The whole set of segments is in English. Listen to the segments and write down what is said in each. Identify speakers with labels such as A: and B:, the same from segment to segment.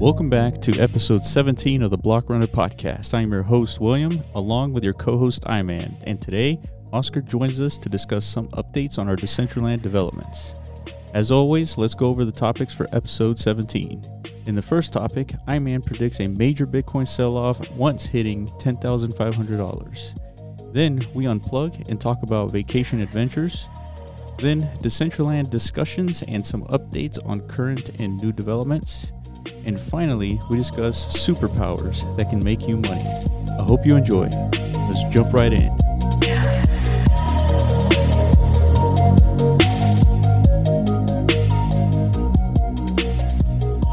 A: Welcome back to episode 17 of the Block Runner podcast. I'm your host, William, along with your co host, Iman. And today, Oscar joins us to discuss some updates on our Decentraland developments. As always, let's go over the topics for episode 17. In the first topic, Iman predicts a major Bitcoin sell off once hitting $10,500. Then we unplug and talk about vacation adventures. Then Decentraland discussions and some updates on current and new developments. And finally, we discuss superpowers that can make you money. I hope you enjoy. Let's jump right in.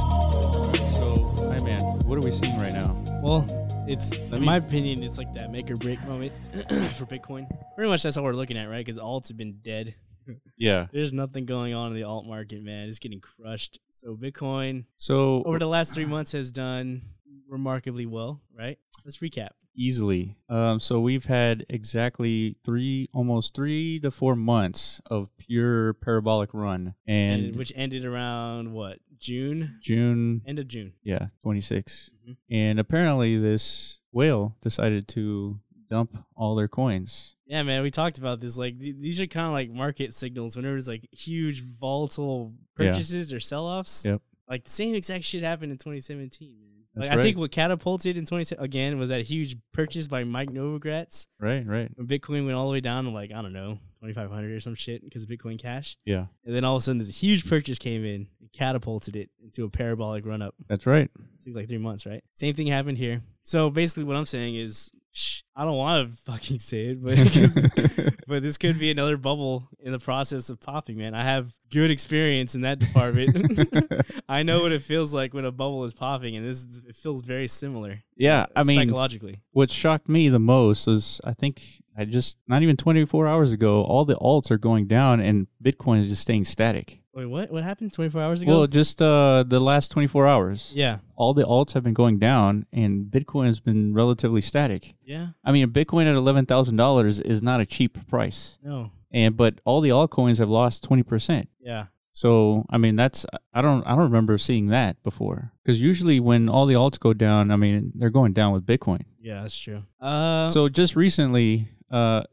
A: So, hi man, what are we seeing right now?
B: Well, it's in
A: me-
B: my opinion, it's like that make or break moment for Bitcoin. Pretty much that's all we're looking at, right? Because alts have been dead.
A: Yeah.
B: There's nothing going on in the alt market, man. It's getting crushed. So Bitcoin
A: So,
B: over the last three months has done remarkably well, right? Let's recap.
A: easily. Um, so we've had exactly three, almost three to four months of pure parabolic run, and,
B: which ended around what June,
A: June,
B: end of June.
A: yeah, twenty six,
B: Mhm.
A: and apparently this whale decided to dump all their coins.
B: Yeah, man, we talked about this. Like th- these are kind of like market signals whenever there's like huge volatile
A: Yeah.
B: purchases or sell-offs.
A: Yep.
B: Like the same exact shit happened in 2017, man.
A: That's
B: Like
A: right.
B: I think what catapulted in 20 again was that huge purchase by Mike Novogratz
A: Right, right,
B: when Bitcoin went all the way down to like I don't know 2,500 or some shit because of Bitcoin Cash,
A: yeah,
B: and then all of a sudden this huge purchase came in and catapulted it into a parabolic run up
A: that's right.
B: took like three months, right? Same thing happened here. So basically, what I'm saying is, shh, I don't want to fucking say it, but but this could be another bubble in the process of popping, man. I have good experience in that department. I know what it feels like when a bubble is popping, and this is- it feels very similar.
A: yeah, I mean,
B: psychologically,
A: what shocked me the most is I think I just not even twenty four hours ago, all the alts are going down, and Bitcoin is just staying static.
B: wait, what? What happened 24 hours ago?
A: Well, just uh, the last twenty four hours.
B: yeah,
A: all the alts have been going down and Bitcoin has been relatively static.
B: yeah,
A: I mean, Bitcoin at eleven thousand dollars is not a cheap price,
B: no,
A: and but all the altcoins have lost twenty percent.
B: yeah,
A: So I mean, that's I don't I don't remember seeing that before because usually when all the alts go down, I mean they're going down with Bitcoin.
B: yeah, that's true. Uh,
A: So just recently, uh,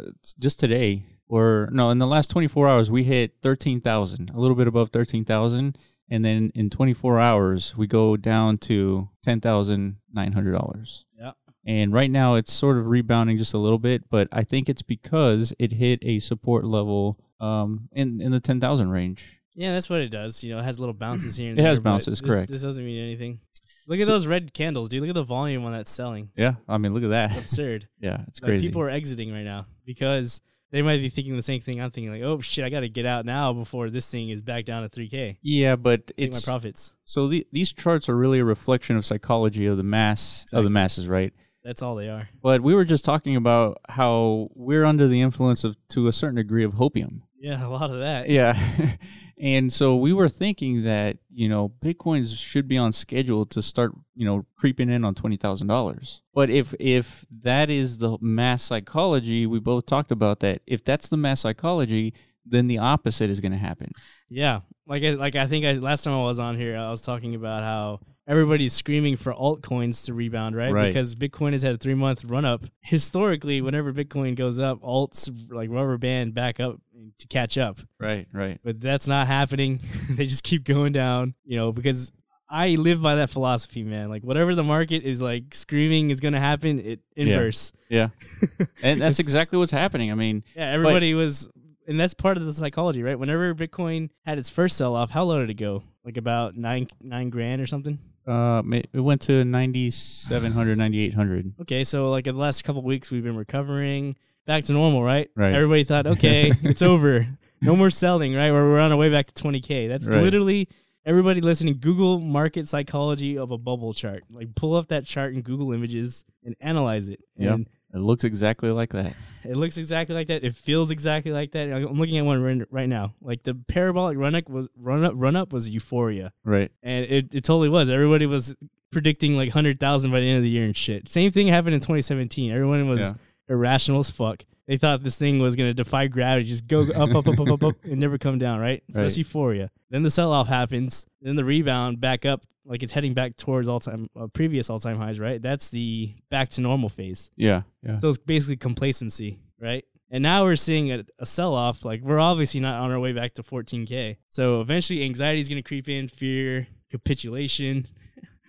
A: just today or no, in the last twenty four hours, we hit thirteen thousand, a little bit above thirteen thousand. And then in 24 hours, we go down to $10,900.
B: yeah,
A: And right now it's sort of rebounding just a little bit, but I think it's because it hit a support level um, in, in the 10,000 range.
B: Yeah, that's what it does. You know, it has little bounces here and
A: It
B: there.
A: has
B: but
A: bounces,
B: this-
A: correct.
B: This doesn't mean anything. Look at
A: So-
B: those red candles, dude. Look at the volume on that selling.
A: Yeah. I mean, look at
B: It's
A: that.
B: absurd.
A: yeah. It's
B: like
A: crazy.
B: people are exiting right now because they might be thinking the same thing I'm thinking, like, oh shit, I gotta get out now before this thing is back down to three K.
A: yeah, but
B: Take my
A: it's
B: profits.
A: so the, these charts are really a reflection of psychology of the mass of the
B: Exactly.
A: masses, right?
B: That's all they are.
A: But we were just talking about how we're under the influence of to a certain degree of hopium.
B: Yeah, a lot of that.
A: Yeah. and so we were thinking that, you know, Bitcoins should be on schedule to start, you know, creeping in on $20,000. But if if that is the mass psychology, we both talked about that. If that's the mass psychology, then the opposite is going to happen.
B: Yeah, like I, like I think I, last time I was on here, I was talking about how everybody's screaming for altcoins to rebound, right?
A: Right.
B: Because Bitcoin has had a three month run up. Historically, whenever Bitcoin goes up, alts like rubber band back up to catch up,
A: Right, right.
B: but that's not happening. they just keep going down, you know, because. I live by that philosophy, man. Like whatever the market is like screaming is going to happen, it inverse.
A: Yeah. and that's exactly what's happening. I mean,
B: Yeah, everybody was, and that's part of the psychology, right? Whenever Bitcoin had its first sell off, how low did it go? Like about nine nine grand or something.
A: uh it it went to 9700 9800.
B: Okay, so like in the last couple of weeks, we've been recovering back to normal, right?
A: Right.
B: Everybody thought, okay, it's over, no more selling, right? We're, we're on our way back to 20k. That's
A: Right.
B: literally everybody listening. Google market psychology of a bubble chart. Like pull up that chart in Google Images and analyze it.
A: Yeah.
B: And
A: It looks exactly like that.
B: It looks exactly like that. It feels exactly like that. I'm looking at one right- right now. Like the parabolic run up was run up run up was euphoria,
A: Right.
B: and it, it totally was. Everybody was predicting like hundred thousand by the end of the year and shit. Same thing happened in 2017. Everyone was
A: Yeah.
B: irrational as fuck. They thought this thing was gonna defy gravity, just go up, up, up, up, up, up, and never come down. Right? So that's
A: Right.
B: euphoria. Then the sell off happens. Then the rebound back up like it's heading back towards all time uh, previous all time highs, right? That's the back to normal phase.
A: Yeah. Yeah.
B: So it's basically complacency, right? And now we're seeing a, a sell off. Like we're obviously not on our way back to 14k. So eventually, anxiety is going to creep in, fear, capitulation.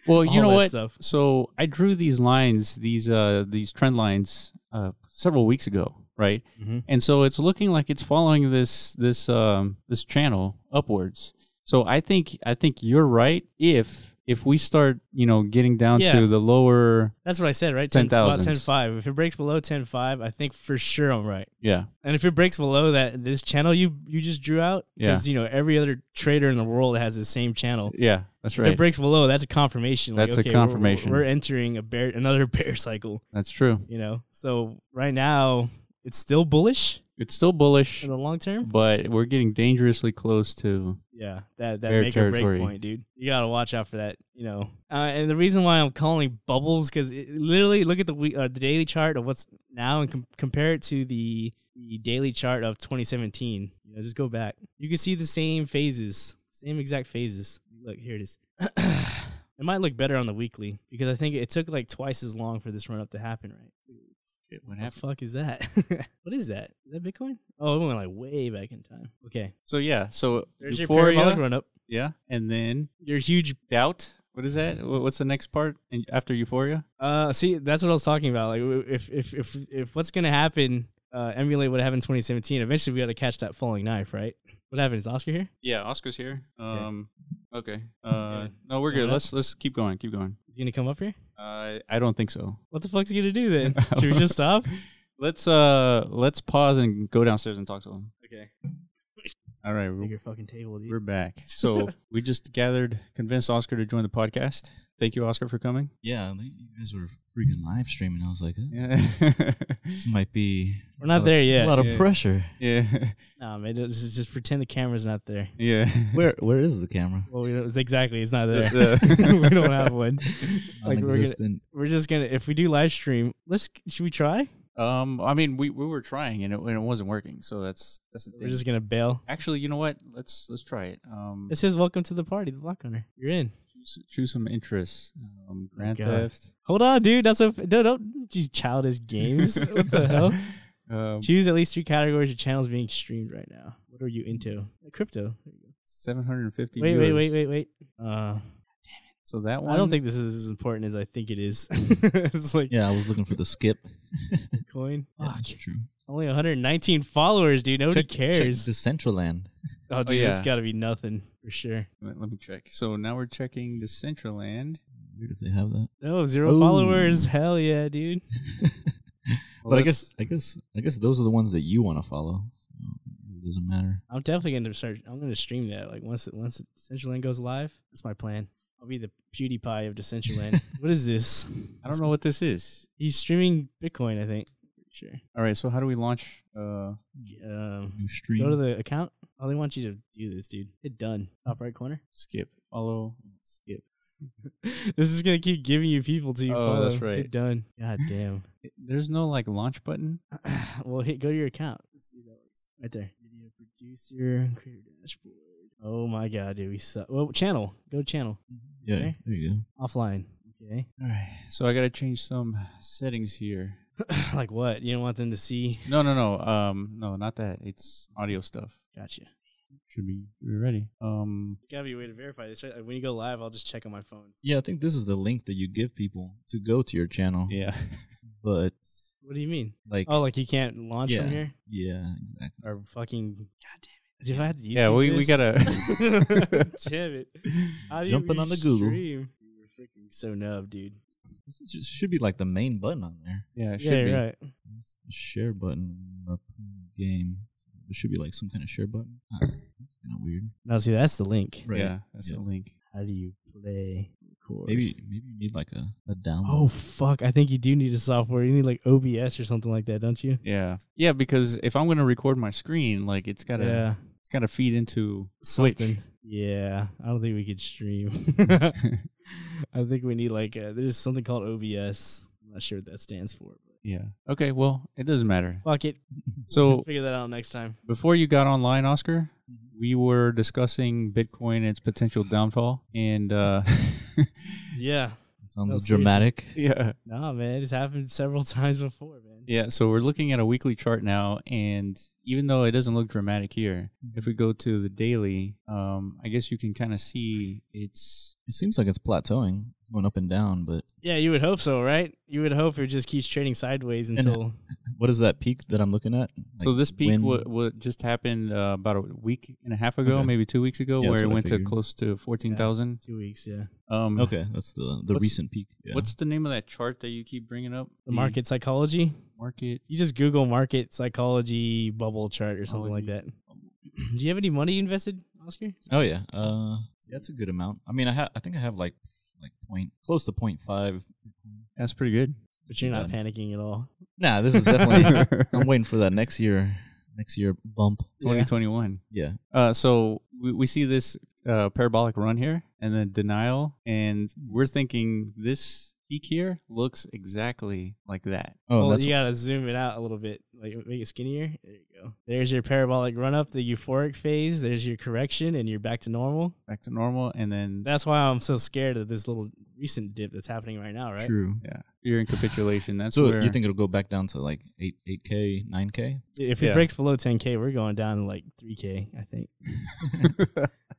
A: Well,
B: all
A: you know
B: that
A: what?
B: Stuff.
A: So I drew these lines, these uh, these trend lines, uh, several weeks ago, right?
B: Mhm.
A: And so it's looking like it's following this this um, this channel upwards. So I think I think you're right. If if we start, you know, getting down
B: Yeah.
A: to the lower,
B: That's what I said, right?
A: 10
B: about
A: thousands.
B: 10.5. If it breaks below 10.5, I think for sure I'm right.
A: yeah,
B: And if it breaks below that this channel you you just drew out, because you know every other trader in the world has the same channel.
A: yeah, that's
B: If
A: right.
B: it breaks below, that's a confirmation. like,
A: That's a
B: okay, we're- we're-
A: confirmation.
B: We're, entering a bear, another bear cycle.
A: that's true.
B: You know, so right now it's still bullish
A: It's still bullish,
B: in the long term.
A: but we're getting dangerously close to
B: Yeah, that that
A: Bear
B: make or
A: territory.
B: break point, dude. You gotta watch out for that. You know, uh, and the reason why I'm calling bubbles because literally look at the we- uh, the daily chart of what's now and com- compare it to the the daily chart of 2017. You know, just go back. You can see the same phases, same exact phases. Look, here it is. it might look better on the weekly because I think it took like twice as long for this run up to happen, right?
A: what
B: What the fuck is that? what is that? Is that Bitcoin? Oh, it went like way back in time. Okay,
A: So yeah, so
B: there's your parabolic
A: euphoria,
B: run up.
A: yeah, and then
B: Your huge
A: doubt. What is that? Wh- What's the next part in- after euphoria?
B: Uh, see, that's what I was talking about. Like, w- if if if if what's gonna happen, uh, emulate what happened in 2017. Eventually, we got to catch that falling knife, right? What happened? Is Oscar here?
A: Yeah, Oscar's here.
B: Yeah.
A: Um, okay.
B: Yeah.
A: Uh, no, we're
B: Yeah,
A: good.
B: that-
A: Let's let's keep going. Keep going.
B: Is he gonna come up here?
A: Uh, I don't think so.
B: What the fuck's he gonna do then? Should we just stop?
A: Let's uh let's pause and go downstairs and talk to him.
B: Okay.
A: All right, we're,
B: Your fucking table, dude.
A: we're back. So we just gathered, convinced Oscar to join the podcast. Thank you, Oscar, for coming.
C: Yeah, like, you guys were freaking live streaming. I was like, eh,
A: Yeah,
C: this might be
B: We're not there
C: a lot
B: yet.
C: of
A: Yeah.
C: pressure.
A: yeah,
B: Nah, man. Just, just pretend the camera's not there.
A: yeah.
C: Where where is the camera?
B: Well, we don't, exactly. It's not there.
A: The-
B: we don't have one. Like, we're gonna,
C: Non-existent.
B: we're just gonna. If we do live stream, let's. Should we try?
A: um, I mean, we, we were trying and it, and it wasn't working. So that's that's the
B: We're
A: thing.
B: just gonna bail.
A: Actually, you know what? Let's let's try it. Um,
B: It says "Welcome to the party." The block runner. You're in.
A: choose, choose some interests. Um, Grand
B: Oh God.
A: Theft.
B: Hold on, dude. That's a no, don't you childish games. what the hell?
A: Um,
B: Choose at least three categories of channels being streamed right now. What are you into? Crypto. There you go.
A: Seven hundred and fifty.
B: Wait, wait, wait, wait, wait. Uh,
A: So that one.
B: I don't think this is as important as I think it is. it's like
C: Yeah, I was looking for the skip.
B: coin.
C: Yeah,
B: Fuck.
C: that's true.
B: Only 119 followers, dude. Nobody
A: Check- check
B: cares.
C: The Central Land.
B: Oh, dude, it's
A: yeah.
B: got to be nothing for sure.
A: Let, let me check. So now we're checking the Central Land.
C: Weird if they have that.
B: No, zero
C: Ooh.
B: followers. Hell yeah, dude.
C: but I guess I guess I guess those are the ones that you want to follow. So it doesn't matter.
B: I'm definitely gonna start. I'm gonna stream that. Like once it, once Decentraland goes live, that's my plan. I'll be the PewDiePie of Decentraland. what is this?
A: I don't know what this is.
B: He's streaming Bitcoin, I think. Sure.
A: All right. So how do we launch? Uh,
B: Um,
C: You stream.
B: go to the account. Oh, they want you to do this, dude. Hit done. Top right corner.
A: skip. Follow. Skip.
B: this is gonna keep giving you people to you.
A: Oh,
B: follow.
A: that's right.
B: Hit done. God damn.
A: There's no like launch button.
B: well, hit go to your account. Let's see if that works. Right there. Video producer, creator dashboard. Oh my god, dude, we suck. Well, channel. Go to channel.
C: yeah,
B: okay.
C: there you go.
B: Offline. Okay.
A: All right. So I gotta change some settings here.
B: like what? You don't want them to see?
A: No, no, no. Um, no, not that. It's audio stuff.
B: Gotcha. There's
A: Should be we ready. Um,
B: gotta be a way to verify this. Right? Like, when you go live, I'll just check on my phone.
C: Yeah, I think this is the link that you give people to go to your channel.
A: yeah.
C: But
B: What do you mean?
C: like,
B: Oh, like you can't launch
C: Yeah.
B: from here?
C: yeah, exactly.
B: Or fucking. God damn it. Do I have to
A: Yeah,
B: YouTube
A: we- we
B: this?
A: gotta-
B: damn it. How do you
C: Jumping on the Google.
B: stream? You're freaking so nub, dude.
C: This is just, should be like the main button on there.
A: Yeah. It should
B: yeah,
A: be.
B: you're right.
C: What's the share button or game? There should be like some kind of share button. I don't know. It's kind of weird.
B: Now, see, that's the link.
C: Right.
A: Yeah. That's
C: Yeah.
A: the link.
B: How do you play? Record?
C: Maybe maybe you need like a, a download.
B: Oh, fuck. I think you do need a software. You need like OBS or something like that, don't you?
A: Yeah. Yeah. Because if I'm gonna record my screen, like it's gotta
B: yeah.
A: it's gotta feed into Twitch.
B: Something. Yeah. I don't think we could stream. I think we need like a, there's something called OBS. I'm not sure what that stands for.
A: Yeah. Okay. Well, it doesn't matter.
B: But fuck it.
A: So
B: figure that out next time.
A: before you got online, Oscar, we were discussing Bitcoin and its potential downfall, and uh,
B: yeah.
C: Sounds
B: That's
C: dramatic.
A: yeah.
B: Nah, man, it's happened several times before, man.
A: Yeah, so we're looking at a weekly chart now, and even though it doesn't look dramatic here, if we go to the daily, um, I guess you can kind of see it's
C: It seems like it's plateauing, going up and down. But
B: Yeah, you would hope so, right? You would hope it just keeps trading sideways
C: And-
B: until
C: what is that peak that I'm looking at?
A: so
C: Like,
A: this peak
C: when-
A: what what just happened uh, about a week and a half ago,
C: Okay.
A: maybe two weeks ago,
C: Yeah,
A: where
C: that's
A: it
C: what I
A: went to
C: figured.
A: close to fourteen thousand.
B: two weeks. Yeah,
A: Um,
C: Okay, that's the the
A: What's-
C: recent peak. Yeah.
A: What's the name of that chart that you keep bringing up?
B: the market psychology.
A: market.
B: You just Google market psychology bubble chart or something like that. Do you have any money invested, Oscar?
C: Oh yeah, uh, that's a good amount. I mean, I ha- I think I have like like point close to point five.
A: That's pretty good.
B: But you're not
C: Done.
B: panicking at all.
C: Nah, this is definitely. I'm waiting for that next year, next year bump.
A: Twenty twenty one.
C: Yeah,
A: Uh, so we, we see this uh, parabolic run here and then denial, and we're thinking this peak here looks exactly like that.
C: Oh,
B: well,
C: that's
B: you gotta zoom it out a little bit, like make it skinnier. There you go. There's your parabolic run up, the euphoric phase. There's your correction, and you're back to normal.
A: Back to normal, and then
B: That's why I'm so scared of this little recent dip that's happening right now, right?
C: true.
A: you're in capitulation. That's
C: So
A: where
C: you think it'll go back down to like eight eight k nine k?
B: If it
A: Yeah.
B: breaks below 10k, we're going down to like 3k, I think.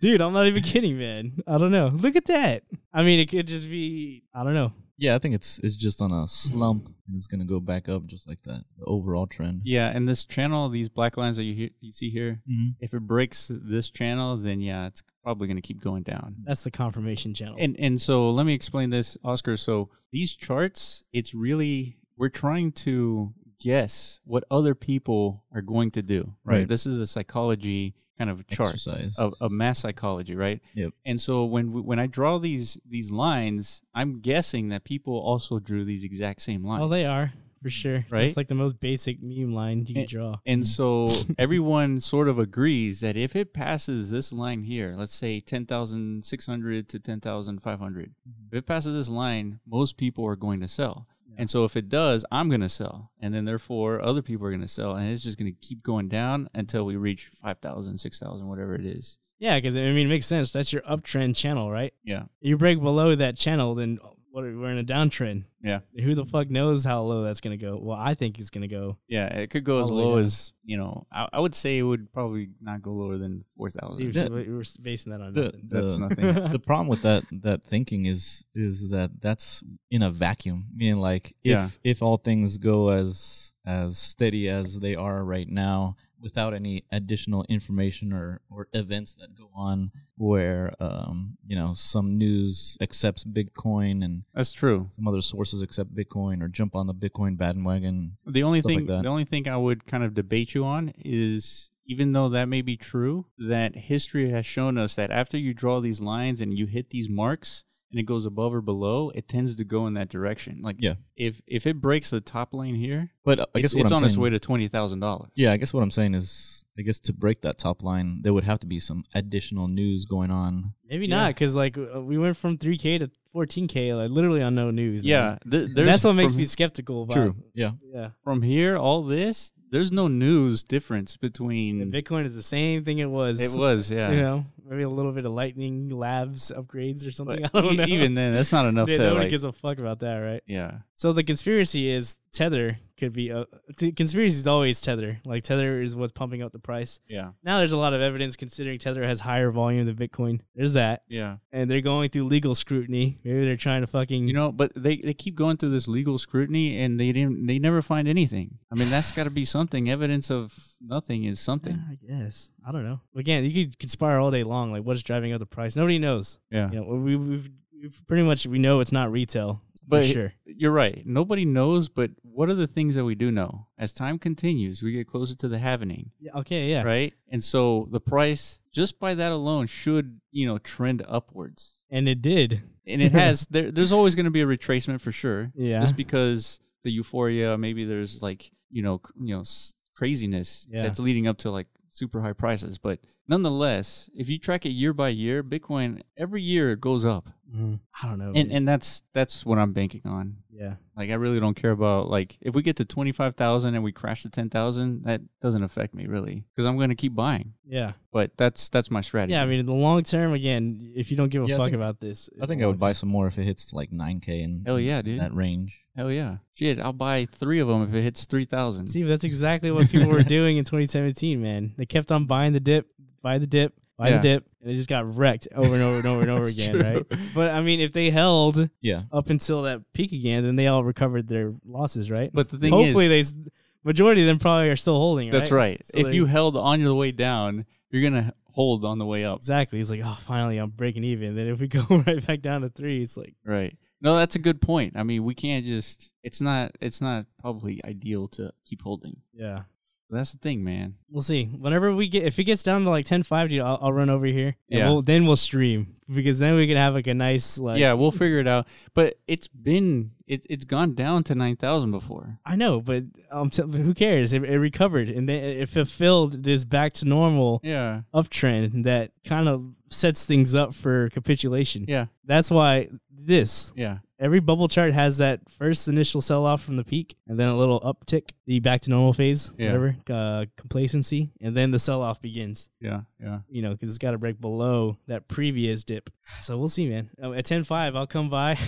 B: Dude, I'm not even kidding, man. I don't know. Look at that. I mean, it could just be I don't know.
C: Yeah, I think it's it's just on a slump and it's gonna go back up just like that. The overall trend.
A: yeah, and this channel, these black lines that you hear, you see here,
C: Mhm.
A: if it breaks this channel, then yeah, it's probably going to keep going down.
B: That's the confirmation channel.
A: And and so let me explain this, Oscar. So these charts, it's really we're trying to guess what other people are going to do. Right.
C: Right.
A: This is a psychology kind of chart
C: Exercise.
A: of, of mass psychology, right?
C: Yep.
A: And so when we, when I draw these these lines, I'm guessing that people also drew these exact same lines.
B: well, they are for sure.
A: Right?
B: It's like the most basic meme line you can
A: And-
B: draw.
A: And so everyone sort of agrees that if it passes this line here, let's say 10,600 to 10,500,
B: Mm-hmm.
A: if it passes this line, most people are going to sell. And so if it does, I'm going to sell. And then therefore other people are going to sell. And it's just going to keep going down until we reach 5,000, 6,000, whatever it is.
B: Yeah, because I mean, it makes sense. That's your uptrend channel, right?
A: Yeah.
B: You break below that channel, then what? Are, we're in a downtrend.
A: Yeah.
B: Who the fuck knows how low that's gonna go? Well, I think it's gonna go.
A: Yeah. It could go as
B: All the way
A: low
B: down.
A: as, you know, I, I would say it would probably not go lower than
B: Dude,
A: 4,000.
C: Yeah.
B: so we- we're basing that on
C: The-
B: nothing.
A: That's
C: Uh,
A: nothing.
C: the problem with that that thinking is is that that's in a vacuum. Meaning like if
A: Yeah.
C: if all things go as as steady as they are right now without any additional information or or events that go on where um you know some news accepts Bitcoin and
A: That's true.
C: some other sources accept Bitcoin or jump on the Bitcoin bandwagon.
A: The only
C: Stuff like
A: thing
C: that.
A: the only thing I would kind of debate you on is even though that may be true, that history has shown us that after you draw these lines and you hit these marks and it goes above or below, it tends to go in that direction. Like
C: Yeah.
A: if if it breaks the top line here,
C: But uh, I guess
A: it's,
C: what
A: it's
C: I'm
A: on
C: saying,
A: its way to twenty thousand dollars.
C: Yeah, I guess what I'm saying is, I guess to break that top line, there would have to be some additional news going on.
B: Maybe
A: Yeah.
B: not, because like uh, we went from 3k to 14k, like literally on no news. man.
A: Yeah, th- there's-
B: that's what makes
A: from,
B: me skeptical. About,
C: Yeah.
B: Yeah.
A: from here. All this, there's no news difference
B: And
A: between
B: Bitcoin is the same thing it was.
A: it was. Yeah,
B: You know, maybe a little bit of Lightning Labs upgrades or something.
A: But
B: I don't
A: e-
B: know.
A: even then, that's not enough
B: Yeah,
A: to
B: nobody
A: like.
B: gives a fuck about that, right?
A: yeah,
B: So the conspiracy is Tether could be. A, the conspiracy is always Tether. Like Tether is what's pumping up the price.
A: yeah,
B: Now there's a lot of evidence considering Tether has higher volume than Bitcoin. There's that,
A: yeah.
B: and they're going through legal scrutiny. Maybe they're trying to fucking.
A: You know, but they, they keep going through this legal scrutiny and they didn't they never find anything. I mean, that's got to be something. Evidence of nothing is
B: Yeah,
A: something.
B: I guess I don't know. Again, you could conspire all day long. Like, what's driving up the price? Nobody knows.
A: Yeah.
B: You know, we, we've, we've pretty much we know it's not retail.
A: But-
B: for sure.
A: You're right. Nobody knows, but what are the things that we do know? As time continues, we get closer to the happening,
B: Yeah, okay, yeah.
A: right? And so the price just by that alone should, you know, trend upwards.
B: And it did.
A: And it has there, there's always going to be a retracement for sure.
B: Yeah.
A: Just because the euphoria, maybe there's like, you know, c- you know, s- craziness
B: Yeah.
A: that's leading up to like super high prices. But nonetheless, if you track it year by year, Bitcoin every year it goes up,
B: Mm. I don't know.
A: and
B: man.
A: and that's that's what I'm banking on.
B: yeah,
A: Like I really don't care about like if we get to twenty five thousand and we crash to ten thousand, that doesn't affect me really because I'm going to keep buying.
B: yeah,
A: But that's that's my strategy.
B: yeah. I mean, in the long term, again, if you don't give a
C: Yeah, I
B: fuck
C: think-
B: about this,
C: I think I would buy some more if it hits like 9K and
A: hell yeah, dude,
C: that range.
A: hell yeah, shit, I'll buy three of them if it hits three thousand.
B: See, but that's exactly what people were doing in 2017, man. They kept on buying the dip, buy the dip, buy
A: Yeah.
B: the dip, and it just got wrecked over and over and over and over
A: That's
B: again,
A: true.
B: right? But I mean, if they held
C: Yeah.
B: up until that peak again, then they all recovered their losses, right?
A: But the thing
B: Hopefully,
A: is,
B: they s- majority of them probably are still holding.
A: that's right.
B: So
A: if
B: they-
A: you held on your way down, you're gonna hold on the way up.
B: Exactly. It's like, oh, finally, I'm breaking even. Then if we go right back down to three, it's like,
A: Right. No, that's a good point. I mean, we can't just. It's not. It's not probably ideal to keep holding.
B: yeah,
A: That's the thing, man.
B: we'll see. Whenever we get, if it gets down to like 10, 5, dude, I'll, I'll run over here. And
A: Yeah.
B: We'll, then we'll stream because then we can have like a nice, like,
A: yeah, we'll figure it out. But it's been. It, it's gone down to nine thousand before.
B: I know, but um, t- but who cares? It, it recovered and then it fulfilled this back to normal
A: Yeah.
B: uptrend that kind of sets things up for capitulation.
A: Yeah.
B: That's why this
A: Yeah.
B: every bubble chart has that first initial sell off from the peak and then a little uptick, the back to normal phase,
A: Yeah.
B: whatever, uh, complacency, and then the sell off begins.
A: Yeah. Yeah.
B: You know, because it's got to break below that previous dip. So we'll see, man. Um, at ten five, I'll come by.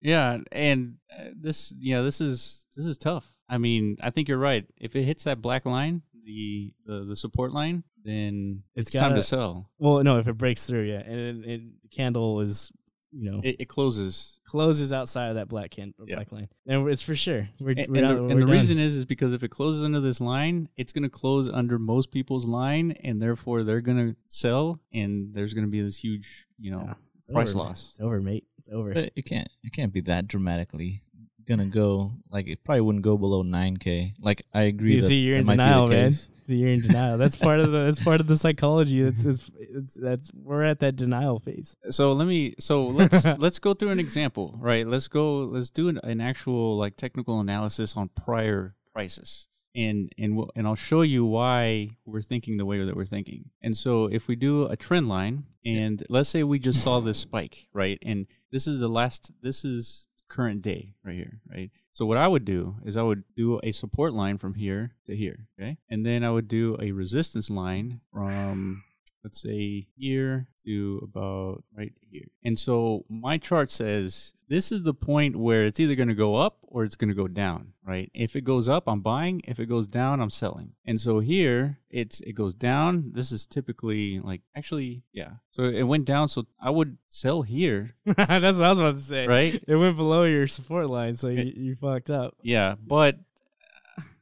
A: Yeah. And uh, this. Yeah. This is. This is tough. I mean, I think you're right. If it hits that black line, the the, the support line, then
B: It's
A: it's, time to
B: gotta-
A: sell.
B: well, no, if it breaks through, yeah, and, and the candle is, you know,
A: It, it closes.
B: closes outside of that black can or
A: Yeah.
B: black line, and it's for sure. We're,
A: And,
B: we're
A: and
B: not-
A: the,
B: we're
A: and the
B: done.
A: reason is, is because if it closes under this line, it's going to close under most people's line, and therefore they're going to sell, and there's going to be this huge, you know,
B: Yeah, it's
A: price
B: over, man.
A: loss.
B: It's over, mate. It's over.
C: But it can't it can't be that dramatically gonna go like it probably wouldn't go below 9K. Like I agree
B: Dude,
C: that
B: see, you're
C: that
B: in
C: might be the
B: denial, man.
C: case.
B: So you're in denial. That's part of the that's part of the psychology. That's it's, it's that's we're at that denial phase.
A: So let me. So let's let's go through an example, right? Let's go. Let's do an, an actual like technical analysis on prior prices, and and we'll, and I'll show you why we're thinking the way that we're thinking. And so if we do a trend line, and let's say we just saw this spike, right? And this is the last. This is current day right here, right? So what I would do is I would do a support line from here to here, okay, and then I would do a resistance line from let's say here to about right here. And so my chart says this is the point where it's either going to go up or it's going to go down, right? If it goes up, I'm buying. If it goes down, I'm selling. And so here it's it goes down. This is typically like actually yeah. So it went down so I would sell here,
B: that's what I was about to say.
A: right?
B: It went below your support line, so you, you fucked up.
A: Yeah, but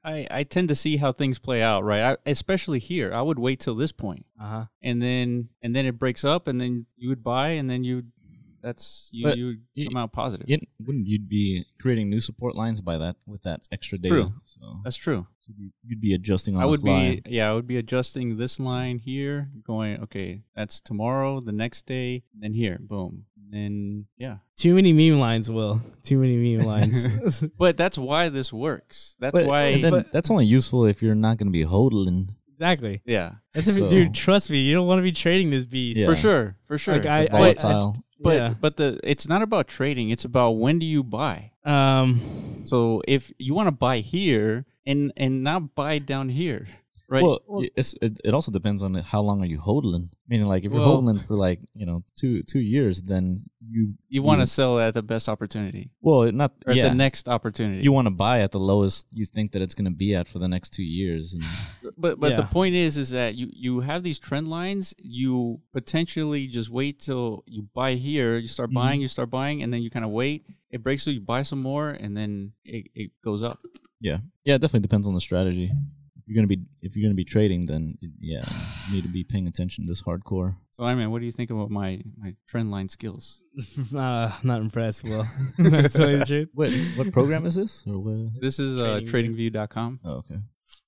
A: I I tend to see how things play out, right? I, especially here, I would wait till this point,
B: Uh huh.
A: and then and then it breaks up, and then you would buy, and then you that's you
C: But
A: you would
C: y-
A: come out positive.
C: You, wouldn't you'd be creating new support lines by that with that extra data?
A: True.
C: So,
A: That's true.
C: so you- you'd be adjusting on
A: I
C: the
A: would
C: fly.
A: be yeah, I would be adjusting this line here, going okay, that's tomorrow, the next day, then here, boom, then yeah.
B: Too many meme lines, Will. Too many meme lines.
A: But that's why this works. That's
C: But-
A: why
C: but then that's only useful if you're not gonna be hodling.
B: exactly.
A: yeah,
B: That's if,
C: So-
B: dude. Trust me, you don't want to be trading this beast.
C: Yeah.
A: for sure, for sure.
B: Like, I- I-
C: Volatile.
A: but
B: Yeah.
A: but the it's not about trading. It's about when do you buy.
B: Um.
A: So if you want to buy here and and not buy down here, right?
C: Well, it's, it, it also depends on how long are you hodling. Meaning, like if you're
A: Well-
C: hodling for like you know two two years, then you
A: you want to sell at the best opportunity
C: well not
A: or
C: yeah
A: at the next opportunity.
C: you want to buy at the lowest you think that it's going to be at for the next two years. And
A: but but the
B: Yeah.
A: point is is that you you have these trend lines. You potentially just wait till you buy here. You start buying. You start buying, and then you kind of wait. It breaks through. You buy some more, and then it, it goes up.
C: yeah, yeah, it definitely depends on the strategy. If you're gonna be if you're gonna be trading, then yeah, you need to be paying attention to this hardcore.
A: So I mean, what do you think about my my trend line skills?
B: Uh, not impressed, Will. That's tell you the truth.
C: What what program is this or what?
A: This is uh,
B: TradingView.
A: TradingView.com.
C: Oh, okay.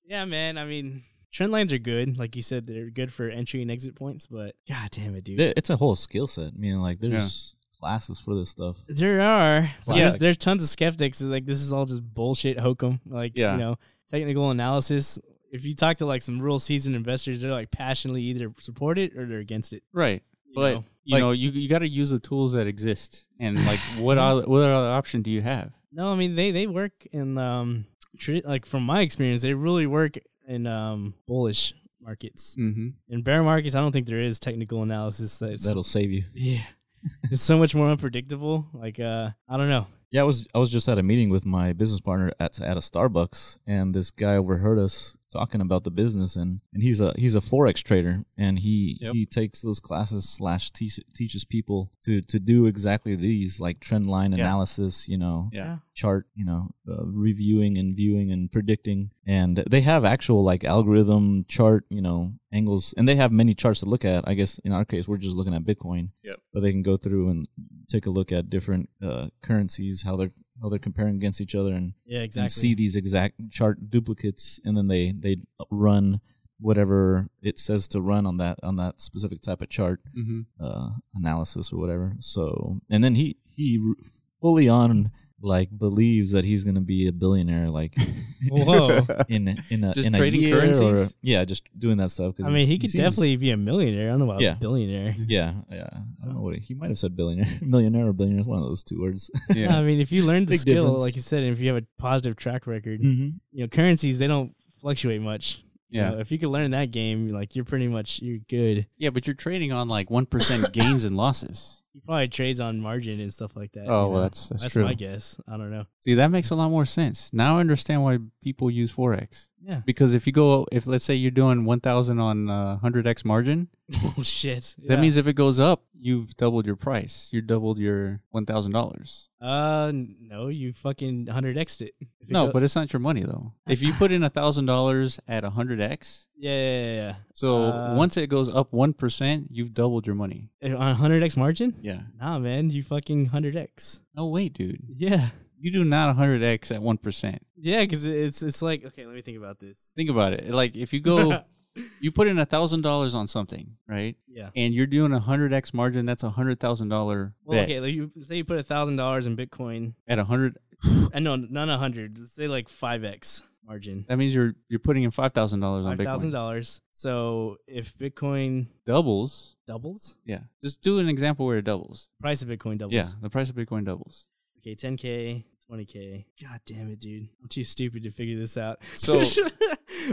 B: Yeah, man. I mean, trend lines are good. Like you said, they're good for entry and exit points. But god damn it, dude.
C: There- It's a whole skill set. Meaning, like there's classes for this stuff.
B: There are.
C: Yeah.
B: There's, there's tons of skeptics. that, Like this is all just bullshit hokum. Like
A: Yeah.
B: you know, technical analysis if you talk to like some real seasoned investors, they're like passionately either support it or they're against it.
A: Right.
B: you
A: But
B: know?
A: you
C: Like-
A: know, you you got to use the tools that exist, and like what other, what other option do you have?
B: no, I mean they they work in um tra- like from my experience, they really work in um bullish markets.
A: Mm-hmm.
B: In bear markets, I don't think there is technical analysis that's
C: That'll save you.
B: yeah. it's so much more unpredictable. Like uh I don't know.
C: Yeah, I was I was just at a meeting with my business partner at at a Starbucks, and this guy overheard us talking about the business, and, and he's a he's a forex trader, and he
A: Yep.
C: he takes those classes slash teach, teaches people to to do exactly these like trend line
A: Yeah.
C: analysis, you know,
A: Yeah.
C: chart, you know, uh, reviewing and viewing and predicting, and they have actual like algorithm chart, you know, angles, and they have many charts to look at. I guess in our case, we're just looking at Bitcoin but they can go through and take a look at different uh, currencies, how they're how they're comparing against each other, and,
B: Yeah,
C: and
B: exactly.
C: see these exact chart duplicates, and then they they run whatever it says to run on that on that specific type of chart
A: Mm-hmm.
C: uh, analysis or whatever. So, and then he he r- fully on like believes that he's gonna be a billionaire, like
B: Whoa.
C: in in a
A: Just
C: in a
A: trading
C: year or-
A: currencies?
C: yeah, just doing that stuff. 'cause
B: I mean, he
C: it
B: could
C: seems-
B: definitely be a millionaire. I don't know about
C: Yeah.
B: a billionaire.
C: Yeah, yeah. I don't know what he might have said billionaire, millionaire, or billionaire. One of those two words.
A: Yeah.
B: I mean, if you learn the
C: Big
B: skill,
C: difference.
B: like you said, and if you have a positive track record,
C: Mm-hmm.
B: you know, currencies they don't fluctuate much. You
A: Yeah.
B: know, if you could learn that game, like you're pretty much you're good.
A: Yeah, but you're trading on like one percent gains and losses.
B: He probably trades on margin and stuff like
A: Oh,
B: that. you
A: well,
B: know?
A: that's that's,
B: that's
A: true.
B: my guess. I don't know.
A: See, that makes a lot more sense. Now I understand why people use forex.
B: Yeah.
A: Because if you go, if let's say you're doing one thousand on hundred x margin,
B: oh shit.
A: that
B: Yeah.
A: means if it goes up, you've doubled your price. You doubled your one thousand dollars.
B: uh no, you fucking hundred x it. If it
A: No,
B: go-
A: but it's not your money though. If you put in a thousand dollars at hundred x,
B: yeah, yeah, yeah,
A: so
B: Uh,
A: once it goes up one percent, you've doubled your money.
B: yeah. Eh, On hundred x margin?
A: Yeah.
B: Nah, man, you fucking hundred x.
A: No way, dude.
B: Yeah,
A: You do not hundred x at one percent.
B: yeah, because it's it's like okay, let me think about this.
A: Think about it. Like if you go, you put in a thousand dollars on something, right?
B: yeah.
A: and you're doing a hundred x margin, that's a hundred thousand dollar
B: Well,
A: bet
B: okay, like you say you put a thousand dollars in Bitcoin,
A: at a hundred.
B: and no, not a hundred. Say like five x margin,
A: That means you're you're putting in five thousand dollars on
B: five
A: Bitcoin.
B: thousand dollars. So if Bitcoin
A: Doubles.
B: doubles,
A: Yeah, just do an example where it doubles.
B: price of Bitcoin doubles.
A: Yeah, the price of Bitcoin doubles.
B: Okay, ten k, twenty k. God damn it, dude! I'm too stupid to figure this out.
A: So-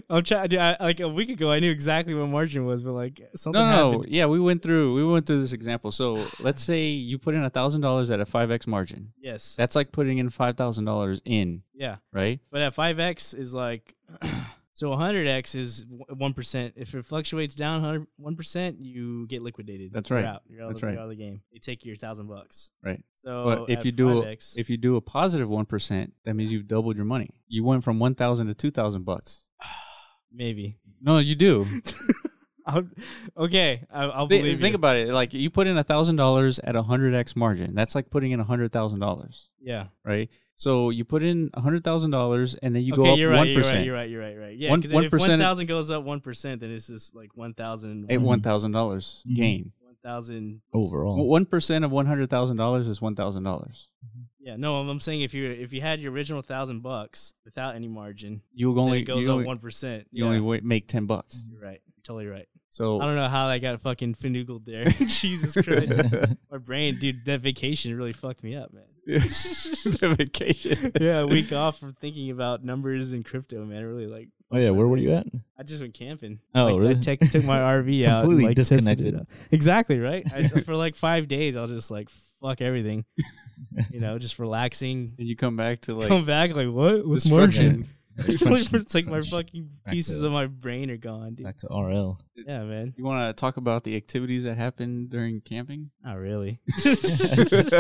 B: I'm trying. Dude, I, like a week ago, I knew exactly what margin was, but like something
A: No, no,
B: happened.
A: yeah, we went through we went through this example. So let's say you put in a thousand dollars at a five x margin.
B: Yes.
A: That's like putting in five thousand dollars in,
B: yeah.
A: right?
B: But at 5x is like so 100x is w- 1%. If it fluctuates down 100 1%, you get liquidated.
A: That's
B: You're
A: right.
B: out. You're out,
A: That's
B: you're
A: right.
B: out of the game. They take your 1000 bucks.
A: Right.
B: So
A: But if
B: at
A: you do a,
B: 5x,
A: if you do a positive one percent, that means you've doubled your money. You went from one thousand to two thousand bucks.
B: maybe.
A: No, you do.
B: I'll, okay, I, I'll
A: Thi-
B: believe
A: think
B: you.
A: about it. Like you put in a thousand dollars at a hundred x margin. That's like putting in a hundred thousand dollars,
B: yeah.
A: right? So you put in a hundred thousand dollars, and then you
B: okay,
A: go up
B: you're
A: one
B: right, You're right. You're right. You're right. Right. Yeah.
A: One-
B: Because
A: 1%
B: if 1,000 goes up 1%, then it's just like 1,000.
A: at
C: Mhm.
A: one thousand dollars
B: Mm-hmm.
C: Mhm.
A: gain.
B: 1,000
C: overall.
A: One percent of one hundred thousand dollars is one thousand dollars.
B: Yeah. No, I'm I'm saying if you if you had your original thousand bucks without any margin,
A: You
B: then
A: only
B: it goes
A: you
B: up
A: only,
B: one percent.
A: you only Oh. wa- make ten bucks.
B: You're right. You're totally right. I
A: So
B: don't know how I got fucking finagled there. Jesus Christ.
C: Oh,
B: My brain, dude, that vacation really fucked me up, man.
A: the vacation.
B: Yeah, a week off from thinking about numbers and crypto, man. It really like
C: oh yeah, where were you at?
B: I just went camping.
C: Oh,
B: Like, I
C: really?
B: tech- took my RV out. and,
C: Completely
B: like, tested it
C: disconnected.
B: out. Exactly, right? I, for like five days, I was just like, fuck everything. You know, just relaxing.
A: And you come back to like
B: Come back, like, what? What's margin?
A: destruction.
B: it's like my
C: crunch.
B: fucking
C: Back
B: pieces
C: to-
B: of my brain are gone, dude.
C: Back to RL.
B: Yeah, man.
A: You want to talk about the activities that happen during camping?
B: Not really.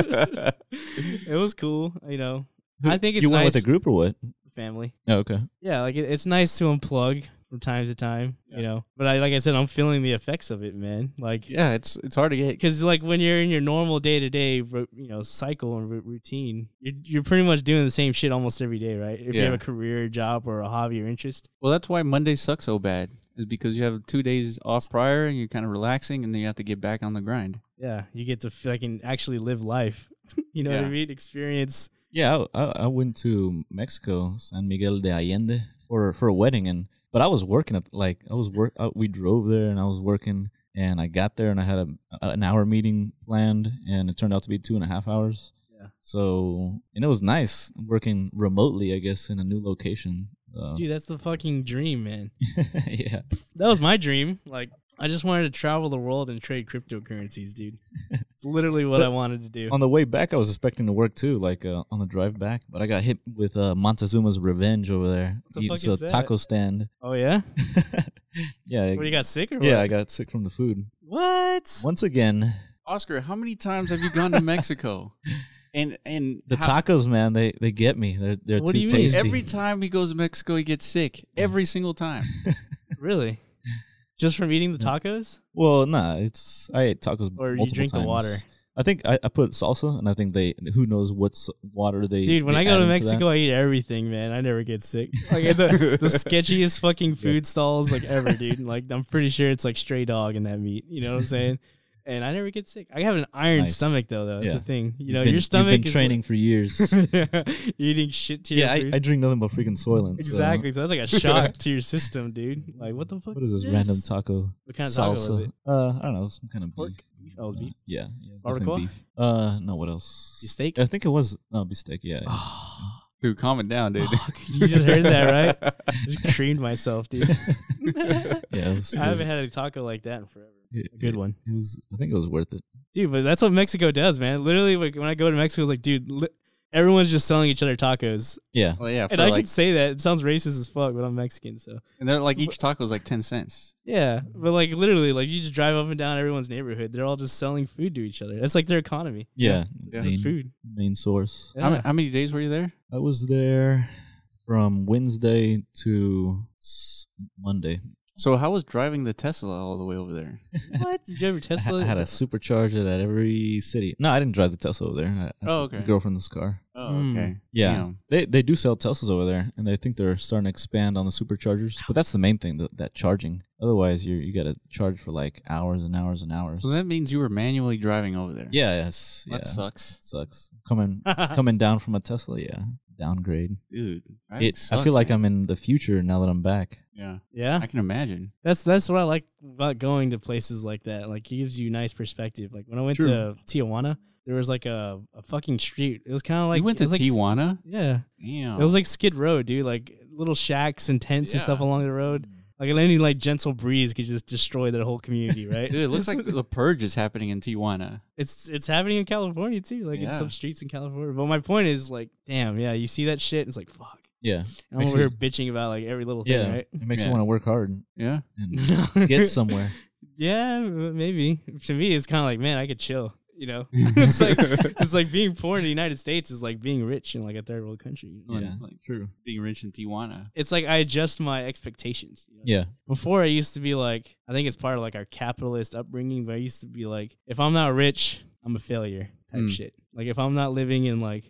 B: it was cool, you know. I think it's
C: you went
B: nice
C: with a group or what?
B: family.
C: Oh, okay.
B: Yeah, like it, it's nice to unplug from time to time,
A: Yeah.
B: you know. But I like I said, I'm feeling the effects of it, man. Like
A: Yeah, it's it's hard to get.
B: because like when you're in your normal day to day, you know, cycle and ru- routine, you're you're pretty much doing the same shit almost every day, right? If you have
A: Yeah.
B: a career, job, or a hobby or interest.
A: Well, that's why Monday sucks so bad. Is because you have two days off prior and you're kind of relaxing, and then you have to get back on the grind.
B: Yeah, you get to fucking actually live life. you know what
A: Yeah.
B: I mean? Experience.
C: Yeah, I, I, I went to Mexico, San Miguel de Allende, for for a wedding, and But I was working at like I was work. I, we drove there, and I was working, and I got there, and I had a, a- an hour meeting planned, and it turned out to be two and a half hours.
B: Yeah.
C: So and it was nice working remotely, I guess, in a new location. Uh,
B: Dude, that's the fucking dream, man.
C: yeah,
B: That was my dream. Like, I just wanted to travel the world and trade cryptocurrencies, dude. It's literally what I wanted to do.
C: on the way back, I was expecting to work too, like uh, on the drive back, but I got hit with uh, Montezuma's Revenge over there.
B: What the
C: He-
B: fuck
C: it's
B: is
C: a
B: that?
C: taco stand.
B: Oh yeah?
C: yeah, I-
B: What you got sick or what?
C: yeah, I got sick from the food
B: What?
C: once again.
A: Oscar, how many times have you gone to Mexico? And and
C: The
A: how-
C: tacos, man, they they get me. They're they're
B: What do
C: too
B: you mean?
C: tasty.
A: every time he goes to Mexico, he gets
B: Mm.
A: sick. Every single time.
B: Really? Just from eating the tacos?
C: well, nah, it's I ate tacos
B: Or you
C: multiple
B: drink the
C: times.
B: water.
C: I think I, I put salsa, and I think they who knows what s- water they.
B: Dude, when
C: they
B: I go
C: add
B: to
C: into
B: Mexico, I eat everything, man. I never get sick. Like at the, the sketchiest fucking food stalls like ever, dude. And, Like I'm pretty sure it's like stray dog in that meat. You know what I'm saying? And I never get sick. I have an iron
C: Nice.
B: stomach though. Though that's
C: Yeah.
B: the thing. You know,
C: Been-
B: your stomach
C: You've been
B: is
C: training for years.
B: like- eating shit to
C: yeah,
B: your
C: I,
B: food.
C: I drink nothing but freaking Soylent. so-
B: exactly. So that's like a shock to your system, dude. Like what the fuck?
C: What is this random taco?
B: What kind of taco
C: salsa?
B: was it?
C: Uh, I don't know, some kind of beef.
B: That was
C: Uh,
B: beef.
C: Yeah, yeah definitely
B: Barbacoa?
C: beef. Uh, no, what else?
B: Steak? Oh.
C: I think it was no bistec. Yeah, yeah.
A: Dude, calm it down, dude.
B: You just heard that, right? just creamed myself, dude.
C: yeah it was, it
B: I
C: was-
B: haven't had a taco like that in forever.
C: it-
B: A good one.
C: It was. I think it was worth it.
B: Dude, but that's what Mexico does, man. Literally, like, when I go to Mexico, it's like, dude, li- everyone's just selling each other tacos.
C: Yeah.
A: Well, yeah, for
B: And I
A: like,
B: can say that. It sounds racist as fuck, but I'm Mexican, so.
A: and they're like each taco is like ten cents.
B: Yeah, but like literally, like you just drive up and down everyone's neighborhood. They're all just selling food to each other. That's like their economy.
C: Yeah.
B: It's
C: Main,
B: just food.
C: main source.
A: How,
B: Yeah.
A: many, how many days were you there?
C: I was there from Wednesday to s- Monday.
A: So how was driving the Tesla all the way over there?
B: what? Did you ever
C: I, ha-
B: Tesla?
C: I had a supercharger at every city. No, I didn't drive the Tesla over there. I- I had
A: Oh,
C: the
A: okay.
C: Girlfriend's car.
A: Oh,
B: Hmm.
A: okay.
C: Yeah.
A: Damn.
C: They they do sell Teslas over there, and I think they're starting to expand on the superchargers. But that's the main thing that, that charging. Otherwise, you you got to charge for like hours and hours and hours.
A: So that means you were manually driving over there.
C: yeah, yes, yeah,
A: That sucks,
C: sucks. Coming coming down from a Tesla, yeah, downgrade.
A: dude. driving
C: It, I
A: sucks,
C: feel like
A: man.
C: I'm in the future now that I'm back.
A: Yeah,
B: yeah,
A: I can imagine.
B: that's that's what I like about going to places like that. Like it gives you nice perspective. Like when I went
A: True.
B: to Tijuana, there was like a, a fucking street. It was kind of
A: Like,
B: like
A: you went
B: it
A: to
B: was like,
A: Tijuana.
B: Yeah,
A: Damn.
B: It was like Skid Row, dude. Like little shacks and tents and
A: Yeah.
B: stuff along the road. Like any like gentle breeze could just destroy their whole community, right?
A: dude, it looks like the purge is happening in Tijuana.
B: it's it's happening in California too. Like in
A: Yeah.
B: some streets in California. But my point is like, damn, yeah, you see that shit, and it's like fuck.
C: Yeah,
B: And I'm
C: Makes
B: over here bitching about like every little thing,
C: yeah.
B: right?
C: It makes
A: Yeah.
C: you want to work hard
A: Yeah.
C: and get somewhere.
B: Yeah, m- maybe. To me, it's kind of like, man, I could chill. You know, it's like it's like being poor in the United States is like being rich in like a third world country. you know?
A: Yeah.
C: true.
A: Being rich in Tijuana.
B: It's like I adjust my expectations. you know?
C: Yeah,
B: before I used to be like, I think it's part of like our capitalist upbringing, but I used to be like, if I'm not rich, I'm a failure type
A: Mm.
B: shit. Like if I'm not living in like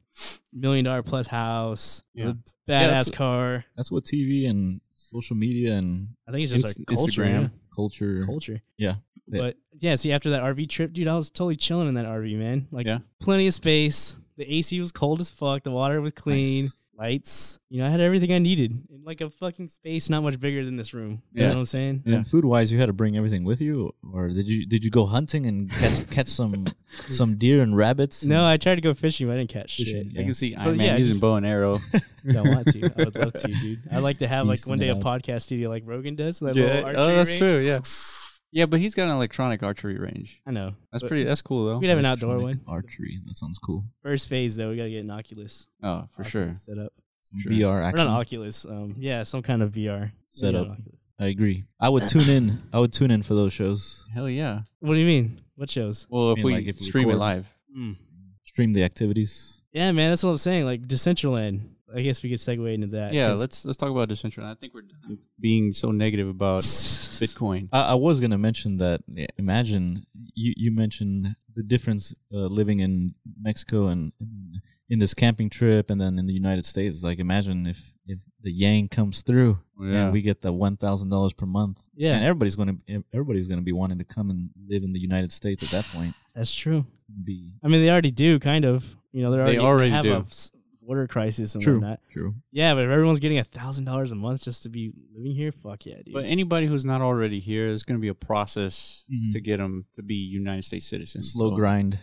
B: million dollar plus house,
A: Yeah.
B: with a
C: Yeah,
B: badass
C: that's-
B: car.
C: that's what TV and social media and
B: I think it's just
A: Inst-
B: our culture.
A: Instagram.
B: yeah.
C: culture.
B: Culture.
C: Yeah.
B: But yeah, see after that RV trip, dude, I was totally chilling in that RV, man. Like
A: Yeah.
B: plenty of space. The AC was cold as fuck. The water was clean.
C: Nice.
B: Lights. You know, I had everything I needed. In like a fucking space not much bigger than this room. You
A: Yeah.
B: know what I'm saying?
A: Yeah.
C: And food wise, you had to bring everything with you, or did you did you go hunting and catch catch some some deer and rabbits?
B: No, I tried to go fishing, but I didn't catch shit.
C: Fishing,
A: I
C: yeah.
A: can see
B: But
A: Iron Man
B: yeah,
A: using
B: just-
A: bow and arrow.
B: Yeah, I want to. I would love to, dude. I'd like to have like
C: Beasting
B: one
C: it
B: day a
C: out.
B: podcast studio like Rogan does. That little
A: yeah.
B: archery
A: Oh, that's
B: range.
A: true. Yeah. Yeah, but he's got an electronic archery range.
B: I know.
A: That's
B: But
A: pretty. That's cool though.
B: We'd have an outdoor
C: Electronic
B: one.
C: Archery. That sounds cool.
B: First phase though, we gotta get an Oculus.
A: Oh, for sure.
B: Oculus Set up.
C: Some
A: Sure.
C: VR
B: Or
C: action.
B: not Oculus. Um, yeah, some kind of VR
C: Set
B: Yeah,
C: up.
B: Oculus.
C: I agree. I would tune in. I would tune in for those shows.
A: Hell yeah.
B: What do you mean? What shows?
A: Well, if
C: mean,
A: we
C: like, if we
A: stream it
C: record-
A: live.
B: Mm.
C: Stream the activities.
B: Yeah, man, that's what I'm saying. Like Decentraland. I guess we could segue into that.
A: Yeah,
B: 'cause-
A: let's let's talk about Decentraland. I think we're done being so negative about Bitcoin.
C: I, I was gonna mention that. yeah, Imagine you you mentioned the difference uh, living in Mexico and in, in this camping trip, and then in the United States. Like imagine if if the Yang comes through and we get the one thousand dollars per month.
B: Yeah.
C: and everybody's going to everybody's going to be wanting to come and live in the United States at that point.
B: That's true.
C: Be
B: I mean, they already do, kind of. You know, they're
A: They already
B: already have
A: do.
B: a s- water crisis and
A: True.
B: whatnot.
C: True.
B: Yeah, but if everyone's getting a thousand dollars a month just to be living here, fuck yeah, dude. Mm-hmm.
A: But anybody who's not already here, there's going to be a process
C: Mhm.
A: to get them to be United States citizens.
C: Slow
A: So-
C: grind.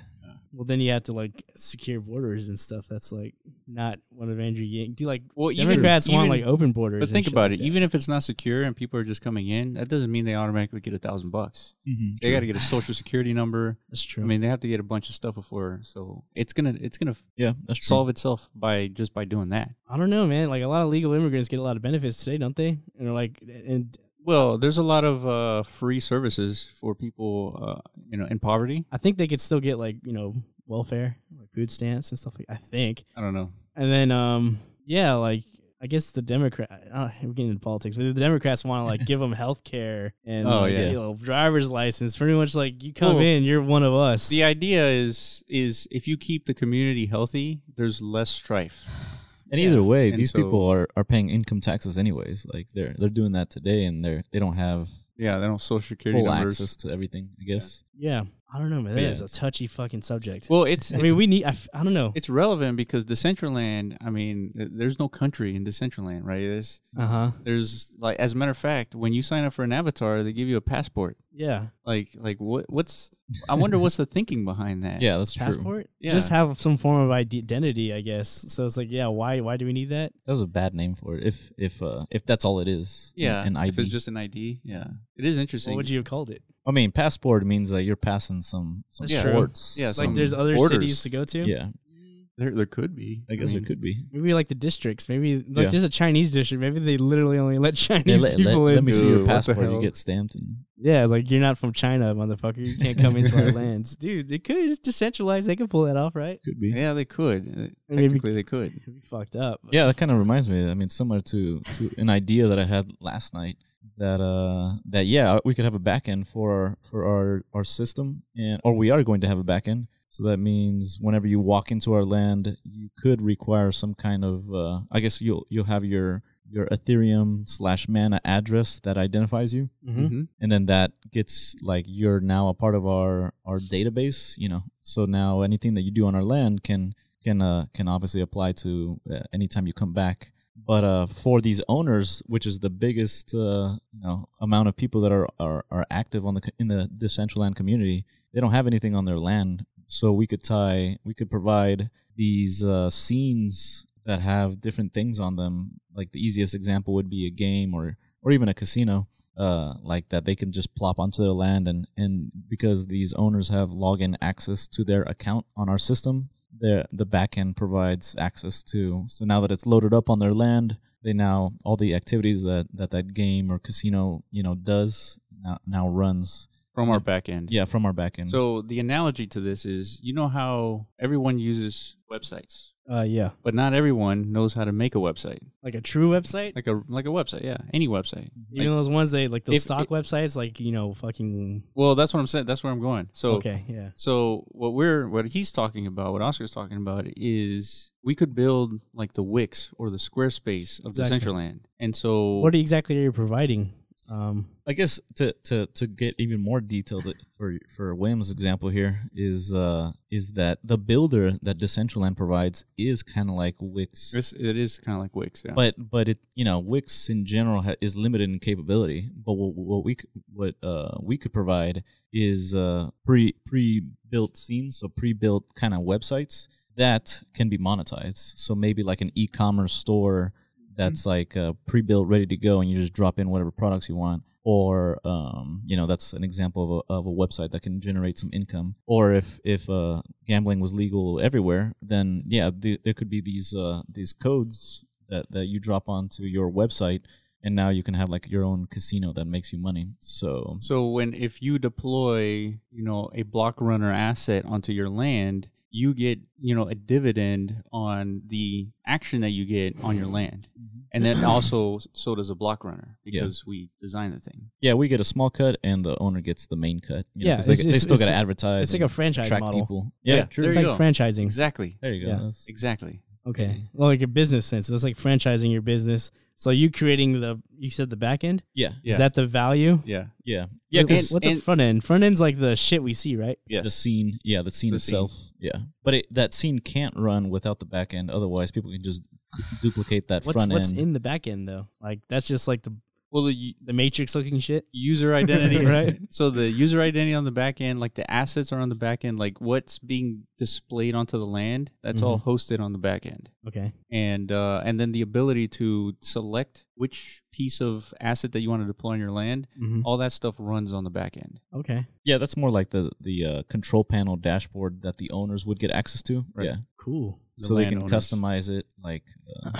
B: well, then you have to like secure borders and stuff. That's like not one of Andrew Yang. Do like
A: Well, even-
B: Democrats want
A: even-
B: like open borders?
A: But
B: and
A: think
B: shit
A: about
B: like
A: it.
B: that.
A: Even if it's not secure and people are just coming in, that doesn't mean they automatically get a thousand bucks. Mm-hmm. They got to get a social security number.
B: that's true.
A: I mean, they have to get a bunch of stuff before. So it's gonna it's gonna
C: Yeah, that's true.
A: solve itself by just by doing that.
B: I don't know, man. Like a lot of legal immigrants get a lot of benefits today, don't they? And they're like, and
A: Well, there's a lot of uh, free services for people, uh, you know, in poverty.
B: I think they could still get like you know welfare, like food stamps and stuff like. I think.
A: I don't know.
B: And then, um, yeah, like I guess the Democrat. I don't, we're getting into politics, but the Democrats want to like give them health care and
A: Oh,
B: like,
A: yeah.
B: you know, driver's license. Pretty much like you come
A: Well,
B: in, you're one of us.
A: The idea is is if you keep the community healthy, there's less strife.
C: And
B: Yeah.
C: either way,
A: And
C: these
A: so-
C: people are, are paying income taxes anyways. Like they're they're doing that today, and they're they don't have
A: Yeah, they don't social security
C: full
A: numbers.
C: access to everything. I guess.
B: yeah, I don't know, man. That
C: Yeah,
B: is a
C: it's-
B: touchy fucking subject.
A: Well, it's
B: I
A: it's,
B: mean, we need. I, f- I don't know.
A: it's relevant because Decentraland. I mean, th- there's no country in Decentraland, right? There's
B: Uh huh.
A: there's like as a matter of fact, when you sign up for an avatar, they give you a passport.
B: Yeah.
A: Like like what what's I wonder what's the thinking behind that?
C: Yeah, that's true.
B: Passport.
A: Yeah.
B: Just have some form of ide- identity, I guess. So it's like, yeah, why? Why do we need that?
C: That was a bad name for it. If if uh, if that's all it is.
A: Yeah,
C: An
A: If it's
C: ID.
A: just an ID, yeah, it is interesting.
B: What would you have called it?
C: I mean, passport means that you're passing some some
B: That's Yeah. true.
C: ports.
A: Yeah,
C: some,
B: Like,
A: some
B: there's other
A: borders.
B: cities to go to.
C: yeah.
A: There, there could be.
C: I guess
A: mean,
C: it could be.
B: Maybe like the districts. Maybe like
C: Yeah.
B: there's a Chinese district. Maybe they literally only let Chinese
C: Yeah, let, let,
B: people in.
C: let me see
A: Dude,
C: your
A: what the
C: passport. You
A: hell?
C: get stamped and
B: Yeah, it's like you're not from China, motherfucker. You can't come into our lands, dude. They could it's decentralized. They could pull that off, right?
C: could be.
A: Yeah, they could. Uh,
B: Maybe-
A: Technically, they could.
B: It'd be fucked up.
C: Yeah, that kind of reminds me. I mean, similar to, to an idea that I had last night that uh that yeah we could have a back end for our for our our system and or we are going to have a back end. So that means whenever you walk into our land, you could require some kind of uh, I guess you'll you'll have your your Ethereum slash Mana address that identifies you,
B: Mhm.
A: Mhm.
C: and then that gets like you're now a part of our our database. You know, so now anything that you do on our land can can uh, can obviously apply to uh, anytime you come back. But uh, for these owners, which is the biggest uh, you know amount of people that are, are, are active on the co- in the Decentraland community, they don't have anything on their land. So we could tie, we could provide these uh, scenes that have different things on them. Like the easiest example would be a game or or even a casino, uh, like that they can just plop onto their land and and because these owners have login access to their account on our system, the the backend provides access to. So now that it's loaded up on their land, they now all the activities that that, that game or casino you know does now, now runs
A: From our back end.
C: yeah from our backend.
A: So the analogy to this is, you know how everyone uses websites,
B: Uh, yeah.
A: but not everyone knows how to make a website,
B: Like a true website,
A: like a like a website. Yeah, any website.
B: you know those ones they like the
A: if-
B: stock
A: if-
B: websites, like you know fucking.
A: Well, that's what I'm saying. That's where I'm going. So
B: okay, yeah.
A: So what we're what he's talking about, what Oscar's talking about, is we could build like the Wix or the Squarespace of
B: Exactly.
A: the Decentraland, and so
B: What exactly are you providing? Um,
C: I guess to, to, to get even more detailed for for William's example here is uh is that the builder that Decentraland provides is kind of like Wix,
A: it's, it is kind of like Wix. Yeah.
C: but but it you know Wix in general ha- is limited in capability. But what, what we c- what uh we could provide is uh pre pre built scenes, so pre built kind of websites that can be monetized. So maybe like an e commerce store
B: Mm.
C: that's like uh, pre-built, ready to go, and you just drop in whatever products you want. Or um, you know, that's an example of a, of a website that can generate some income. Or if if uh, gambling was legal everywhere, then yeah, th- there could be these uh, these codes that that you drop onto your website, and now you can have like your own casino that makes you money. So
A: so when if you deploy, you know, a block runner asset onto your land, you get you know a dividend on the action that you get on your land,
B: Mm-hmm.
A: and then also so does a block runner
C: Yeah.
A: because we designed the thing.
C: yeah, we get a small cut, and the owner gets the main cut. you know,
B: Yeah,
C: 'cause they,
B: it's-
C: they
B: it's-
C: still got to
B: it's-
C: advertise.
B: it's like a
C: and
B: franchise
C: attract
B: model.
C: people. Yeah,
A: Yeah,
C: true.
A: there
B: It's
A: you
B: like
A: go.
B: franchising.
A: Exactly.
C: There you go.
B: Yeah.
C: That's-
A: Exactly.
B: Okay, well, like a business sense, it's like franchising your business So you creating the you said the back end?
C: Yeah.
A: Yeah.
B: Is that the value?
A: Yeah.
C: Yeah. Yeah.
B: Wait,
C: Because
B: what's the
A: and-
B: front end? Front end's like the shit we see, right?
A: Yes.
C: the scene, yeah, the scene
A: The scene.
C: itself, yeah. But it, that scene can't run without the back end. Otherwise, people can just duplicate that
B: What's
C: front
B: what's
C: end.
B: in the back end though? Like that's just like the
A: well, the u-
B: the matrix looking shit.
A: user identity,
B: Right.
A: So the user identity on the back end, like the assets are on the back end, like what's being displayed onto the land, that's all hosted on the back end.
B: Okay.
A: and uh, and then the ability to select which piece of asset that you want to deploy on your land.
B: Mhm.
A: All that stuff runs on the back end.
B: Okay.
C: yeah, that's more like the the uh, control panel dashboard that the owners would get access to.
A: Right.
C: Yeah,
B: Cool.
A: The
C: so they can
A: landowners.
C: customize it, like uh,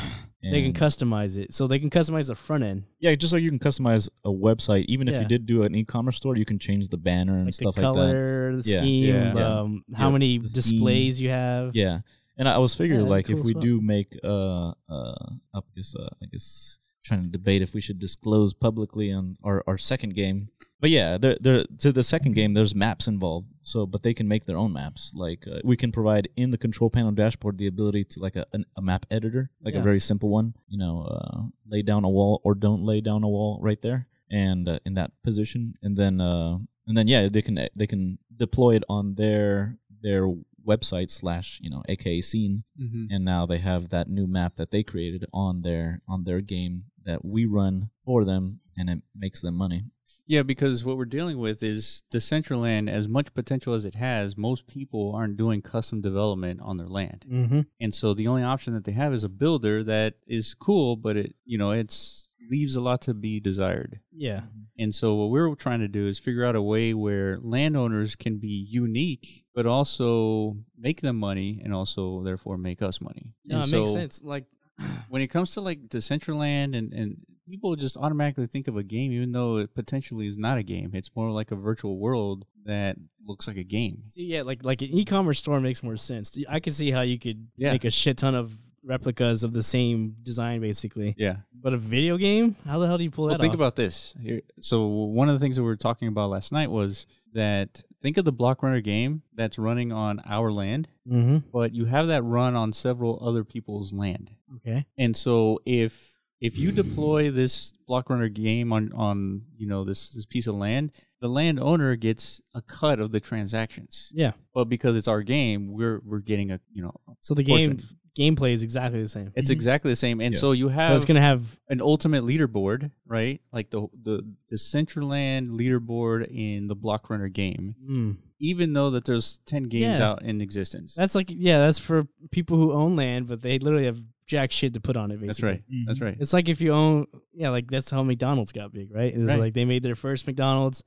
B: They can
C: and-
B: customize it. So they can customize the front end.
C: Yeah, just like you can customize a website. Even if
B: Yeah.
C: you did do an e-commerce store, you can change the banner and
B: Like
C: stuff
B: the
C: like that.
B: color, the
C: Yeah.
B: scheme,
A: Yeah.
C: Yeah.
B: Um, how
C: Yeah.
B: many
C: The
B: displays you have.
C: Yeah, and I was figuring
B: Yeah,
C: like
B: cool
C: if
B: as
C: we
B: fuck.
C: do make uh uh up this uh, I guess trying to debate if we should disclose publicly on our, our second game. But yeah, there there to the second game there's maps involved. So but they can make their own maps. Like uh, we can provide in the control panel dashboard the ability to like a an, a map editor, like
B: Yeah.
C: a very simple one. You know, uh, lay down a wall or don't lay down a wall right there and uh, in that position, and then uh and then yeah they can they can deploy it on their their website slash you know aka scene
A: Mm-hmm.
C: and now they have that new map that they created on their on their game that we run for them and it makes them money
A: Yeah, because what we're dealing with is Decentraland. As much potential as it has, most people aren't doing custom development on their land,
B: Mm-hmm.
A: and so the only option that they have is a builder that is cool, but it you know it's leaves a lot to be desired.
B: Yeah.
A: And so what we're trying to do is figure out a way where landowners can be unique, but also make them money and also therefore make us money.
B: No,
A: and
B: it
A: so
B: makes sense. Like
A: When it comes to like Decentraland and, and people just automatically think of a game, even though it potentially is not a game. It's more like a virtual world that looks like a game.
B: See, yeah, like like an e-commerce store makes more sense. Do- I can see how you could
A: Yeah.
B: make a shit ton of replicas of the same design, basically.
A: Yeah.
B: But a video game, how the hell do you pull
A: Well,
B: that
A: think
B: off?
A: about this. Here- So one of the things that we were talking about last night was that think of the Block Runner game that's running on our land,
B: mm-hmm.
A: but you have that run on several other people's land.
B: Okay.
A: And so if if you deploy this block runner game on on you know this this piece of land, the landowner gets a cut of the transactions.
B: Yeah.
A: But because it's our game, we're we're getting a you know
B: So the game gameplay is exactly the same.
A: it's exactly the same. And
C: Yeah.
A: so you
B: But
A: have
B: it's gonna have
A: an ultimate leaderboard, right? Like the the the central land leaderboard in the block runner game,
B: mm,
A: even though that there's ten games
B: Yeah.
A: out in existence.
B: that's like yeah, that's for people who own land, but they literally have jack shit to put on it. Mm-hmm. Basically.
A: that's right. That's right.
B: It's like if you own, yeah, like that's how McDonald's got big, right? It's
A: Right. Mm-hmm.
B: like they made their first McDonald's,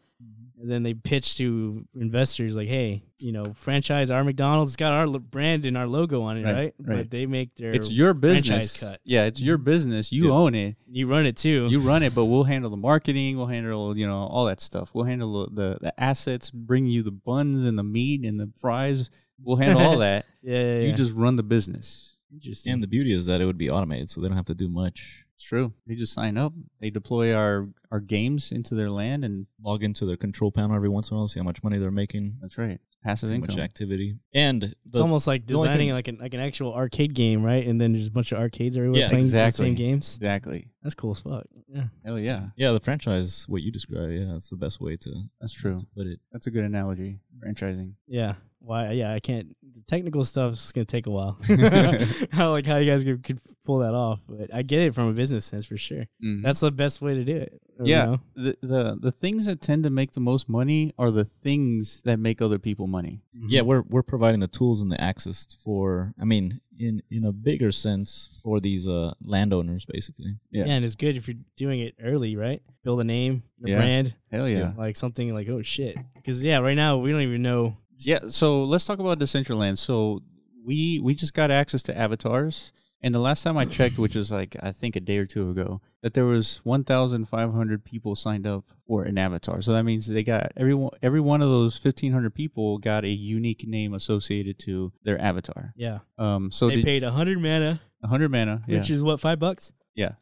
B: and then they pitched to investors like, "Hey, you know, franchise our McDonald's. It's got our lo- brand and our logo on it,
A: Right,
B: right?"
A: right.
B: But they make their,
A: It's your business.
B: franchise cut. Mm-hmm.
A: Yeah, it's your business. You
C: Yeah.
A: own it.
B: you run it too.
A: you run it, but we'll handle the marketing. We'll handle you know all that stuff. We'll handle the the assets, bring you the buns and the meat and the fries. We'll handle all that.
B: yeah, yeah, yeah.
A: You just run the business.
B: Interesting.
C: and the beauty is that it would be automated so they don't have to do much
A: It's true. They just sign up. They deploy our our games into their land, and
C: log into their control panel every once in a while see how much money they're making
A: that's right. Passive
C: see how much
A: income.
C: activity and
B: it's
C: the,
B: almost like
C: only
B: designing
C: thing-
B: like an like an actual arcade game, right? And then there's a bunch of arcades everywhere
C: Yeah,
B: playing
A: exactly.
B: the same games.
A: Exactly.
B: That's cool as fuck. Yeah.
A: Oh yeah,
C: yeah the franchise what you described yeah that's the best way to,
A: that's true.
C: to put it
A: That's a good analogy. Franchising.
B: Yeah. Why? Yeah, I can't. The technical stuff's gonna take a while. how like how you guys could, could pull that off? But I get it from a business sense for sure.
A: Mhm.
B: That's the best way to do it. you
A: Yeah.
B: know?
A: the, the the things that tend to make the most money are the things that make other people money.
C: Mm-hmm. yeah we're we're providing the tools and the access for i mean in in a bigger sense for these uh landowners basically
A: Yeah.
B: yeah. and it's good if you're doing it early, right? Build a name, a
A: Yeah.
B: brand,
A: Hell yeah.
B: like something like oh shit, because yeah, right now we don't even know.
A: Yeah, so let's talk about Decentraland. So we we just got access to avatars, and the last time I checked, which was like I think a day or two ago, that there was 1,500 people signed up for an avatar. So that means they got every one- every one of those 1,500 people got a unique name associated to their avatar.
B: Yeah,
A: Um, so
B: they
A: did,
B: paid hundred mana,
A: 100 mana, yeah,
B: which is what five bucks, Mm-hmm.
A: yeah,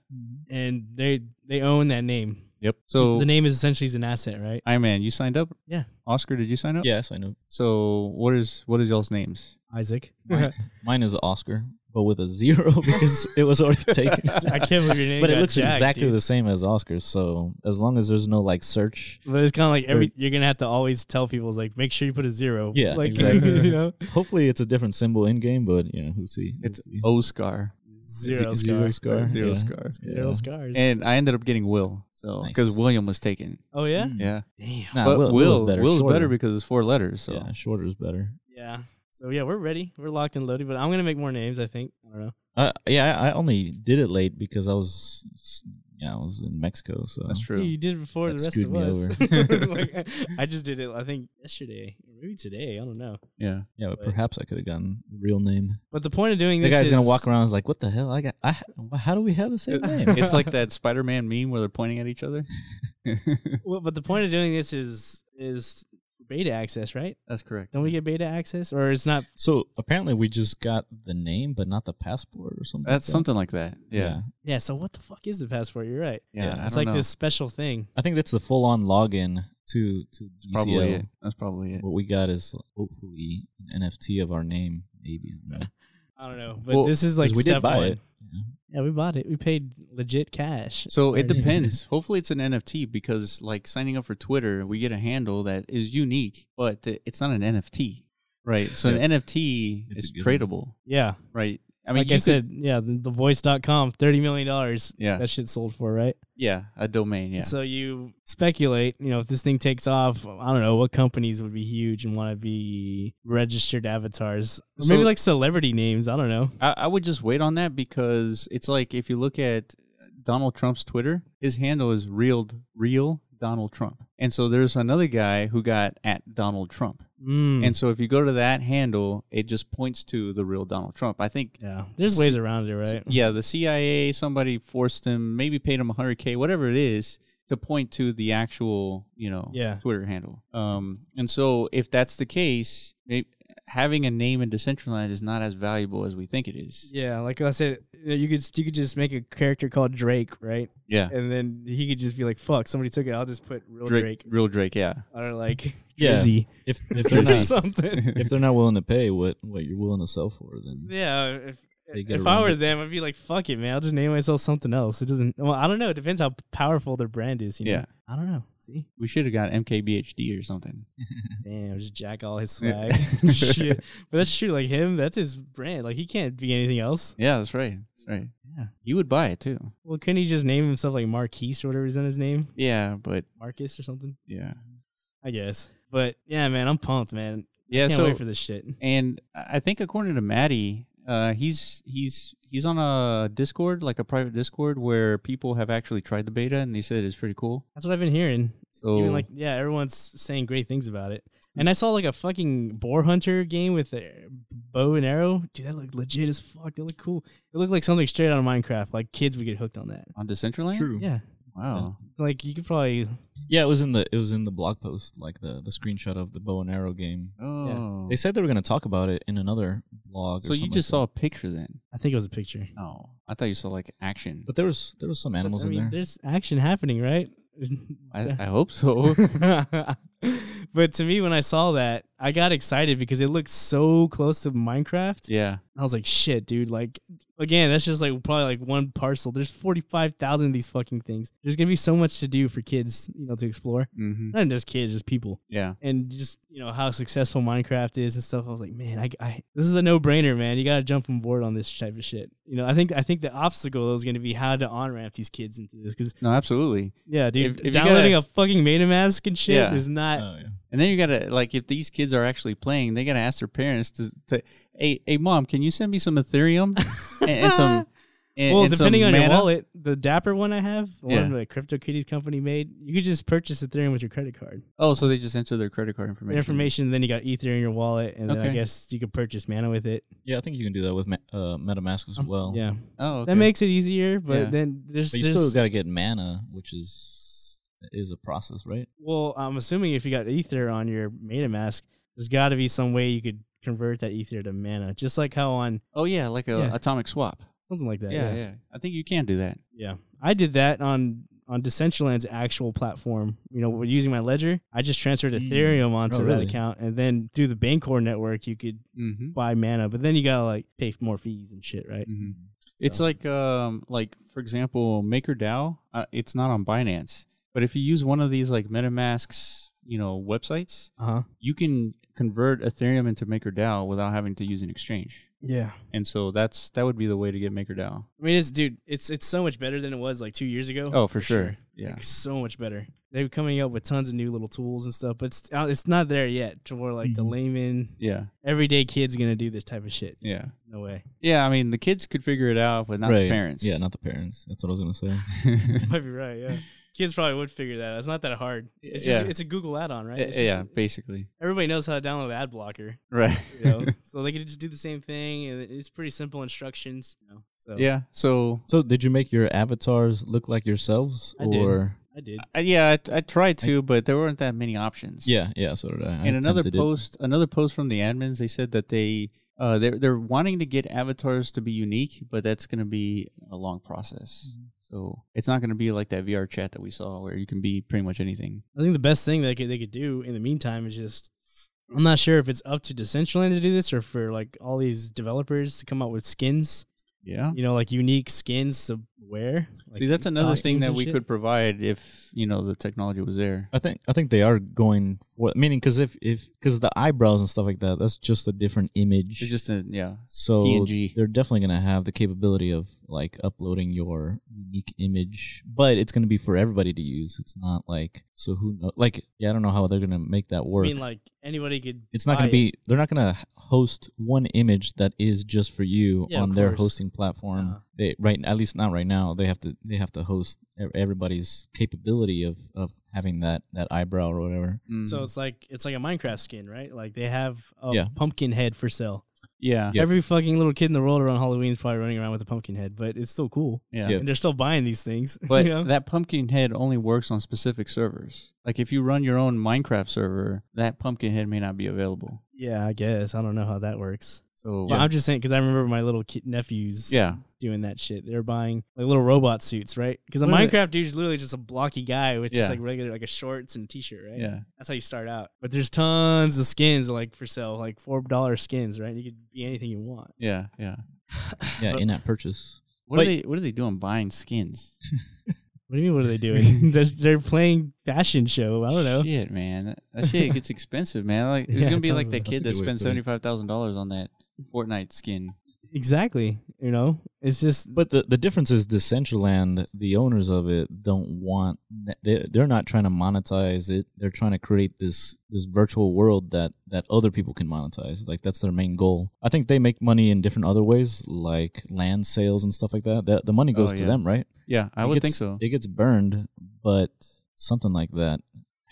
B: and they they own that name.
A: yep. So
B: the name is essentially is an asset, right?
A: I man, you signed up.
B: Yeah.
A: Oscar, did you sign up?
C: yes i know
A: So what is what is y'all's names?
B: Isaac.
C: mine is oscar but with a zero because it was already taken.
B: I can't believe your name.
C: but it
B: got
C: looks
B: jacked,
C: exactly
B: dude.
C: the same as Oscars. So as long as there's no like search,
B: But it's kind of like every you're gonna have to always tell people it's like make sure you put a zero.
C: Yeah,
B: like
C: exactly.
B: you know
C: hopefully it's a different symbol in game. But you know, who see? who
A: It's
C: see.
A: Oscar.
B: zero
C: Z- zero
B: scars.
C: scar.
A: Zero
C: yeah.
A: Scar.
C: Yeah.
B: Zero scars.
A: And I ended up getting Will. So
C: Nice.
A: because William was taken.
B: oh yeah,
C: Mm.
A: Yeah.
B: damn.
C: Nah,
A: but
C: Will,
A: Will Will's
C: Will's better.
A: better,
C: shorter.
A: because it's four letters. So
C: yeah, shorter is better.
B: Yeah. So yeah, we're ready. We're locked and loaded. But I'm gonna make more names. I think. I don't know.
C: Uh, yeah, I I only did it late because I was, s- yeah, I was in Mexico. So
A: that's
B: Dude,
A: true.
B: you did it before
C: That
B: the rest of
C: screwed me
B: us.
A: over.
B: Like, I- I just did it. I think yesterday, or maybe today. I don't know.
A: Yeah.
C: yeah, but
B: Right.
C: perhaps I could have gotten the real name.
B: But the point of doing
C: The
B: this
C: guy's gonna
B: is-
C: walk around like, what the hell? I got. I, how do we have the same name?
A: it's like that Spider-Man meme where they're pointing at each other.
B: Well, but the point of doing this is is beta access, right?
A: That's correct.
B: Don't we get beta access, or it's not?
C: So apparently we just got the name, but not the passport or something.
A: That's
C: like that.
A: something like that. Yeah.
B: Yeah. So what the fuck is the passport? You're right.
A: Yeah.
C: Yeah.
A: I
B: It's
A: don't
B: like
A: know.
B: this special thing.
C: I think that's the full-on login to to
A: Probably
C: DCL.
A: it. That's probably it.
C: What we got is hopefully an NFT of our name, maybe. I don't know.
B: I don't know, but
A: Well,
B: this is like
C: 'Cause we
B: step
C: did buy
B: one.
C: it.
B: Yeah, we bought it. We paid legit cash.
A: So it
B: Crazy.
A: depends. Hopefully, it's an NFT because, like, signing up for Twitter, we get a handle that is unique, but th- it's not an NFT, right? So
C: Yeah.
A: an NFT
C: It's a
A: is
C: good one.
A: tradable,
B: Yeah,
A: right? I mean,
B: like
A: you
B: I
A: could-
B: said, yeah, the, the voice.com, thirty million dollars.
A: yeah,
B: That shit sold for right.
A: yeah, a domain, yeah,
B: So you speculate, you know, if this thing takes off, I don't know what companies would be huge and want to be registered avatars, or
A: So-
B: maybe like celebrity names. I don't know.
A: I, I would just wait on that because it's like if you look at Donald Trump's Twitter, his handle is real, real Donald Trump, and so there's another guy who got at Donald Trump,
B: Mm.
A: and so if you go to that handle, it just points to the real Donald Trump. I think
B: yeah, there's ways around it, right?
A: Yeah, the CIA, somebody forced him, maybe paid him 100K, whatever it is, to point to the actual, you know,
B: Yeah.
A: Twitter handle. Um, and so if that's the case, may having a name in Decentraland is not as valuable as we think it is.
B: Yeah, like I said, you could you could just make a character called Drake, right?
A: Yeah.
B: And then he could just be like, "Fuck, somebody took it. I'll just put real
A: Drake,
B: Drake,
A: Real Drake, yeah.
B: or like
C: Yeah.
B: Drizzy
C: If if
B: or
C: they're not
B: something."
C: if they're not willing to pay what what you're willing to sell for, then
B: yeah, uh, if
C: They get
B: if I
C: around
B: were
C: it.
B: them, I'd be like, "Fuck it, man. I'll just name myself something else." It doesn't. Well, I don't know. It depends how powerful their brand is. You know?
A: Yeah.
B: I don't know. See,
A: We should have got MKBHD or something.
B: damn, just jack all his
A: Yeah.
B: swag. Shit. But that's true. Like him, that's his brand. Like he can't be anything else.
A: Yeah, that's right. That's right.
B: Yeah.
A: He would buy it too.
B: Well, couldn't he just name himself like Marquise or whatever is in his name,
A: Yeah, but
B: Marcus or something?
A: yeah.
B: I guess. But yeah, man, I'm pumped, man.
A: Yeah,
B: Can't
A: so
B: wait for this shit.
A: and I think according to Maddie, uh, he's he's he's on a Discord, like a private Discord, where people have actually tried the beta, and they said it's pretty cool.
B: That's what I've been hearing.
A: So
B: Even like, yeah, everyone's saying great things about it. And I saw like a fucking boar hunter game with a bow and arrow. Dude, that looked legit as fuck. That looked cool. It looked like something straight out of Minecraft. Like kids would get hooked on that.
A: on Decentraland,
B: Yeah.
A: Wow,
B: Like you could probably
C: yeah, it was in the it was in the blog post, like the the screenshot of the bow and arrow game.
A: oh,
C: They said they were gonna talk about it in another blog. or
A: so you
C: something
A: just
C: like
A: saw a picture then?
B: I think it was a picture.
A: Oh, I thought you saw like action.
C: that. but there was there was some animals
B: I mean,
C: in there.
B: There's action happening, right?
A: I, I hope so.
C: oh.
B: but to me, when I saw that, I got excited because it looked so close to Minecraft.
A: yeah,
B: I was like, shit, dude. Like, again, that's just like probably like one parcel. There's 45,000 of these fucking things. There's going to be so much to do for kids, you know, to explore.
A: hmm
B: Not just kids, just people.
A: yeah,
B: And just, you know, how successful Minecraft is and stuff. I was like, man, I, I this is a no brainer, man. You got to jump on board on this type of shit. You know, I think, I think the obstacle is going to be how to on ramp these kids into this. Cause,
A: no, absolutely.
B: yeah, dude,
A: If- if you
B: downloading
A: gotta-
B: a fucking MetaMask and shit
A: Yeah. Uh,
B: is not,
C: oh yeah.
A: And then you gotta like if these kids are actually playing, they gotta ask their parents to, to hey, hey, mom, can you send me some Ethereum and, and some? And,
B: well,
A: and some
B: depending on your
A: mana?
B: wallet, the Dapper one I have, the
A: Yeah.
B: one that CryptoKitties company made, you could just purchase Ethereum with your credit card.
A: Oh, so they just enter their credit card information.
B: Information, then you got Ether in your wallet, and then I
A: Okay.
B: guess you could purchase mana with it.
C: Yeah, I think you can do that with Ma- uh, MetaMask as well.
B: yeah,
A: Oh, okay.
B: that makes it easier, but
A: Yeah.
B: then there's,
C: But you
B: there's-
C: still got to get mana, which is is a process, right?
B: well, I'm assuming if you got Ether on your MetaMask, there's got to be some way you could convert that Ether to mana, just like how on
A: Oh yeah, like a
B: Yeah.
A: atomic swap.
B: something like that.
A: yeah, yeah, I think you can do that.
B: Yeah. I did that on on Decentraland's actual platform. You know, we're using my ledger. I just transferred
C: Mm.
B: Ethereum onto
C: Oh,
B: that
C: really?
B: account, and then through the Bancor network, you could
A: Mm-hmm.
B: buy mana. But then you gotta like pay for more fees and shit, right?
A: It's
B: So-
A: like um like for example MakerDAO, uh, it's not on Binance, but if you use one of these like MetaMask's you know websites,
B: uh-huh.
A: you can convert Ethereum into MakerDAO without having to use an exchange.
B: Yeah.
A: And so that's that would be the way to get MakerDAO.
B: I mean, it's dude, it's it's so much better than it was like two years ago.
A: Oh, for sure. Yeah.
B: Like, so much better. They were coming up with tons of new little tools and stuff, but it's, uh, it's not there yet to where like the
C: Mhm.
B: layman,
A: Yeah.
B: everyday kid's gonna do this type of shit.
A: Yeah.
B: No way.
A: Yeah, I mean the kids could figure it out, but not the
C: Right.
A: parents.
C: Yeah, not the parents. That's what I was gonna say.
B: Might be right. Yeah, kids probably would figure that. out. It's not that hard. It's just
A: Yeah.
B: it's a Google add-on, right?
A: Yeah,
B: It's just-
A: yeah, basically.
B: Everybody knows how to download ad blocker,
A: Right.
B: you know? so they could just do the same thing, and it's pretty simple instructions. You know? So
A: yeah. So
C: so, did you make your avatars look like yourselves,
B: I did.
C: or
B: I did.
A: I, yeah, I, I tried to, but there weren't that many options.
C: yeah, yeah? So did I. I
A: And another
C: attempted it.
A: post, another post from the admins, they said that they uh they're they're wanting to get avatars to be unique, but that's going to be a long process. So it's not going to be like that VR chat that we saw, where you can be pretty much anything.
B: I think the best thing they could they could do in the meantime is just I'm not sure if it's up to Decentraland to do this or for like all these developers to come up with skins,
A: Yeah.
B: you know, like unique skins to wear. Like,
A: See, that's another thing
B: costumes
A: that
B: and
A: we
B: shit.
A: could provide if you know the technology was there.
C: I think I think they are going for meaning because if if because the eyebrows and stuff like that, that's just a different image.
A: It's just a yeah.
C: so
A: PNG.
C: they're definitely gonna have the capability of like uploading your unique image, but it's gonna be for everybody to use. It's not like so who know, like yeah, I don't know how they're gonna make that
B: I
C: work.
B: mean like anybody could
C: it's not
B: buy
C: gonna
B: it.
C: be they're not gonna host one image that is just for you
B: Yeah,
C: on
B: of
C: their
B: course.
C: hosting platform.
B: Uh-huh.
C: They right at least not right now. They have to they have to host e- everybody's capability of of having that that eyebrow or whatever.
A: Mm.
B: So it's like it's like a Minecraft skin, right? Like they have a
C: Yeah.
B: pumpkin head for sale.
A: yeah,
C: Yeah.
B: Every fucking little kid in the world around Halloween is probably running around with a pumpkin head, but it's still cool.
A: yeah.
C: Yeah.
B: And they're still buying these things.
A: But
B: you know?
A: that pumpkin head only works on specific servers. Like if you run your own Minecraft server, that pumpkin head may not be available.
B: yeah, I guess I don't know how that works.
A: So
B: But I'm just saying because I remember my little ki nephews.
A: yeah,
B: doing that shit. They're buying like little robot suits, right? Because a
A: What are they-
B: Minecraft dude's literally just a blocky guy with
A: Yeah.
B: just like regular like a shorts and t t-shirt, right?
A: yeah,
B: That's how you start out. But there's tons of skins like for sale, like four dollar skins, right? You could be anything you want.
A: yeah, yeah.
C: Yeah,
B: But-
C: in that purchase.
A: What
C: But-
A: are they? What are they doing? Buying skins?
B: What do you mean? What are they doing? They're- they're playing fashion show. I don't know.
A: Shit, man, That- that shit gets expensive, man. Like it's
B: Yeah,
A: gonna be
B: totally.
A: like that
C: That's a
A: kid
C: good
A: that
C: way
A: spent
C: to put
A: seventy
C: it.
A: five thousand dollars on that Fortnite skin.
B: Exactly. You know, it's just
C: But the, the difference is Decentraland, the owners of it don't want they they're not trying to monetize it. They're trying to create this this virtual world that that other people can monetize. Like that's their main goal. I think they make money in different other ways like land sales and stuff like that. The, the money goes
A: Oh,
C: to
A: yeah.
C: them, right?
A: Yeah, I
C: It
A: would
C: gets-
A: think so.
C: It gets burned, but something like that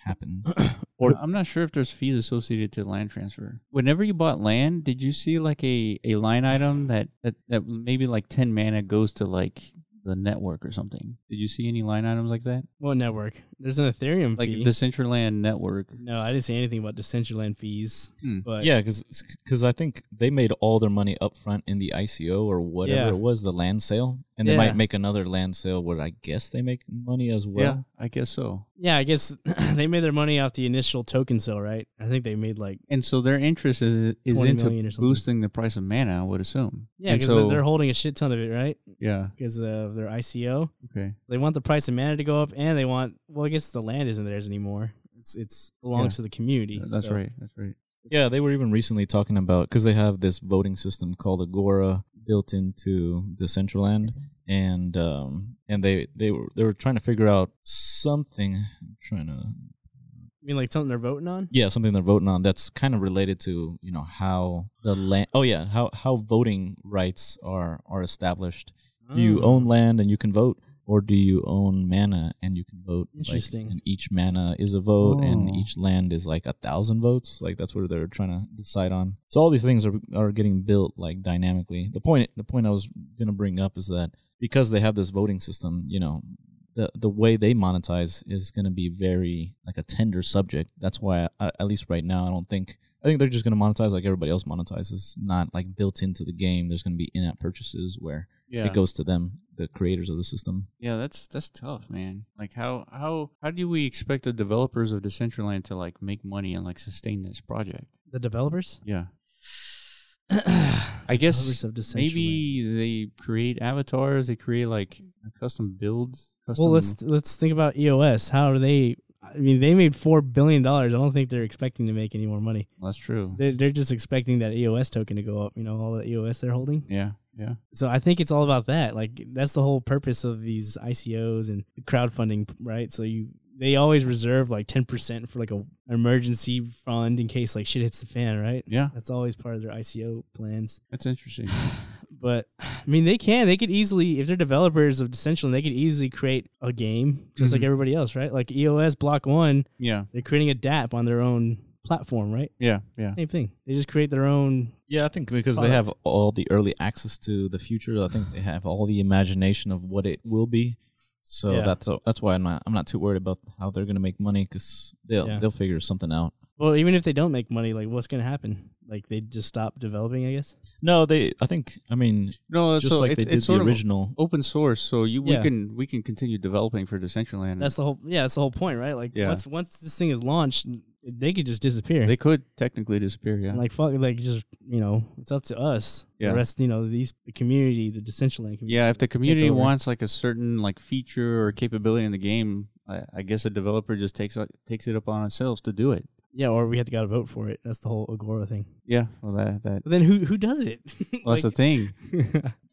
C: happens.
A: Or I'm not sure if there's fees associated to land transfer. Whenever you bought land, did you see like a, a line item that, that, that maybe like 10 mana goes to like the network or something? Did you see any line items like that?
B: well, network. There's an Ethereum
A: Like
B: fee.
A: the Central network.
B: no, I didn't say anything about Decentraland fees,
A: Hmm.
B: but
C: Yeah, because I think they made all their money up front in the ICO or whatever
B: Yeah.
C: it was, the land sale, and they
B: Yeah.
C: might make another land sale where I guess they make money as well.
A: yeah, I guess so.
B: yeah, I guess they made their money off the initial token sale, right? I think they made like
A: And so their interest is is
B: 20 million
A: into
B: or something.
A: boosting the price of mana, I would assume.
B: Yeah,
A: And
B: because
A: so,
B: they're holding a shit ton of it, right?
A: yeah,
B: Because of their ICO,
A: okay.
B: they want the price of mana to go up, and they want well, I guess the land isn't theirs anymore. It's it's belongs
A: Yeah.
B: to the community.
A: That's
B: so-
A: right. That's right.
C: Yeah, they were even recently talking about because they have this voting system called Agora built into Decentraland, and um, and they they were they were trying to figure out something, I'm trying to
B: I mean, like something they're voting on.
C: yeah something they're voting on that's kind of related to you know how the land oh yeah how how voting rights are are established. Do you
B: Oh.
C: own land and you can vote, or do you own mana and you can vote? like,
B: Interesting.
C: and each mana is a vote, and
A: Oh.
C: each land is like a thousand votes. Like that's what they're trying to decide on. So all these things are are getting built like dynamically. The point the point I was gonna bring up is that because they have this voting system, you know. The, the way they monetize is going to be very like a tender subject. That's why, I, at least right now, I don't think I think they're just going to monetize like everybody else monetizes, not like built into the game. There's going to be in-app purchases where
A: Yeah.
C: it goes to them the creators of the system.
A: Yeah, that's that's tough, man. Like how how how do we expect the developers of Decentraland to like make money and like sustain this project?
B: The developers?
A: Yeah. I guess
B: Developers of Decentraland.
A: maybe they create avatars, they create like custom builds, custom
B: Well, let's let's think about EOS. How are they? I mean, they made four billion dollars. I don't think they're expecting to make any more money.
A: That's true.
B: They're, they're just expecting that EOS token to go up. You know, all the EOS they're holding.
A: yeah, yeah.
B: So I think it's all about that. Like that's the whole purpose of these ICOs and crowdfunding, right? So you they always reserve like ten percent for like a emergency fund in case like shit hits the fan, right?
A: Yeah.
B: That's always part of their ICO plans.
A: That's interesting.
B: But I mean, they can. They could easily, if they're developers of Decentraland, they could easily create a game just like
A: Mhm.
B: everybody else, right? Like EOS Block One,
A: yeah.
B: they're creating a DApp on their own platform, right?
A: Yeah. Yeah.
B: Same thing. They just create their own.
C: Yeah, I think because they have all the early access to the future, I think they have all the imagination of what it will be. So
B: Yeah.
C: that's that's why I'm not I'm not too worried about how they're gonna make money because they'll
B: Yeah.
C: they'll figure something out.
B: Well, even if they don't make money, like what's gonna happen? Like they just stop developing, I guess.
C: No, they I think I mean
A: No,
C: just
A: so
C: like
A: it's,
C: they did
A: it's
C: the
A: sort of
C: original.
A: open source, so you we
B: Yeah.
A: can we can continue developing for Decentraland.
B: That's the whole yeah, that's the whole point, right? Like
A: Hmm. Yeah.
B: once once this thing is launched, they could just disappear.
A: they could technically disappear. Yeah.
B: like fuck, like just you know, it's up to us.
A: Yeah.
B: The rest, you know, these the community, the Decentraland community.
A: yeah. If the community
B: over.
A: wants like a certain like feature or capability in the game, I, I guess a developer just takes it- takes it up on themselves to do it.
B: Yeah, or we have to gotta vote for it. That's the whole Agora thing.
A: Yeah. Well, that that
B: But then who who does it?
A: well, that's
B: Like,
A: the thing.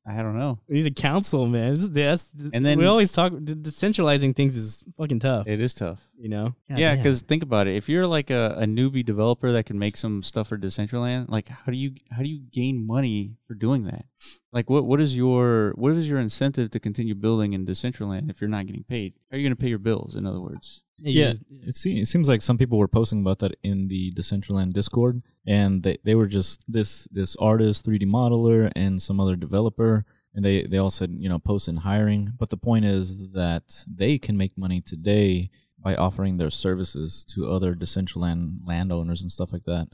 A: I don't know.
B: we need a council, man. This is- that's
A: And
B: and
A: then-
B: then we always talk de- decentralizing things is fucking tough.
A: It is tough.
B: you know? God
A: yeah,
B: Oh, damn.
A: because think about it. If you're like a, a newbie developer that can make some stuff for Decentraland, like how do you how do you gain money for doing that? Like what what is your what is your incentive to continue building in Decentraland if you're not getting paid? How are you going to pay your bills? In other words,
B: you
C: Yeah.
B: just-
C: It, se- it seems like some people were posting about that in the Decentraland Discord, and they, they were just this this artist, 3D modeler, and some other developer, and they they all said you know post in hiring. But the point is that they can make money today by offering their services to other Decentraland landowners and stuff like that.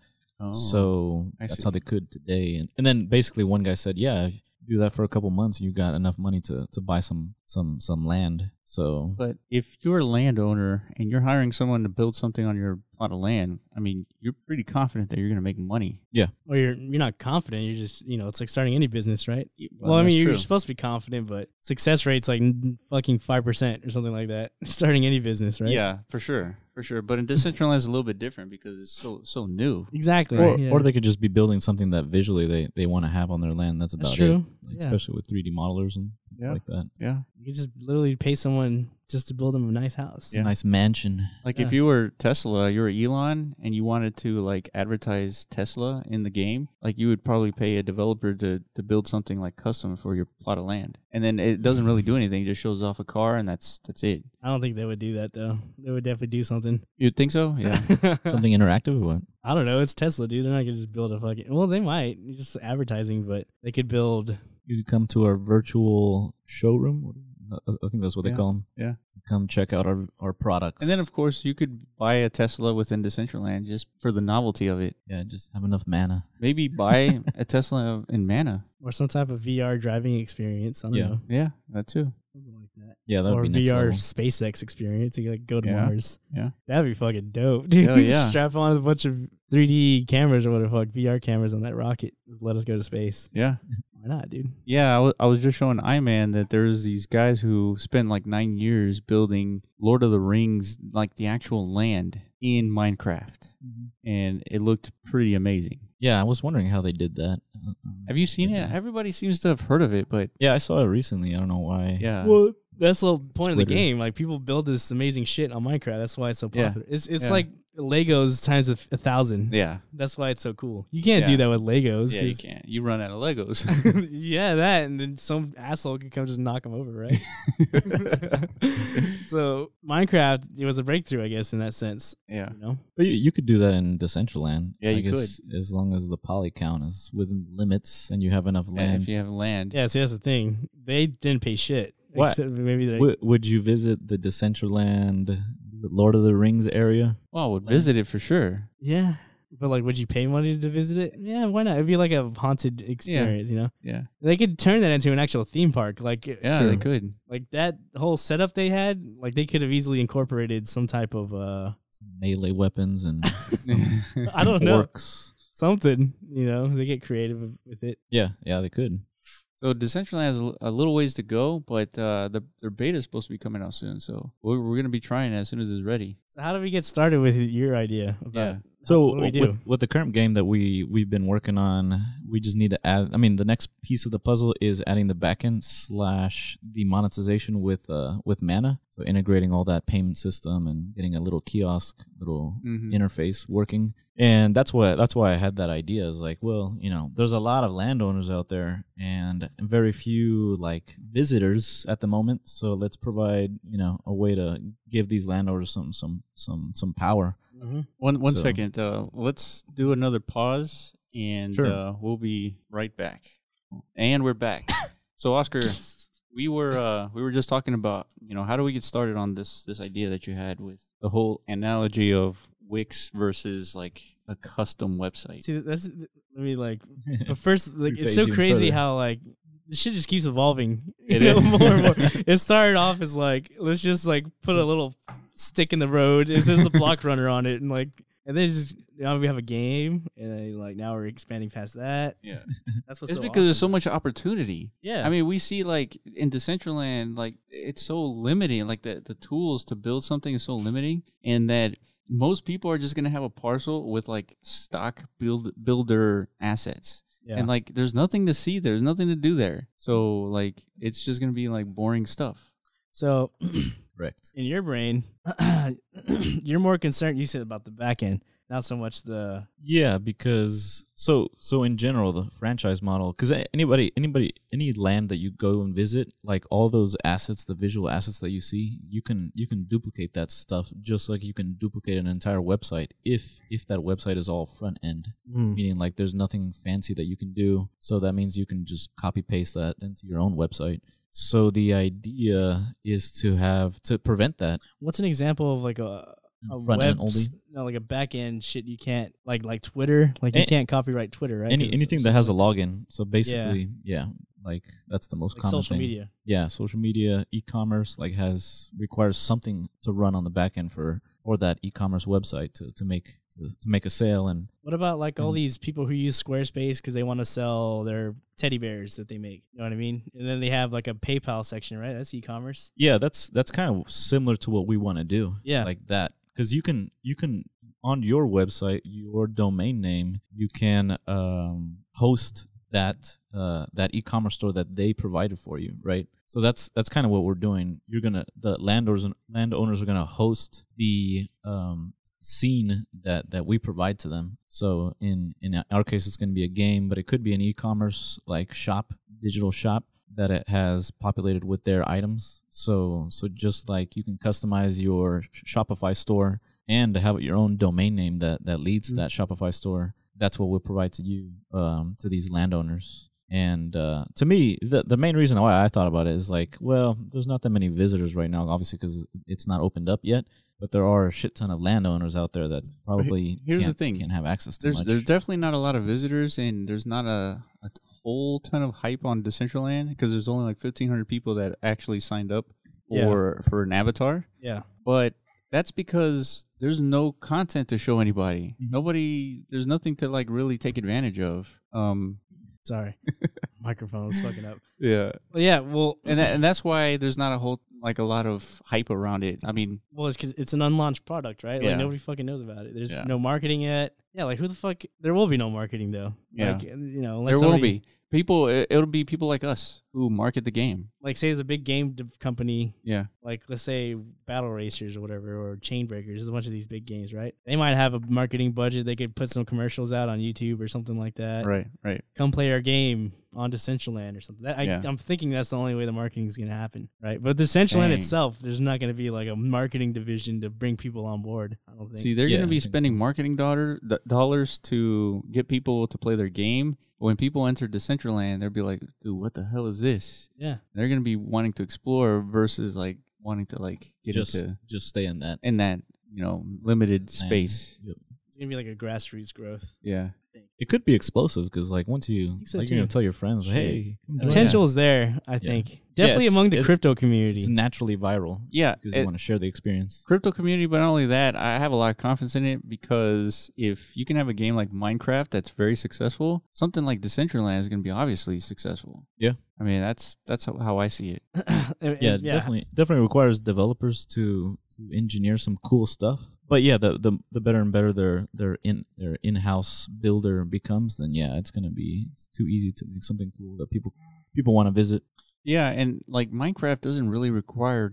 C: so
A: Oh, I
C: that's
A: see.
C: how they could today. And and then basically one guy said, yeah. If you do that for a couple months, you got enough money to, to buy some some some land. So
A: but if you're a landowner and you're hiring someone to build something on your plot of land, I mean, you're pretty confident that you're going to make money.
B: or you're you're not confident, you're just you know, it's like starting any business, right? Well,
A: Well,
B: I
A: that's
B: mean, you're
A: true.
B: supposed to be confident, but success rate's like n- fucking five percent or something like that. Starting any business, right?
A: yeah, for sure, for sure. But in Decentraland is a little bit different because it's so so new.
B: exactly.
C: Or,
B: yeah.
C: or they could just be building something that visually they, they want to have on their land. That's about
B: that's
C: it.
B: true.
C: Like,
B: yeah.
C: Especially with 3D modelers and
A: Yeah.
C: like that.
A: Yeah.
B: You just literally pay someone just to build them a nice house.
C: It's a nice mansion.
A: Like if
B: Yeah.
A: you were Tesla, you were Elon, and you wanted to like advertise Tesla in the game, like you would probably pay a developer to to build something like custom for your plot of land, and then it doesn't really do anything; it just shows off a car, and that's that's it.
B: I don't think they would do that though. They would definitely do something.
A: You'd think so, yeah.
C: Something interactive. or What?
B: I don't know. It's Tesla, dude. They're not gonna just build a fucking. Well, they might It's just advertising, but they could build.
C: You could come to our virtual showroom. I- I think that's what
A: Yeah.
C: they call them.
A: Yeah.
C: Come check out our, our products.
A: and then of course you could buy a Tesla within Decentraland just for the novelty of it.
C: yeah, just have enough mana.
A: Maybe buy a Tesla in Mana.
B: Or some type of VR driving experience. I don't
C: Yeah.
B: know.
A: Yeah, that too.
B: Something like that.
C: Yeah, that
B: or
C: would be next
B: VR
C: level.
B: SpaceX experience. You like go to
A: Yeah,
B: Mars.
A: yeah.
B: that'd be fucking dope, dude.
A: Hell yeah.
B: Strap on a bunch of 3D cameras or whatever, fuck VR cameras on that rocket. Just let us go to space.
A: Yeah.
B: Why not, dude?
A: Yeah, I wa- I was just showing Iman that there's these guys who spent like nine years building Lord of the Rings, like the actual land in Minecraft, and it looked pretty amazing.
C: Yeah, I was wondering how they did that. Uh,
A: Have you seen it? Everybody seems to have heard of it, but
C: Yeah, I saw it recently. I don't know why.
A: yeah,
B: well, that's the whole point of the
C: Twitter.
B: game. Like people build this amazing shit on Minecraft. That's why it's so
A: Yeah.
B: popular. It's it's
A: Yeah.
B: like Legos times a, a thousand.
A: yeah,
B: That's why it's so cool. You can't
A: Yeah.
B: do that with Legos.
A: yeah. You
B: 'cause-
A: can't. You run out of Legos.
B: yeah, that, and then some asshole could come just knock them over, right? so Minecraft, it was a breakthrough, I guess, in that sense.
A: yeah,
B: You know,
C: But you, you could do that in Decentraland.
A: Yeah,
C: I
A: you
C: guess As long as the poly count is within limits and you have enough
A: Yeah,
C: land.
A: if you have land,
B: yeah. See, that's the thing. They didn't pay shit.
C: What?
B: Except for maybe they.
C: Would, would you visit the Decentraland Lord of the Rings area?
A: well, I would visit it for sure.
B: Yeah, But like, would you pay money to visit it? Yeah, why not? It'd be like a haunted experience, you know.
C: Yeah.
B: They could turn that into an actual theme park, like
C: Yeah, they
A: True.
C: could.
B: like that whole setup they had. Like they could have easily incorporated some type of uh,
C: Some melee weapons and
B: I
C: Oh,
B: don't know,
C: orcs.
B: something. You know, they get creative with it.
C: Yeah, yeah, they could.
A: So Decentraland has a l- a little ways to go, but uh, the their beta is supposed to be coming out soon. So we're, we're gonna be trying as soon as it's ready.
B: So how do we get started with your idea
A: Yeah,
B: about
C: So uh,
B: What do we
C: With,
B: do?
C: with the current game that we we've been working on, we just need to add. I mean, the next piece of the puzzle is adding the backend slash the monetization with uh with Mana. So integrating all that payment system and getting a little kiosk, little
A: Mhm.
C: interface working. And that's what that's why I had that idea. Is like, well, you know, there's a lot of landowners out there and very few like visitors at the moment. So let's provide you know a way to give these landowners some some some some power.
B: Mm-hmm.
A: One one
C: So-
A: second. Uh, let's do another pause, and
C: Sure.
A: uh, we'll be right back. And we're back. so Oscar, we were uh, we were just talking about you know how do we get started on this this idea that you had with the whole analogy of Wix versus like a custom website.
B: See, that's let me like. But first, like, it's
C: Preface
B: so
C: even
B: crazy
C: further.
B: how like the shit just keeps evolving. You
A: It
B: know,
A: is.
B: more and more. It started off as like let's just like put a little stick in the road. It says the block runner on it, and like and then just now we have a game, and then, like now we're expanding past that.
A: Yeah.
B: that's what's
A: It's
B: so
A: because there's so much opportunity.
B: Yeah,
A: I mean, we see like in Decentraland, like it's so limiting. Like the the tools to build something is so limiting, and that most people are just gonna have a parcel with like stock build builder assets,
B: yeah.
A: and like there's nothing to see. There's nothing to do there. So like it's just gonna be like boring stuff.
B: so
C: Correct.
B: in your brain, you're more concerned. You said about the back end, not so much the
C: Yeah, because so so in general the franchise model cuz anybody anybody any land that you go and visit, like all those assets, the visual assets that you see, you can you can duplicate that stuff just like you can duplicate an entire website if if that website is all front end,
B: hmm,
C: meaning like there's nothing fancy that you can do. So that means you can just copy paste that into your own website. So the idea is to have to prevent that
B: what's an example of like a a
C: front
B: web,
C: end only.
B: no, like a back end shit. You can't like like Twitter, like you
C: Any-
B: can't copyright Twitter, right?
C: Any
B: 'Cause
C: anything
B: it's
C: that has a login. So basically, yeah, like that's the most
B: like
C: common
B: social
C: thing.
B: media.
C: Yeah, social media, e-commerce, like has requires something to run on the back end for for that e-commerce website to to make to, to make a sale and
B: What about like all
C: Mm.
B: these people who use Squarespace because they want to sell their teddy bears that they make? You know what I mean? And then they have like a PayPal section, right? That's e-commerce.
C: yeah, that's that's kind of similar to what we want to do.
B: Yeah.
C: like that because you can you can on your website your domain name you can um, host that uh, that e-commerce store that they provided for you right so that's that's kind of what we're doing you're gonna the landowners and landowners are gonna host the um, scene that that we provide to them so in in our case it's gonna be a game but it could be an e-commerce like shop digital shop that it has populated with their items. So so just like you can customize your Sh- Shopify store and have your own domain name that that leads to
A: Mm-hmm.
C: that Shopify store. That's what we'll provide to you um, to these landowners. And uh, to me, the the main reason why I thought about it is like, well, there's not that many visitors right now, obviously because it's not opened up yet. But there are a shit ton of landowners out there that probably
A: here's the
C: can't-
A: thing.
C: can't have access to
A: There's
C: much.
A: there's definitely not a lot of visitors, and there's not a, a whole ton of hype on Decentraland because there's only like 1,500 people that actually signed up
B: Yeah.
A: for for an avatar.
B: Yeah.
A: but that's because there's no content to show anybody. Nobody, there's nothing to like really take advantage of. Um,
B: Sorry, microphone was fucking up.
A: yeah,
B: Well, yeah. Well,
A: and that, and that's why there's not a whole like a lot of hype around it. I mean,
B: Well, it's because it's an unlaunched product, right?
A: Yeah.
B: Like nobody fucking knows about it. There's
A: Yeah.
B: no marketing yet. Yeah, like who the fuck? There will be no marketing though.
A: Yeah.
B: like, you know, unless
A: there will
B: somebody-
A: be people. it- It'll be people like us who market the game.
B: Like, say there's a big game dev- company,
A: Yeah,
B: like let's say Battle Racers or whatever, or Chain Breakers. There's a bunch of these big games, right? They might have a marketing budget. They could put some commercials out on YouTube or something like that.
A: right, right.
B: Come play our game on Decentraland or something. That, I,
A: Yeah.
B: I'm thinking that's the only way the marketing is going to happen, right? But Decentraland
A: Dang.
B: itself, there's not going to be like a marketing division to bring people on board. I don't think.
A: See, they're
C: Yeah,
A: going to
C: I
A: be
C: think
A: spending marketing dollar, d- dollars to get people to play their game. When people enter Decentraland, they'll be like, "Dude, what the hell is this?"
B: yeah.
A: They're going to be wanting to explore versus like wanting to like get
C: just
A: into
C: just stay in that
A: in that you know limited
C: lane.
A: space.
C: Yep.
B: gonna be like a grassroots growth.
C: Yeah.
B: I think.
C: It could be explosive because, like, once you,
B: think so,
C: like, you're going
B: too.
C: to tell your friends,
A: Shit.
C: hey, come join us."
B: Potential is there, I think. Definitely
C: it's-
B: among the
C: it-
B: crypto
C: It's
B: community.
C: naturally viral
A: Yeah,
C: because
A: it-
C: you want to share the experience.
A: crypto community, but not only that, I have a lot of confidence in it because if you can have a game like Minecraft that's very successful, something like Decentraland is going to be obviously successful.
C: Yeah.
A: I mean that's that's how, how I see it.
B: And-
C: yeah,
B: and
C: definitely definitely requires developers to, to engineer some cool stuff. But yeah, the, the the better and better their their in their in house builder becomes, then yeah, it's gonna be it's too easy to make something cool that people people want to visit.
A: Yeah, and like Minecraft doesn't really require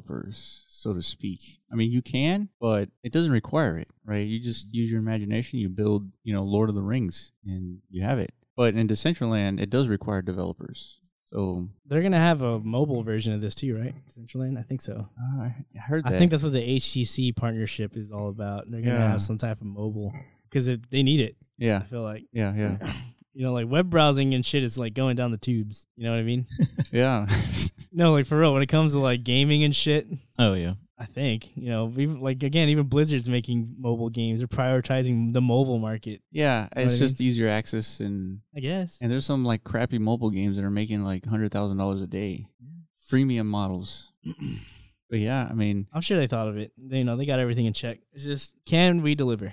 A: developers, so to speak. I mean, you can, but it doesn't require it, right? You just use your imagination, you build, you know, Lord of the Rings, and you have it. But in Decentraland, it does require developers. So
B: They're gonna have a mobile version of this too, right? Decentraland, I think so.
A: uh, I heard
B: I
A: that.
B: think that's what the HTC partnership is all about. They're gonna
A: Yeah.
B: have some type of mobile because they need it. I
A: yeah,
B: feel like
A: yeah, yeah.
B: you know, like web browsing and shit is like going down the tubes. You know what I mean?
A: Yeah.
B: no, like for real. When it comes to like gaming and shit,
C: Oh yeah.
B: I think you know, even, like again, even Blizzard's making mobile games. They're prioritizing the mobile market,
A: yeah.
B: what
A: It's
B: I
A: just easier access and
B: I guess.
A: and there's some like crappy mobile games that are making like hundred thousand dollars a day. Freemium models. but yeah, I mean
B: I'm sure they thought of it. They, you know, they got everything in check. It's just, can we deliver?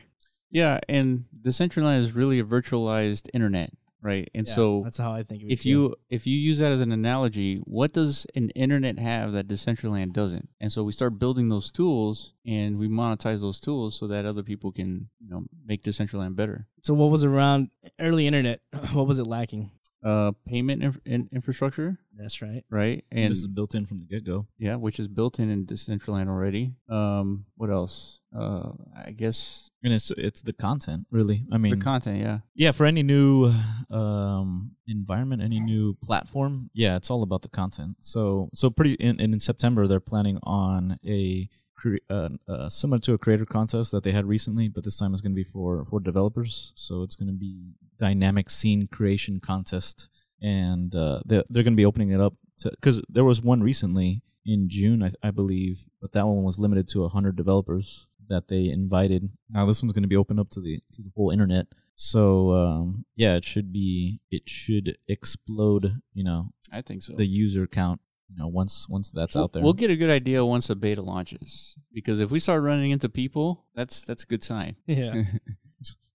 A: yeah, and the centralized is really a virtualized internet, right? And
B: Yeah,
A: so
B: that's how I think. Of it
A: if
B: too.
A: you if you use that as an analogy, what does an internet have that Decentraland doesn't? And so we start building those tools and we monetize those tools so that other people can, you know, make Decentraland better.
B: so what was around early internet? What was it lacking?
A: Uh, payment inf- in- infrastructure,
B: That's right.
A: right? And
C: And this is built in from the get go.
A: Yeah, which is built in in Decentraland already. Um, what else? Uh, I guess
C: And it's it's the content, really. I mean
A: the content. Yeah,
C: yeah, for any new um, environment, any new platform, yeah, it's all about the content. So, so pretty. And, and in September, they're planning on a cre- uh, uh, similar to a creator contest that they had recently, but this time it's going to be for for developers. So it's going to be dynamic scene creation contest, and uh, they're, they're going to be opening it up because there was one recently in June, I, I believe, but that one was limited to hundred developers that they invited. Now this one's going to be open up to the to the whole internet. So um, yeah, it should be it should explode. You know
A: I think so.
C: the user count. You know once once that's
A: we'll,
C: out there.
A: we'll get a good idea once the beta launches because if we start running into people, that's that's a good sign.
B: Yeah.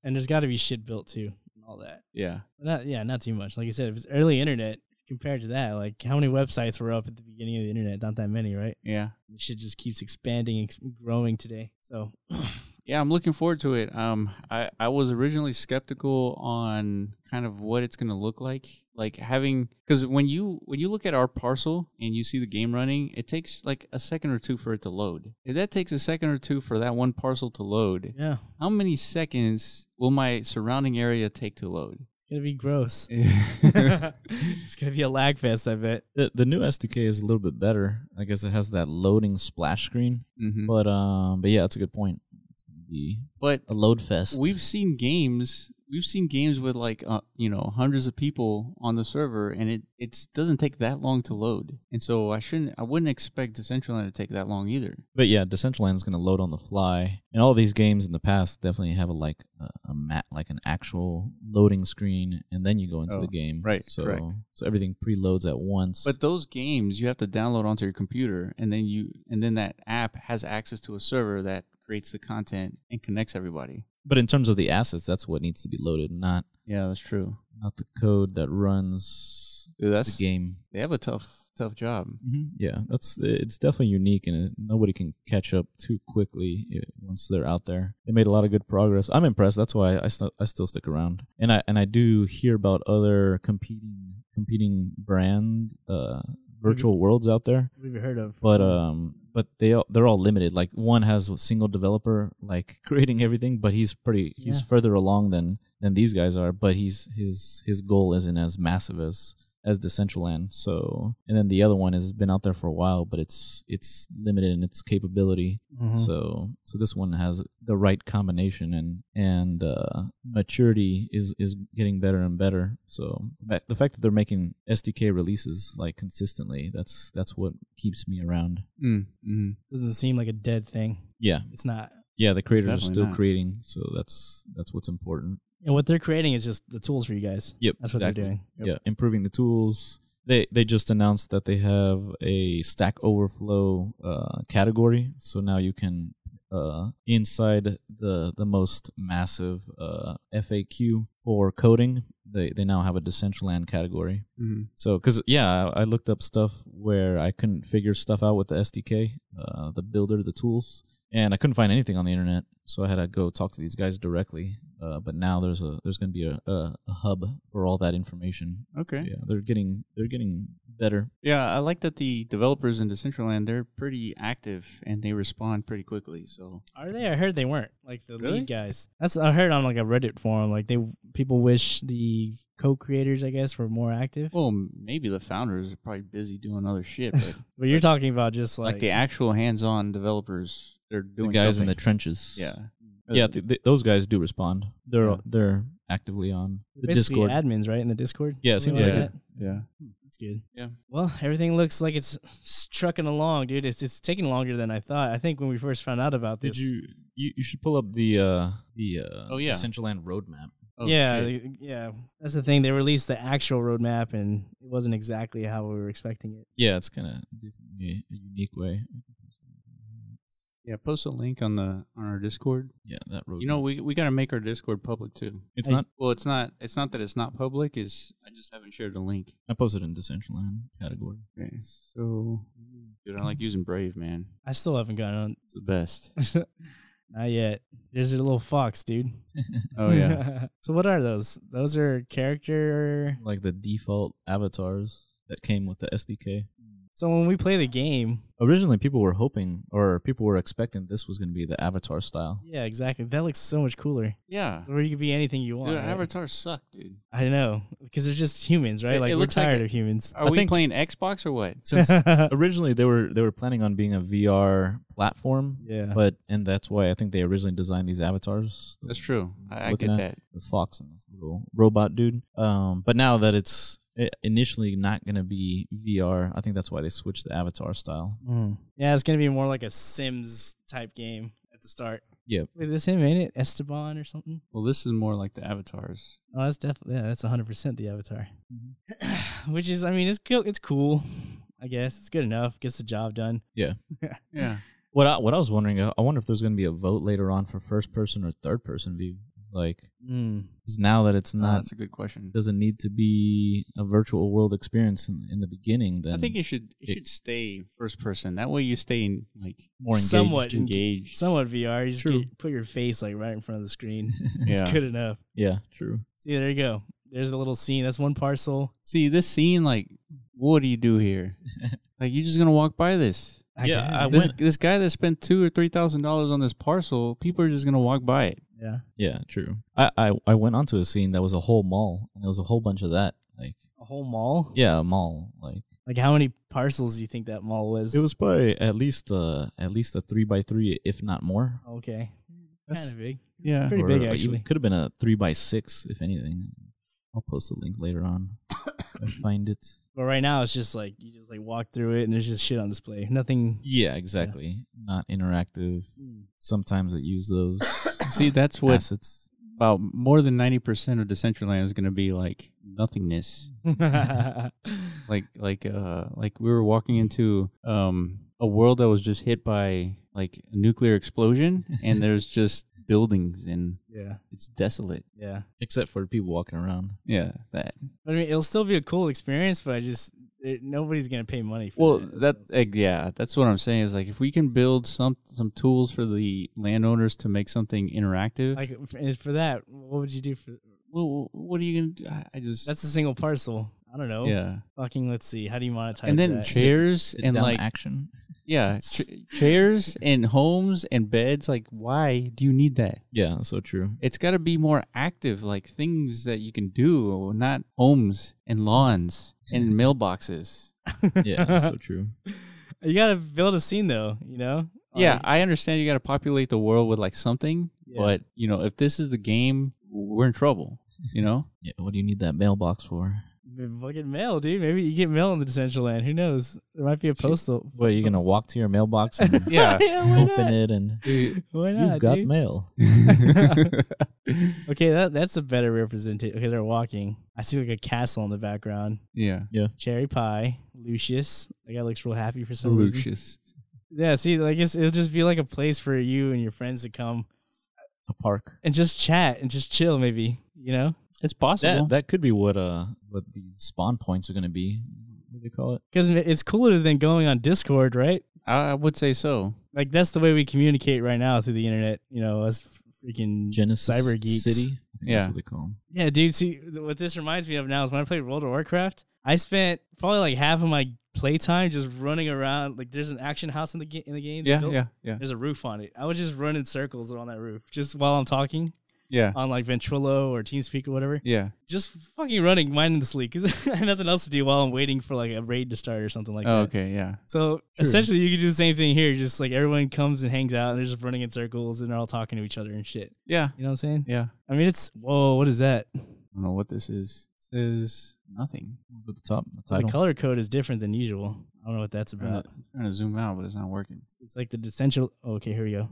B: and there's got to be shit built too, and all that.
A: Yeah,
B: But not, yeah, not too much. Like you said, it was early internet compared to that. Like how many websites were up at the beginning of the internet? Not that many, right?
A: yeah,
B: And shit just keeps expanding and ex- growing today. So
A: yeah. I'm looking forward to it. Um, I I was originally skeptical on kind of what it's gonna look like, like having because when you when you look at our parcel and you see the game running, it takes like a second or two for it to load. If that takes a second or two for that one parcel to load,
B: yeah,
A: how many seconds will my surrounding area take to load? Mm-hmm.
B: it's gonna be gross.
A: yeah,
B: it's gonna be a lag fest, I bet.
C: the, the new SDK is a little bit better. I guess it has that loading splash screen.
A: Mhm.
C: But um, but yeah, that's a good point. It's gonna be
A: But
C: a load fest.
A: we've seen games, we've seen games with like uh, you know hundreds of people on the server, and it it doesn't take that long to load. And so I shouldn't, I wouldn't expect Decentraland to take that long either.
C: but yeah, Decentraland is going to load on the fly, and all these games in the past definitely have a like a, a mat, like an actual loading screen, and then you go into
A: Oh,
C: the game.
A: right,
C: So
A: correct.
C: so everything preloads at once.
A: But those games you have to download onto your computer, and then you and then that app has access to a server that creates the content and connects everybody.
C: but in terms of the assets, that's what needs to be loaded, not
A: Yeah, that's true.
C: not the code that runs
A: Dude, that's
C: the game.
A: they have a tough tough job.
C: Yeah, that's it's definitely unique, and it, nobody can catch up too quickly eh, once they're out there. They made a lot of good progress. I'm impressed. That's why I st- I still stick around, and I and I do hear about other competing competing brand uh, virtual worlds out there,
B: What have you heard of?
C: but um but they all, they're all limited. Like one has a single developer like creating everything, but he's pretty he's
B: Yeah.
C: further along than than these guys are. But he's his his goal isn't as massive as as Decentraland. So and then the other one has been out there for a while, but it's it's limited in its capability.
B: Mm-hmm.
C: So so this one has the right combination and and uh, maturity is is getting better and better. So but the fact that they're making SDK releases like consistently that's that's what keeps me around.
A: Mm, mm.
B: doesn't seem like a dead thing.
C: Yeah,
B: It's not.
C: yeah, the creators are
A: definitely
C: still
A: not.
C: creating, so that's that's what's important.
B: And what they're creating is just the tools for you guys.
C: Yep,
B: That's what they're doing.
C: Yeah, improving the tools. They they just announced that they have a Stack Overflow uh, category, so now you can uh, inside the the most massive uh, FAQ for coding. They they now have a Decentraland category.
A: Mhm.
C: So, because yeah, I I looked up stuff where I couldn't figure stuff out with the SDK, uh, the builder, the tools, and I couldn't find anything on the internet. So I had to go talk to these guys directly. Uh, but now there's a there's going to be a, a, a hub for all that information.
A: Okay.
C: Yeah, they're getting they're getting better.
A: Yeah, I like that the developers in Decentraland they're pretty active and they respond pretty quickly. So
B: Are they? I heard they weren't. Like the
A: Really?
B: lead guys. That's I heard on like a Reddit forum. Like they people wish the co-creators, I guess, were more active.
A: well, m- maybe the founders are probably busy doing other shit, but
B: but you're talking about just
A: like,
B: like,
A: the actual hands-on developers, they're
C: The
A: doing
C: guys in
A: something.
C: the trenches.
A: yeah,
C: yeah, th- th- those guys do respond. They're
A: Yeah.
C: they're actively on the
B: basically
C: Discord.
B: admins, right? In the Discord.
C: Yeah, it
B: Something
C: seems
A: like
B: that.
A: yeah.
B: That's good.
A: Yeah.
B: Well, everything looks like it's trucking along, dude. It's it's taking longer than I thought. I think when we first found out about this.
C: Did you, you you should pull up the uh the uh
A: Oh, yeah.
C: Decentraland roadmap.
A: Oh,
B: yeah,
A: shit.
B: they- yeah. That's the thing. They released the actual roadmap, and it wasn't exactly how we were expecting it.
C: Yeah, it's kind of definitely a unique way.
A: yeah. Post a link on the on our Discord.
C: Yeah, that road.
A: You know, we we gotta make our Discord public too.
C: it's
B: I-
C: not.
A: Well, it's not. It's not that it's not public. Is I just haven't shared the link.
C: I posted in Decentraland category.
A: Okay, so dude, I like using Brave, man.
B: I still haven't gotten on.
A: It's the best.
B: Not yet. There's a little fox, dude.
A: Oh yeah.
B: so what are those? Those are character.
C: Like the default avatars that came with the SDK.
B: So when we play the game,
C: Originally, people were hoping or people were expecting this was going to be the avatar style.
B: yeah, exactly. That looks so much cooler.
A: yeah.
B: Where you can be anything you want.
A: Dude,
B: right?
A: avatars suck, dude.
B: I know because they're just humans, right?
A: It-
B: like
A: it
B: we're
A: looks like
B: tired
A: a-
B: of humans.
A: Are
C: I
A: we
C: think-
A: playing Xbox or what?
C: Since originally they were they were planning on being a VR platform,
B: yeah.
C: but and that's why I think they originally designed these avatars.
A: That's true. I, I
C: Looking
A: get
C: at-
A: that.
C: the fox and this little robot dude. Um, but now that it's i- initially not going to be VR, I think that's why they switched the avatar style.
B: Mm. Yeah, it's gonna be more like a Sims type game at the start.
C: Yep.
B: Wait, that's him, ain't it? Esteban or something?
A: Well, this is more like the avatars.
B: Oh, that's definitely yeah, that's 100 percent the avatar. Which is, I mean, it's cool. It's cool. I guess it's good enough. Gets the job done.
A: Yeah.
C: What I, what I was wondering, uh, I wonder if there's going to be a vote later on for first person or third person view. It's Like,
B: Mm.
C: 'cause now that Uh, it's
A: No,
C: not
A: that's a good question.
C: doesn't need to be a virtual world experience in, in the beginning. Then
A: I think it should it
C: it-
A: should stay first person. That way you stay in, like
C: more engaged.
B: somewhat en-
A: engaged.
B: Somewhat VR. You just
C: True.
B: get- put your face like right in front of the screen.
A: Yeah.
B: It's good enough.
C: Yeah, true.
B: See, there you go. There's a little scene. That's one parcel.
A: See this scene, like, what do you do here? like, you're just gonna walk by this.
B: I
C: Yeah, I
B: guess.
A: This,
C: went-
A: this guy that spent two or three thousand dollars on this parcel, people are just gonna walk by it.
B: yeah.
C: Yeah, true. I, I I went onto a scene that was a whole mall, and there was a whole bunch of that. Like,
B: A whole mall.
C: yeah, a mall. Like.
B: Like how many parcels do you think that mall was?
C: It was probably at least uh at least a three by three, if not more.
B: okay. It's
A: That's-
B: kind of big.
A: Yeah.
B: Pretty big actually.
C: Could have been a three by six, if anything. I'll post the link later on. if I find it.
B: But right now it's just like you just like walk through it and there's just shit on display. Nothing.
C: Yeah, exactly. Not interactive. Sometimes I use those
A: See, that's what
C: assets.
A: about more than ninety percent of Decentraland is gonna be like nothingness.
C: mm-hmm.
A: like like uh like we were walking into um a world that was just hit by like a nuclear explosion and there's just buildings and
B: yeah.
A: it's desolate
B: Yeah.
C: Except for people walking around.
A: yeah that
B: But I mean, it'll still be a cool experience, but I just it, nobody's gonna pay money for
A: well
B: that.
A: that eh, yeah that's what i'm saying is like if we can build some some tools for the landowners to make something interactive
B: like f- and for that, what would you do for?
A: well, what are you gonna do i, I just
B: That's a single parcel. I don't know.
A: yeah
B: Fucking let's see. How do you monetize?
A: and then
B: that?
A: chairs
C: Sit
A: and
C: down
A: like
C: action.
A: yeah ch- chairs and homes and beds like why do you need that
C: Yeah, so true.
A: it's got to be more active, like things that you can do, not homes and lawns and mailboxes.
C: Yeah, so true.
B: you gotta build a scene though. You know.
A: yeah,
B: Like,
A: I understand you got to populate the world with like something,
B: Yeah.
A: but you know, if this is the game, we're in trouble. You know,
C: Yeah, what do you need that mailbox for?
B: Fucking mail, dude. Maybe you get mail in the Decentraland. land. Who knows? There might be a postal.
C: What are you gonna walk to your mailbox and
D: Yeah.
B: why
C: open
B: not?
C: it and
B: Why not?
C: you've got
B: dude?
C: mail?
B: Okay, that that's a better representation. Okay, they're walking. I see like a castle in the background.
A: yeah.
B: Cherry pie, Lucius. That guy looks real happy for some reason.
A: Lucius.
B: Yeah, see, I guess it'll just be like a place for you and your friends to come
C: A park.
B: and just chat and just chill, maybe. You know,
A: It's possible.
C: That that could be what uh what these spawn points are gonna be. What do they call it?
B: because it's cooler than going on Discord, right?
A: I, I would say so.
B: Like that's the way we communicate right now through the internet. You know, us freaking
C: Genesis
B: cyber geeks.
C: City. I think
A: Yeah.
C: that's what they call 'em.
B: Yeah, dude. See, th- what this reminds me of now is when I played World of Warcraft, I spent probably like half of my playtime just running around. Like, there's an action house in the ga- in the game.
A: Yeah,
B: built.
A: yeah, yeah,
B: There's a roof on it. I would just run in circles on that roof, just while I'm talking
A: yeah,
B: on like Ventrilo or TeamSpeak or whatever.
A: yeah.
B: Just fucking running mindlessly because I had nothing else to do while I'm waiting for like a raid to start or something like
A: Oh,
B: that.
A: okay, yeah.
B: So essentially, you could do the same thing here. Just like everyone comes and hangs out, and they're just running in circles, and they're all talking to each other and shit.
A: Yeah,
B: You know what I'm saying?
A: yeah.
B: I mean, it's whoa. What is that?
A: I don't know what this is. This is nothing.
C: What was at the top. The
B: The
C: title.
B: color code is different than usual. I don't know what that's
A: I'm trying,
B: about.
A: to, I'm trying to zoom out, but it's not working.
B: It's like the essential. Oh, okay, here we go.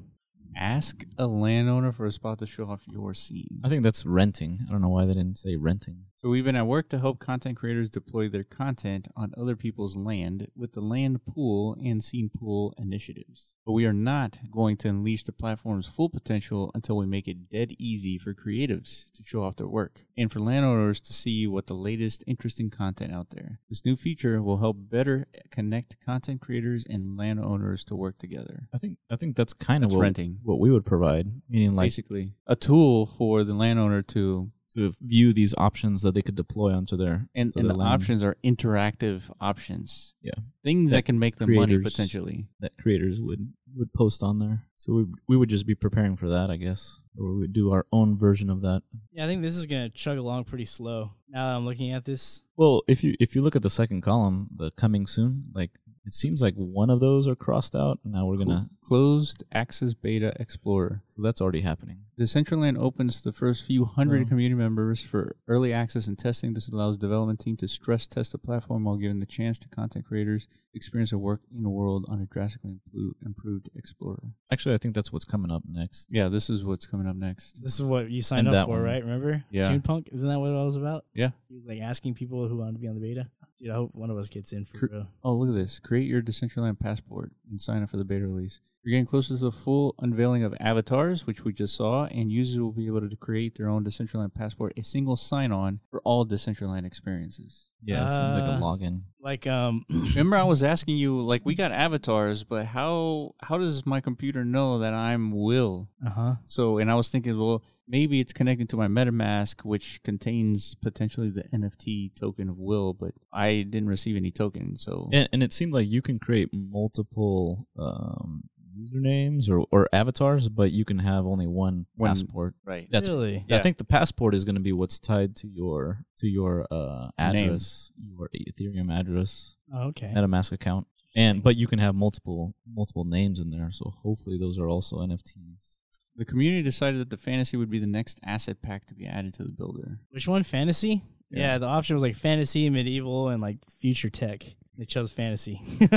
A: Ask a landowner for a spot to show off your scene.
C: I think that's renting. I don't know why they didn't say renting.
A: So we've been at work to help content creators deploy their content on other people's land with the land pool and scene pool initiatives. But we are not going to unleash the platform's full potential until we make it dead easy for creatives to show off their work and for landowners to see what the latest interesting content out there. This new feature will help better connect content creators and landowners to work together.
C: I think I think that's kind of
A: That's
C: what
A: renting.
C: what we would provide, meaning like
A: Basically, a tool for the landowner to
C: to view these options that they could deploy onto their
A: and,
C: to
A: and the
C: their land
A: options are interactive options.
C: Yeah.
A: things that,
C: That
A: can make them money
C: creators-
A: potentially.
C: that creators would would post on there. So we we would just be preparing for that, I guess, or we would do our own version of that.
B: Yeah, I think this is gonna chug along pretty slow. Now that I'm looking at this,
C: Well, if you if you look at the second column, the coming soon, like it seems like one of those are crossed out. Now we're
A: Cl-
C: gonna
A: Closed Access Beta Explorer.
C: so that's already happening.
A: Decentraland opens the first few hundred
C: Oh.
A: community members for early access and testing. This allows development team to stress test the platform while giving the chance to content creators experience their work in the world on a drastically impro- improved Explorer.
C: Actually, I think that's what's coming up next.
A: Yeah, this is what's coming up next.
B: this is what you signed
C: And
B: up
C: that
B: for,
C: one.
B: right? Remember?
A: Yeah.
B: Tune Punk, isn't that what it was about?
A: Yeah.
B: He was like asking people who wanted to be on the beta. Dude, I hope one of us gets in for
A: Cr-
B: real.
A: Oh, look at this. Create your Decentraland passport and sign up for the beta release. You're getting closer to the full unveiling of avatars, which we just saw, and users will be able to create their own Decentraland passport, a single sign on for all Decentraland experiences.
C: Yeah, it seems like
B: Uh,
C: a login.
B: Like, um,
A: Remember I was asking you like we got avatars, but how how does my computer know that I'm Will?
B: uh huh.
A: So and I was thinking, well, maybe it's connecting to my MetaMask, which contains potentially the NFT token of Will, but I didn't receive any token, so
C: And, and it seemed like you can create multiple um, usernames or, or avatars, but you can have only one
A: One-
C: passport.
A: right.
C: That's
B: really?
A: Yeah.
C: I think the passport is going to be what's tied to your to your uh,
A: Name.
C: address, your Ethereum address,
B: Oh, okay.
C: MetaMask account, and but you can have multiple multiple names in there. So hopefully those are also NFTs.
A: The community decided that the fantasy would be the next asset pack to be added to the builder.
B: Which one? Fantasy? Yeah.
A: Yeah.
B: the option was like fantasy, medieval, and like future tech. They chose fantasy.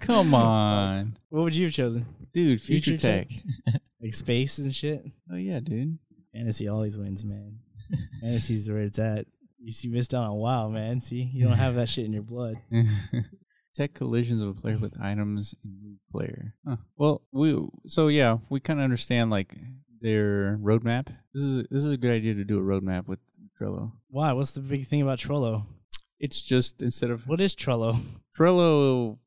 A: Come on,
B: What would you have chosen?
A: dude! Future,
B: Future
A: tech.
B: Like space and shit?
A: Oh yeah, dude.
B: Fantasy always wins, man. Fantasy's where it's at. You see, missed out on WoW, man. See, you don't have that shit in your blood.
A: tech collisions of a player with items and move player. Huh. Well, we so yeah, we kind of understand like their roadmap. This is this is a good idea to do a roadmap with Trello.
B: Why? What's the big thing about Trello?
A: It's just instead of
B: What is Trello?
A: Trello.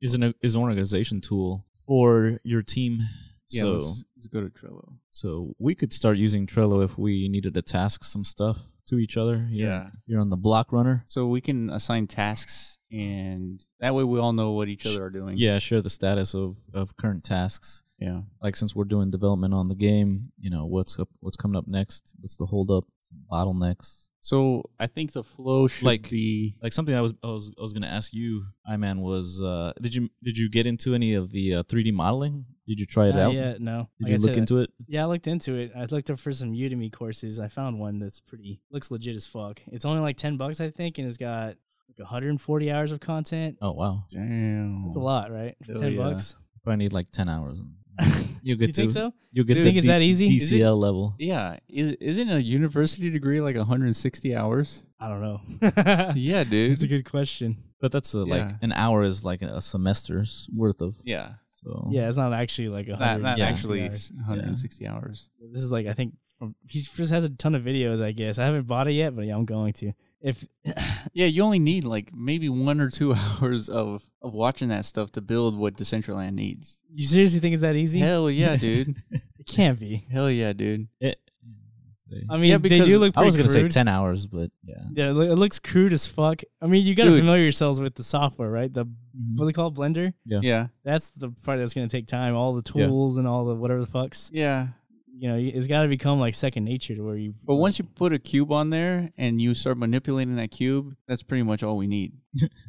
C: Is an is an organization tool for your team.
A: Yeah,
C: so
A: let's, let's go to Trello.
C: So we could start using Trello if we needed to task some stuff to each other. Here,
A: Yeah.
C: You're on the block runner.
A: So we can assign tasks, and that way we all know what each other are doing.
C: Yeah, share the status of, of current tasks.
A: yeah.
C: Like since we're doing development on the game, you know, what's up what's coming up next, what's the hold up, bottlenecks,
A: So I think the flow should
C: Like-
A: be
C: Like something I was I was I was gonna ask you, I man, was uh, did you did you get into any of the uh, 3D modeling? Did you try it
B: Not
C: out?
B: yet, no.
C: Did
B: Like I
C: you
B: said,
C: look into it?
B: Yeah, I looked into it. I looked up for some Udemy courses. I found one that's pretty looks legit as fuck. It's only like ten bucks, I think, and it's got like 140 hours of content.
C: Oh wow,
A: damn.
B: That's a lot, right? For
C: Hell
B: ten
C: yeah.
B: bucks.
C: probably need like 10 hours. You
B: Do
C: get
B: you
C: to
B: think so?
C: you get
B: Do you
C: to
B: think it's that easy? Is it-
C: DCL level.
A: Yeah, is isn't a university degree like 160 hours?
B: I don't know.
A: yeah,
B: It's a
A: dude.
B: good question.
C: But that's a, like
A: Yeah.
C: an hour is like a semester's worth of
A: Yeah,
C: so
B: Yeah, it's not actually like a
A: Oh. not,
B: hundred.
A: not
C: Yeah.
A: actually
B: Hours.
A: 160 hours.
B: This is like I think from, he just has a ton of videos. I guess I haven't bought it yet, but yeah, I'm going to. If
A: Yeah, you only need like maybe one or two hours of of watching that stuff to build what Decentraland needs.
B: you seriously think it's that easy,
A: Hell yeah, dude.
B: it can't be.
A: Hell yeah, dude.
C: It,
B: I mean,
A: Yeah,
B: they do
A: because
B: look.
C: I
B: Pretty
C: was gonna say
B: crude.
C: ten hours, but yeah.
B: Yeah, it loo- it looks crude as fuck. I mean, you gotta
A: Dude. Mm-hmm.
B: familiar yourselves with the software, right? The what they call Blender.
A: Yeah,
B: That's the part that's gonna take time. All the
C: Yeah.
B: tools and all the whatever the fucks.
A: yeah.
B: You know, it's gotta become like second nature to where you.
A: But once you put a cube on there and you start manipulating that cube, that's pretty much all we need.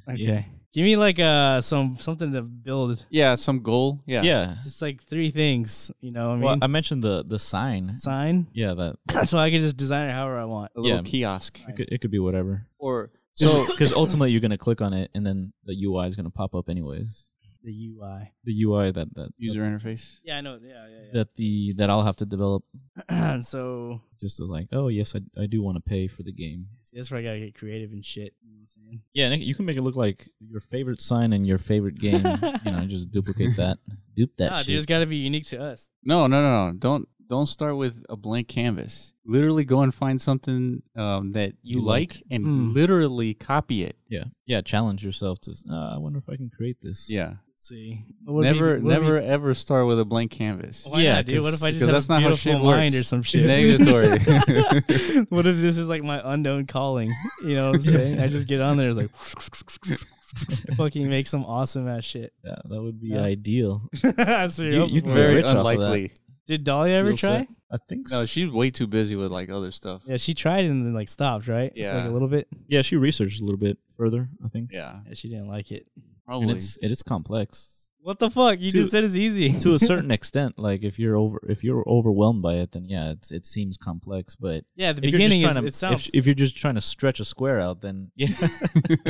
B: okay,
C: yeah.
B: give me like uh some something to build.
A: Yeah, some goal. Yeah,
C: yeah.
B: Just like three things. You know, what I mean,
C: Well, I mentioned the the sign.
B: sign.
C: Yeah, that
B: so I can just design it however I want.
A: a little
C: Yeah.
A: kiosk
C: it could, it could be whatever.
A: or
C: So, because ultimately you're gonna click on it, and then the UI is gonna pop up anyways.
B: The UI.
C: The UI that that
A: user interface.
B: Yeah, I know. Yeah, yeah,
C: that the that I'll have to develop
B: yeah. so
C: just as like, oh yes, I I do want to pay for the game.
B: see, that's where I gotta get creative and shit. You know what I'm saying?
C: Yeah, and you can make it look like your favorite sign and your favorite game. you know, just duplicate that, dupe that
B: nah,
C: shit.
B: dude, it's gotta be unique to us.
A: No, no, no, no. Don't don't start with a blank canvas. Literally go and find something um, that you,
C: You
A: like,
C: like.
A: and
B: Hmm.
A: literally copy it.
C: yeah, yeah. Challenge yourself to. Uh, I wonder if I can create this.
A: Yeah.
B: Let's see.
A: never never ever start with a blank canvas.
B: Why
C: Yeah,
B: not, dude? What if I
A: 'cause- 'cause
B: just have
A: that's
B: a
A: not how
B: beautiful
A: shit works.
B: mind or some shit?
A: Negatory.
B: what if this is like my unknown calling? You know what I'm saying? I just get on there, it's like fucking make some awesome ass shit.
C: Yeah, that would be
B: Yeah.
C: ideal.
B: That's what you're
C: You-
B: hoping
C: you can
B: for.
C: very
A: Very
C: rich off of that.
A: unlikely.
B: Did Dahlia ever
C: Skill
B: try?
C: set. I think
A: No,
C: so.
A: she's way too busy with like other stuff.
B: Yeah, she tried and then like stopped, right? For,
A: Yeah.
B: like a little bit.
C: Yeah, she researched a little bit further, I think.
A: Yeah,
B: Yeah, she didn't like it.
C: And
A: probably.
C: it's it is complex.
B: What the fuck? You
C: To-
B: just said it's easy.
C: to a certain extent, like if you're over if you're overwhelmed by it, then yeah, it's, it seems complex. But
B: yeah, at the
C: if you're
B: beginning
C: just
B: is,
C: trying to
B: it sounds
C: if, if you're just trying to stretch a square out, then yeah,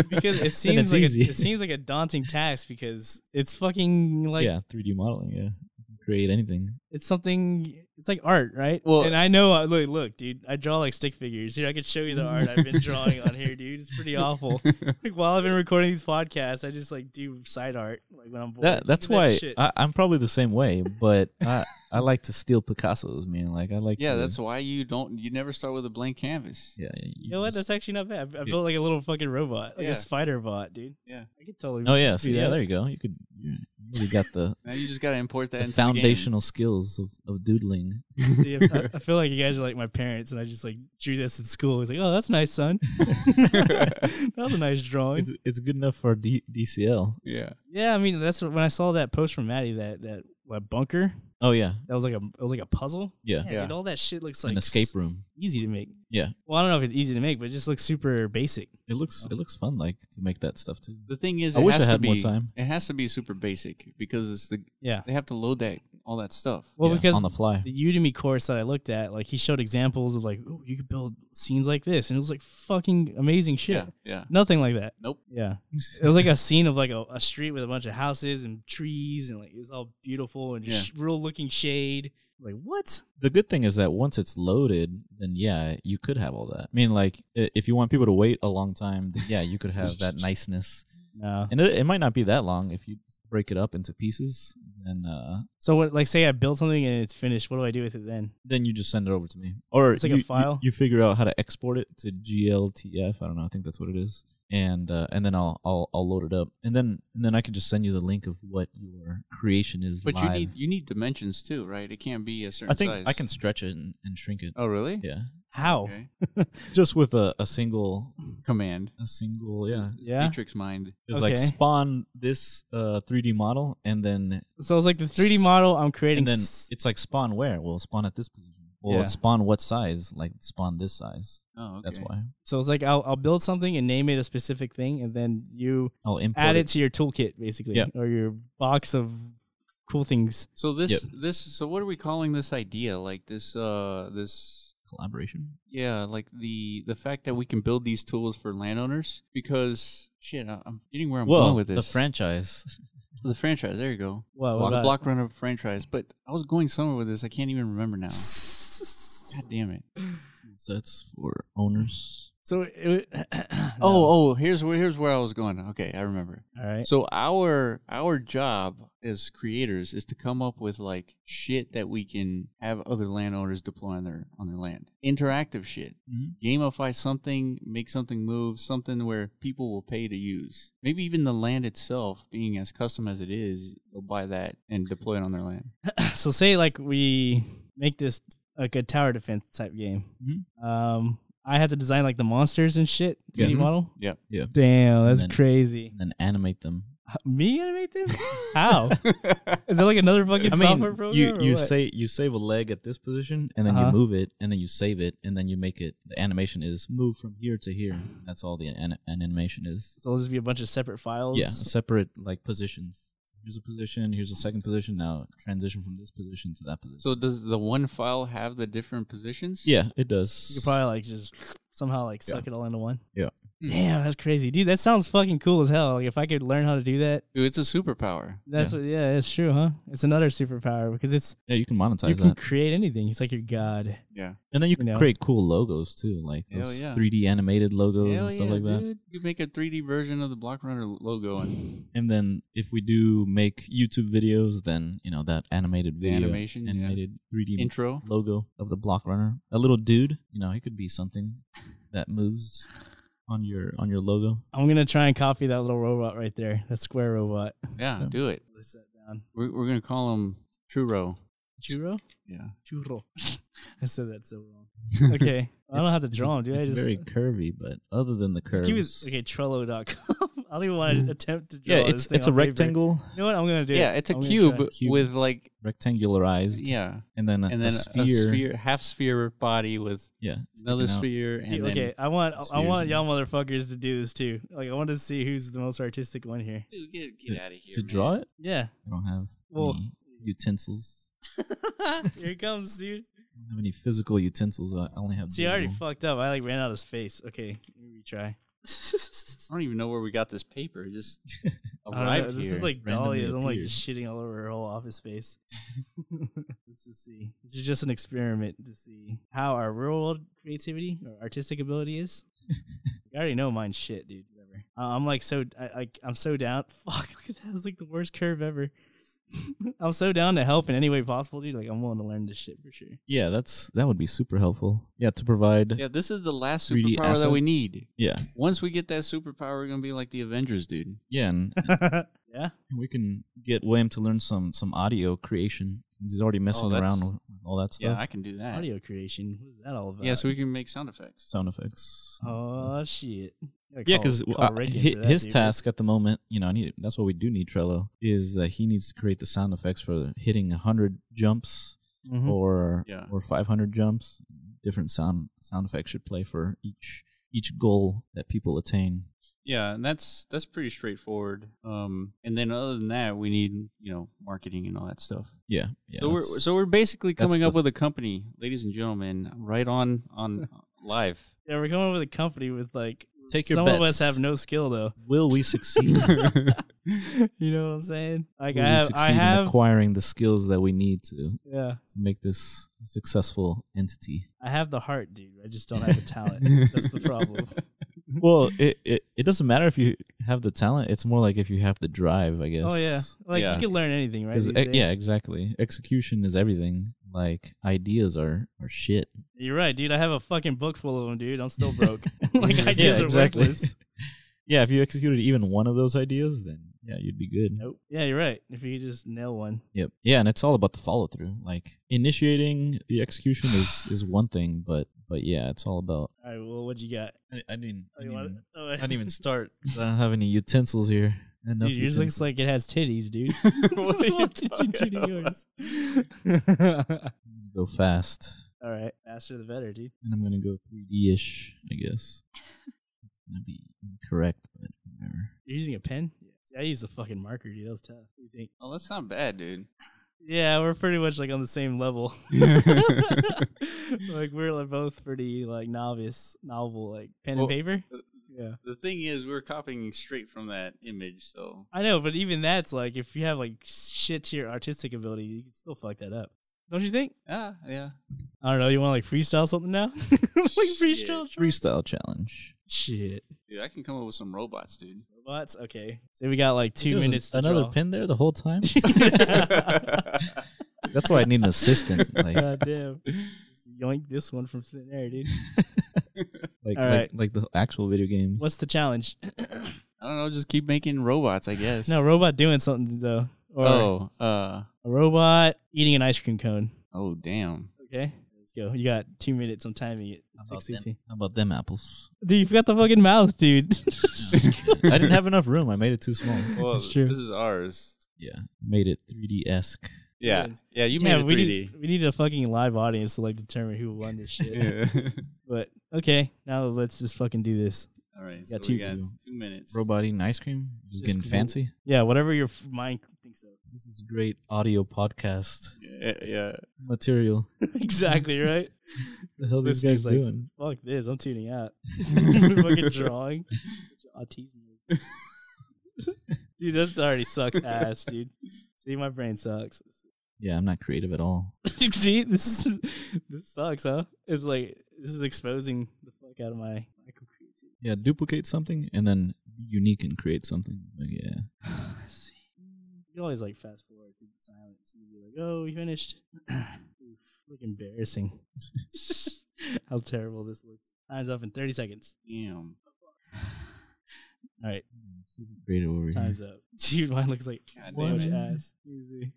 B: because it
C: it's
B: seems like
C: easy.
B: A, it seems like a daunting task because it's fucking like
C: yeah, 3D modeling, yeah, You can create anything.
B: it's something it's like art right
A: Well-
B: and i know I- look look dude i draw like stick figures here i could show you the art i've been drawing on here dude it's pretty awful like while i've been recording these podcasts i just like do side art like when i'm bored
C: That that's
B: Look at
C: why
B: that shit.
C: I, I'm probably the same way, but I I like to steal Picasso's, man. Like I like
A: yeah,
C: to,
A: that's why you don't. You never start with a blank canvas.
C: yeah.
B: you know what that's actually not bad i, I
C: Yeah.
B: built like a little fucking robot like
A: Yeah.
B: a spider bot dude
A: Yeah.
B: i could totally
C: oh yeah,
B: do
C: see, yeah,
B: that.
C: there you go. You could you really got the,
A: Now you just gotta import that
C: the
A: into
C: foundational skills of, of doodling.
B: See, if- I, I feel like you guys are like my parents and i just like drew this in school It's like oh that's nice son that was a nice drawing
C: It's it's good enough for D, DCL.
A: The game. Yeah,
B: yeah i mean that's what, when i saw that post from maddie that that what, bunker
C: Oh yeah,
B: That was like a it was like a puzzle.
C: yeah,
B: Yeah,
A: Yeah.
B: dude, all that shit looks like
C: an escape
B: s-
C: room.
B: easy to make.
C: Yeah.
B: Well, I don't know if it's easy to make, but it just looks super basic.
C: It looks it looks fun, like to make that stuff too.
A: the thing is,
C: I
A: it
C: wish
A: has
C: I had
A: to be,
C: more time.
A: It has to be super basic because it's the
B: Yeah.
A: they have to load that all that stuff.
B: Well,
C: Yeah,
B: because
C: on the fly,
B: the Udemy course that I looked at, like he showed examples of like, ooh, you could build scenes like this, and it was like fucking amazing shit.
A: yeah, yeah.
B: Nothing like that.
A: Nope.
B: Yeah. It was like a scene of like a, a street with a bunch of houses and trees, and like it was all beautiful and
A: Yeah.
B: sh- real looking shade. Like what?
C: the good thing is that once it's loaded, then yeah, you could have all that. I mean, like i- if you want people to wait a long time, then yeah, you could have that niceness,
B: No.
C: and it, it might not be that long if you break it up into pieces, and uh,
B: So what? Like, say I build something and it's finished. What do I do with it then?
C: then you just send it over to me, or
B: It's like a
C: you, you-
B: file?
C: You, figure out how to export it to GLTF. I don't know. I think that's what it is. And uh, and then I'll, I'll I'll load it up, and then and then I could just send you the link of what your creation is.
A: But you
C: live.
A: need you need dimensions too, right? It can't be a certain
C: I think
A: size.
C: I can stretch it and, and shrink it.
A: Oh, really?
C: Yeah,
B: How?
A: Okay.
C: just with a, a single
A: Command.
C: a single yeah.
B: Yeah.
A: Matrix mind.
C: Just like
B: Okay.
C: spawn this uh, 3D model and then
B: So it's like the 3D
C: S-
B: model I'm creating.
C: and then
B: s-
C: it's like spawn where? Well, spawn at this position. Well,
B: Yeah.
C: spawn what size? Like spawn this size.
A: Oh, okay.
C: That's why.
B: So it's like I'll, I'll build something and name it a specific thing, and then you
C: I'll import
B: add it to your toolkit basically,
C: Yeah.
B: or your box of cool things.
A: So this
C: Yep.
A: this so what are we calling this idea? Like this uh this
C: collaboration.
A: yeah, like the the fact that we can build these tools for landowners because shit, I- I'm getting where I'm going with this.
C: the franchise.
A: the franchise. There you go.
B: Well,
A: Block, block runner franchise. But I was going somewhere with this. I can't even remember now. God damn it.
C: That's for owners.
B: So it, no.
A: Oh, oh, here's where here's where I was going. Okay, I remember.
B: all right.
A: So our our job as creators is to come up with like shit that we can have other landowners deploy on their on their land. Interactive shit.
C: Mhm.
A: Gamify something, make something move, something where people will pay to use. Maybe even the land itself being as custom as it is, they'll buy that and deploy it on their land.
B: so say like we make this like a tower defense type game. Um, I have to design like the monsters and shit. 3D
A: Yeah.
B: model.
A: Yep.
C: Mm-hmm. Yeah.
B: Damn, that's
C: then-
B: crazy.
C: And then animate them.
B: Me animate them? How? Is that like another fucking software program?
C: you
B: or
C: you
B: what?
C: say you save a leg at this position, and then
B: Uh-huh.
C: you move it, and then you save it, and then you make it. The animation is move from here to here. That's all the an- an animation is.
B: so. It'll just be a bunch of separate files.
C: Yeah, separate like positions. Here's a position. Here's a second position. Now transition from this position to that position.
A: so does the one file have the different positions?
C: yeah, it does.
B: You could probably like just somehow like suck it all into one.
C: Yeah.
A: Hmm.
B: Damn, that's crazy, dude. That sounds fucking cool as hell. Like if I could learn how to do that,
A: Dude, it's a superpower.
B: that's
C: Yeah.
B: what. Yeah, it's true, huh? It's another superpower because it's
C: yeah, you can monetize
B: you can
C: that,
B: create anything. It's like your god.
A: Yeah.
C: and then you can
B: know.
C: create cool logos too, like
A: Hell
C: those
A: yeah.
C: 3D animated logos
A: Hell
C: and stuff
A: yeah,
C: like that.
A: dude. You make a 3D version of the Block Runner logo and
C: And then if we do make YouTube videos, then you know that animated
A: The
C: video,
A: animation, yeah.
C: animated 3D
A: intro.
C: logo of the block runner. A little dude, you know, he could be something that moves on your on your logo.
B: I'm gonna try and copy that little robot right there. That square robot.
A: Yeah,
C: Yeah.
A: do it.
B: Let's set down.
A: We're, we're gonna call him Churro.
B: Churro.
A: Yeah.
B: Churro. I said that so wrong. Okay, I don't
C: It's-
B: have to
C: it's-
B: draw him, dude.
C: It's
B: I just
C: very curvy, but other than the
B: just
C: curves,
B: give me okay Trello.com. I don't even want to attempt to draw.
C: yeah,
B: this
C: it's
B: thing
C: it's a
B: on paper.
C: rectangle,
B: You know what I'm gonna do?
A: yeah, it's a
B: I'm gonna try.
A: cube
C: Cube.
A: with like
C: rectangularized,
A: yeah,
C: and then a,
A: and
C: a
A: then
C: sphere,
A: half sphere body with
C: yeah,
A: another
C: sticking out.
A: sphere, and
B: Dude,
A: then
B: okay, I want I
C: spheres
B: want
C: and-
B: y'all motherfuckers to do this too. Like I want to see who's the most artistic one here.
A: Dude, get, get out of here.
C: To draw it,
B: Yeah.
C: I don't have
B: Well-
C: any utensils.
B: here it comes, dude.
C: I don't have any physical utensils. I I only have.
B: See, I already
C: digital.
B: fucked up. I like ran out of space. Okay, let me retry.
A: I don't even know where we got this paper. It just
B: I don't know,
A: arrived
B: This
A: here.
B: is like
C: randomly
B: Dahlia. I'm like
C: appeared.
B: shitting all over her whole office space. Let's just see. This is just an experiment to see how our real world creativity or artistic ability is. I already know mine's shit, dude. Whatever. Uh, I'm like so I, I I'm so down. Fuck, look at that. It's like the worst curve ever. I'm so down to help in any way possible, dude. Like I'm willing to learn this shit for sure.
C: Yeah, that's that would be super helpful. Yeah, to provide.
A: yeah, this is the last
C: 3D
A: superpower that we
C: assets.
A: need.
C: yeah.
A: Once we get that superpower, we're gonna be like the Avengers, dude.
C: Yeah, and
B: yeah.
C: we can get William to learn some some audio creation. He's already messing
A: that's-
C: around with all that
A: Yeah,
C: stuff.
A: I can do that.
B: Audio creation. What is that all about?
A: Yeah, so we can make sound effects.
C: Sound effects. and stuff.
B: Oh shit. Gotta
C: yeah,
B: call-
C: because
B: call Rick in for that,
C: his
B: dude.
C: task at the moment, you know, I need that's what we do need Trello is that he needs to create the sound effects for hitting hundred jumps
B: Mhm.
C: or
A: Yeah.
C: or five hundred jumps. Different sound sound effects should play for each each goal that people attain.
A: Yeah, and that's that's pretty straightforward. Um, and then other than that, we need you know marketing and all that stuff.
C: Yeah, yeah.
A: so we're
C: that's-
A: so we're basically
C: that's
A: coming up
C: the-
A: with a company, ladies and gentlemen, right on on uh, live.
B: Yeah, we're coming up with a company with like
C: take your
B: some
C: bets.
B: of us have no skill though.
C: Will we succeed?
B: you know what I'm saying? Like
C: Will
B: I
C: we
B: have,
C: succeed
B: I
C: in
B: have,
C: acquiring the skills that we need to
B: yeah,
C: to make this successful entity.
B: I have the heart, dude. I just don't have the talent. That's the problem.
C: Well, it, it it doesn't matter if you have the talent. It's more like if you have the drive, I guess.
B: Oh yeah, like
A: Yeah.
B: you can learn anything, right?
C: 'Cause,
B: these
C: eh,
B: days?
C: yeah, exactly. Execution is everything. Like ideas are are shit.
B: you're right, dude. I have a fucking book full of them, dude. I'm still broke. like ideas
C: yeah,
B: are
C: exactly.
B: worthless.
C: yeah, if you executed even one of those ideas, then yeah, you'd be good.
B: Nope. Yeah, you're right. If you could just nail one,
C: Yep. Yeah, and it's all about the follow through. Like initiating the execution is is one thing, but but yeah, it's all about.
B: all right. Well, what you got?
C: I, I didn't.
B: Oh, you want it? Oh,
C: I didn't even start. 'cause I don't have any utensils here. Enough
B: Dude, yours looks like it has titties, dude.
A: What are you
B: What did you do to
A: talking about?
B: yours?
C: utensils. go fast.
B: All right, faster the better, dude.
C: And I'm gonna go 3D ish, I guess. It's gonna be incorrect, but whatever.
B: You're using a pen? Yeah. See, I used the fucking marker, dude. That was tough. What do you think?
A: Oh, that's not bad, dude.
B: Yeah, we're pretty much like on the same level. like we're like both pretty like novice, novel, like pen
A: Well-
B: and paper.
A: Uh,
B: Yeah,
A: The thing is, we're copying straight from that image, so
B: I know, but even that's like if you have like shit to your artistic ability, you can still fuck that up, don't you think?
A: ah, yeah.
B: I don't know. You want to like freestyle something now? like freestyle
C: Freestyle challenge.
B: shit.
A: Dude, I can come up with some robots, dude.
B: Robots. Okay, so we got like two
C: There was
B: minutes. To
C: Another
B: draw.
C: pin there the whole time. That's why I need an assistant. Like, like,
B: God damn. Just Yoink this one from thin air, dude.
C: like,
B: right.
C: like the actual video games.
B: What's the challenge?
A: I don't know. Just keep making robots, I guess.
B: No, robot doing something though. Or
A: oh, uh,
B: a robot eating an ice cream cone.
A: oh, damn.
B: Okay. Let's go. You got two minutes. I'm timing it.
C: How about,
B: Six
C: them,
B: eighteen.
C: how about them apples?
B: Dude, you forgot the fucking mouth, dude.
C: I didn't have enough room. I made it too small.
A: Well,
B: That's true.
A: this is ours.
C: Yeah, made it 3D esque.
A: Yeah,
B: Yes.
A: yeah. You
B: Damn,
A: made
B: we
A: it 3D.
B: need we need a fucking live audience to like determine who won this shit. But okay, now let's just fucking do this.
A: All right, so
B: Got
A: we
B: two.
A: got two minutes.
C: Robot eating ice cream. Just
B: Just
C: getting
B: cool.
C: fancy.
B: Yeah, whatever your f- mind thinks of.
C: This is great audio podcast
A: Yeah, Eh, yeah.
C: material.
B: exactly right.
C: The hell
B: This
C: these guys
B: dude's like-
C: doing?
B: Fuck this, I'm tuning out. fucking drawing. Autism. is- dude, that's already sucks ass, dude. See, my brain sucks.
C: Yeah, I'm not creative at all.
B: See, this is this sucks, huh? It's like this is exposing the fuck out of my microcreativity.
C: Yeah, duplicate something and then be unique and create something. Like, yeah,
B: Let's see. You can always like fast forward through the silence and be like, "Oh, we finished." Oof, look embarrassing. How terrible this looks. Time's up in thirty seconds.
A: Damn.
B: All right,
C: super creative over here.
B: time's up. Dude, mine looks like
A: God
B: sandwich
C: damn it.
B: ass. Let me see.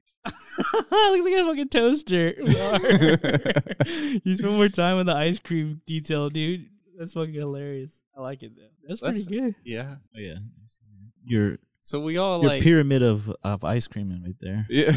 B: looks like a fucking toaster. you spend more time on the ice cream detail, dude. That's fucking hilarious. I like it though. That's,
A: That's-
B: pretty good.
A: Yeah.
C: Oh yeah, your
A: So we all
C: your
A: like.
C: pyramid of of ice cream in right there.
A: yeah.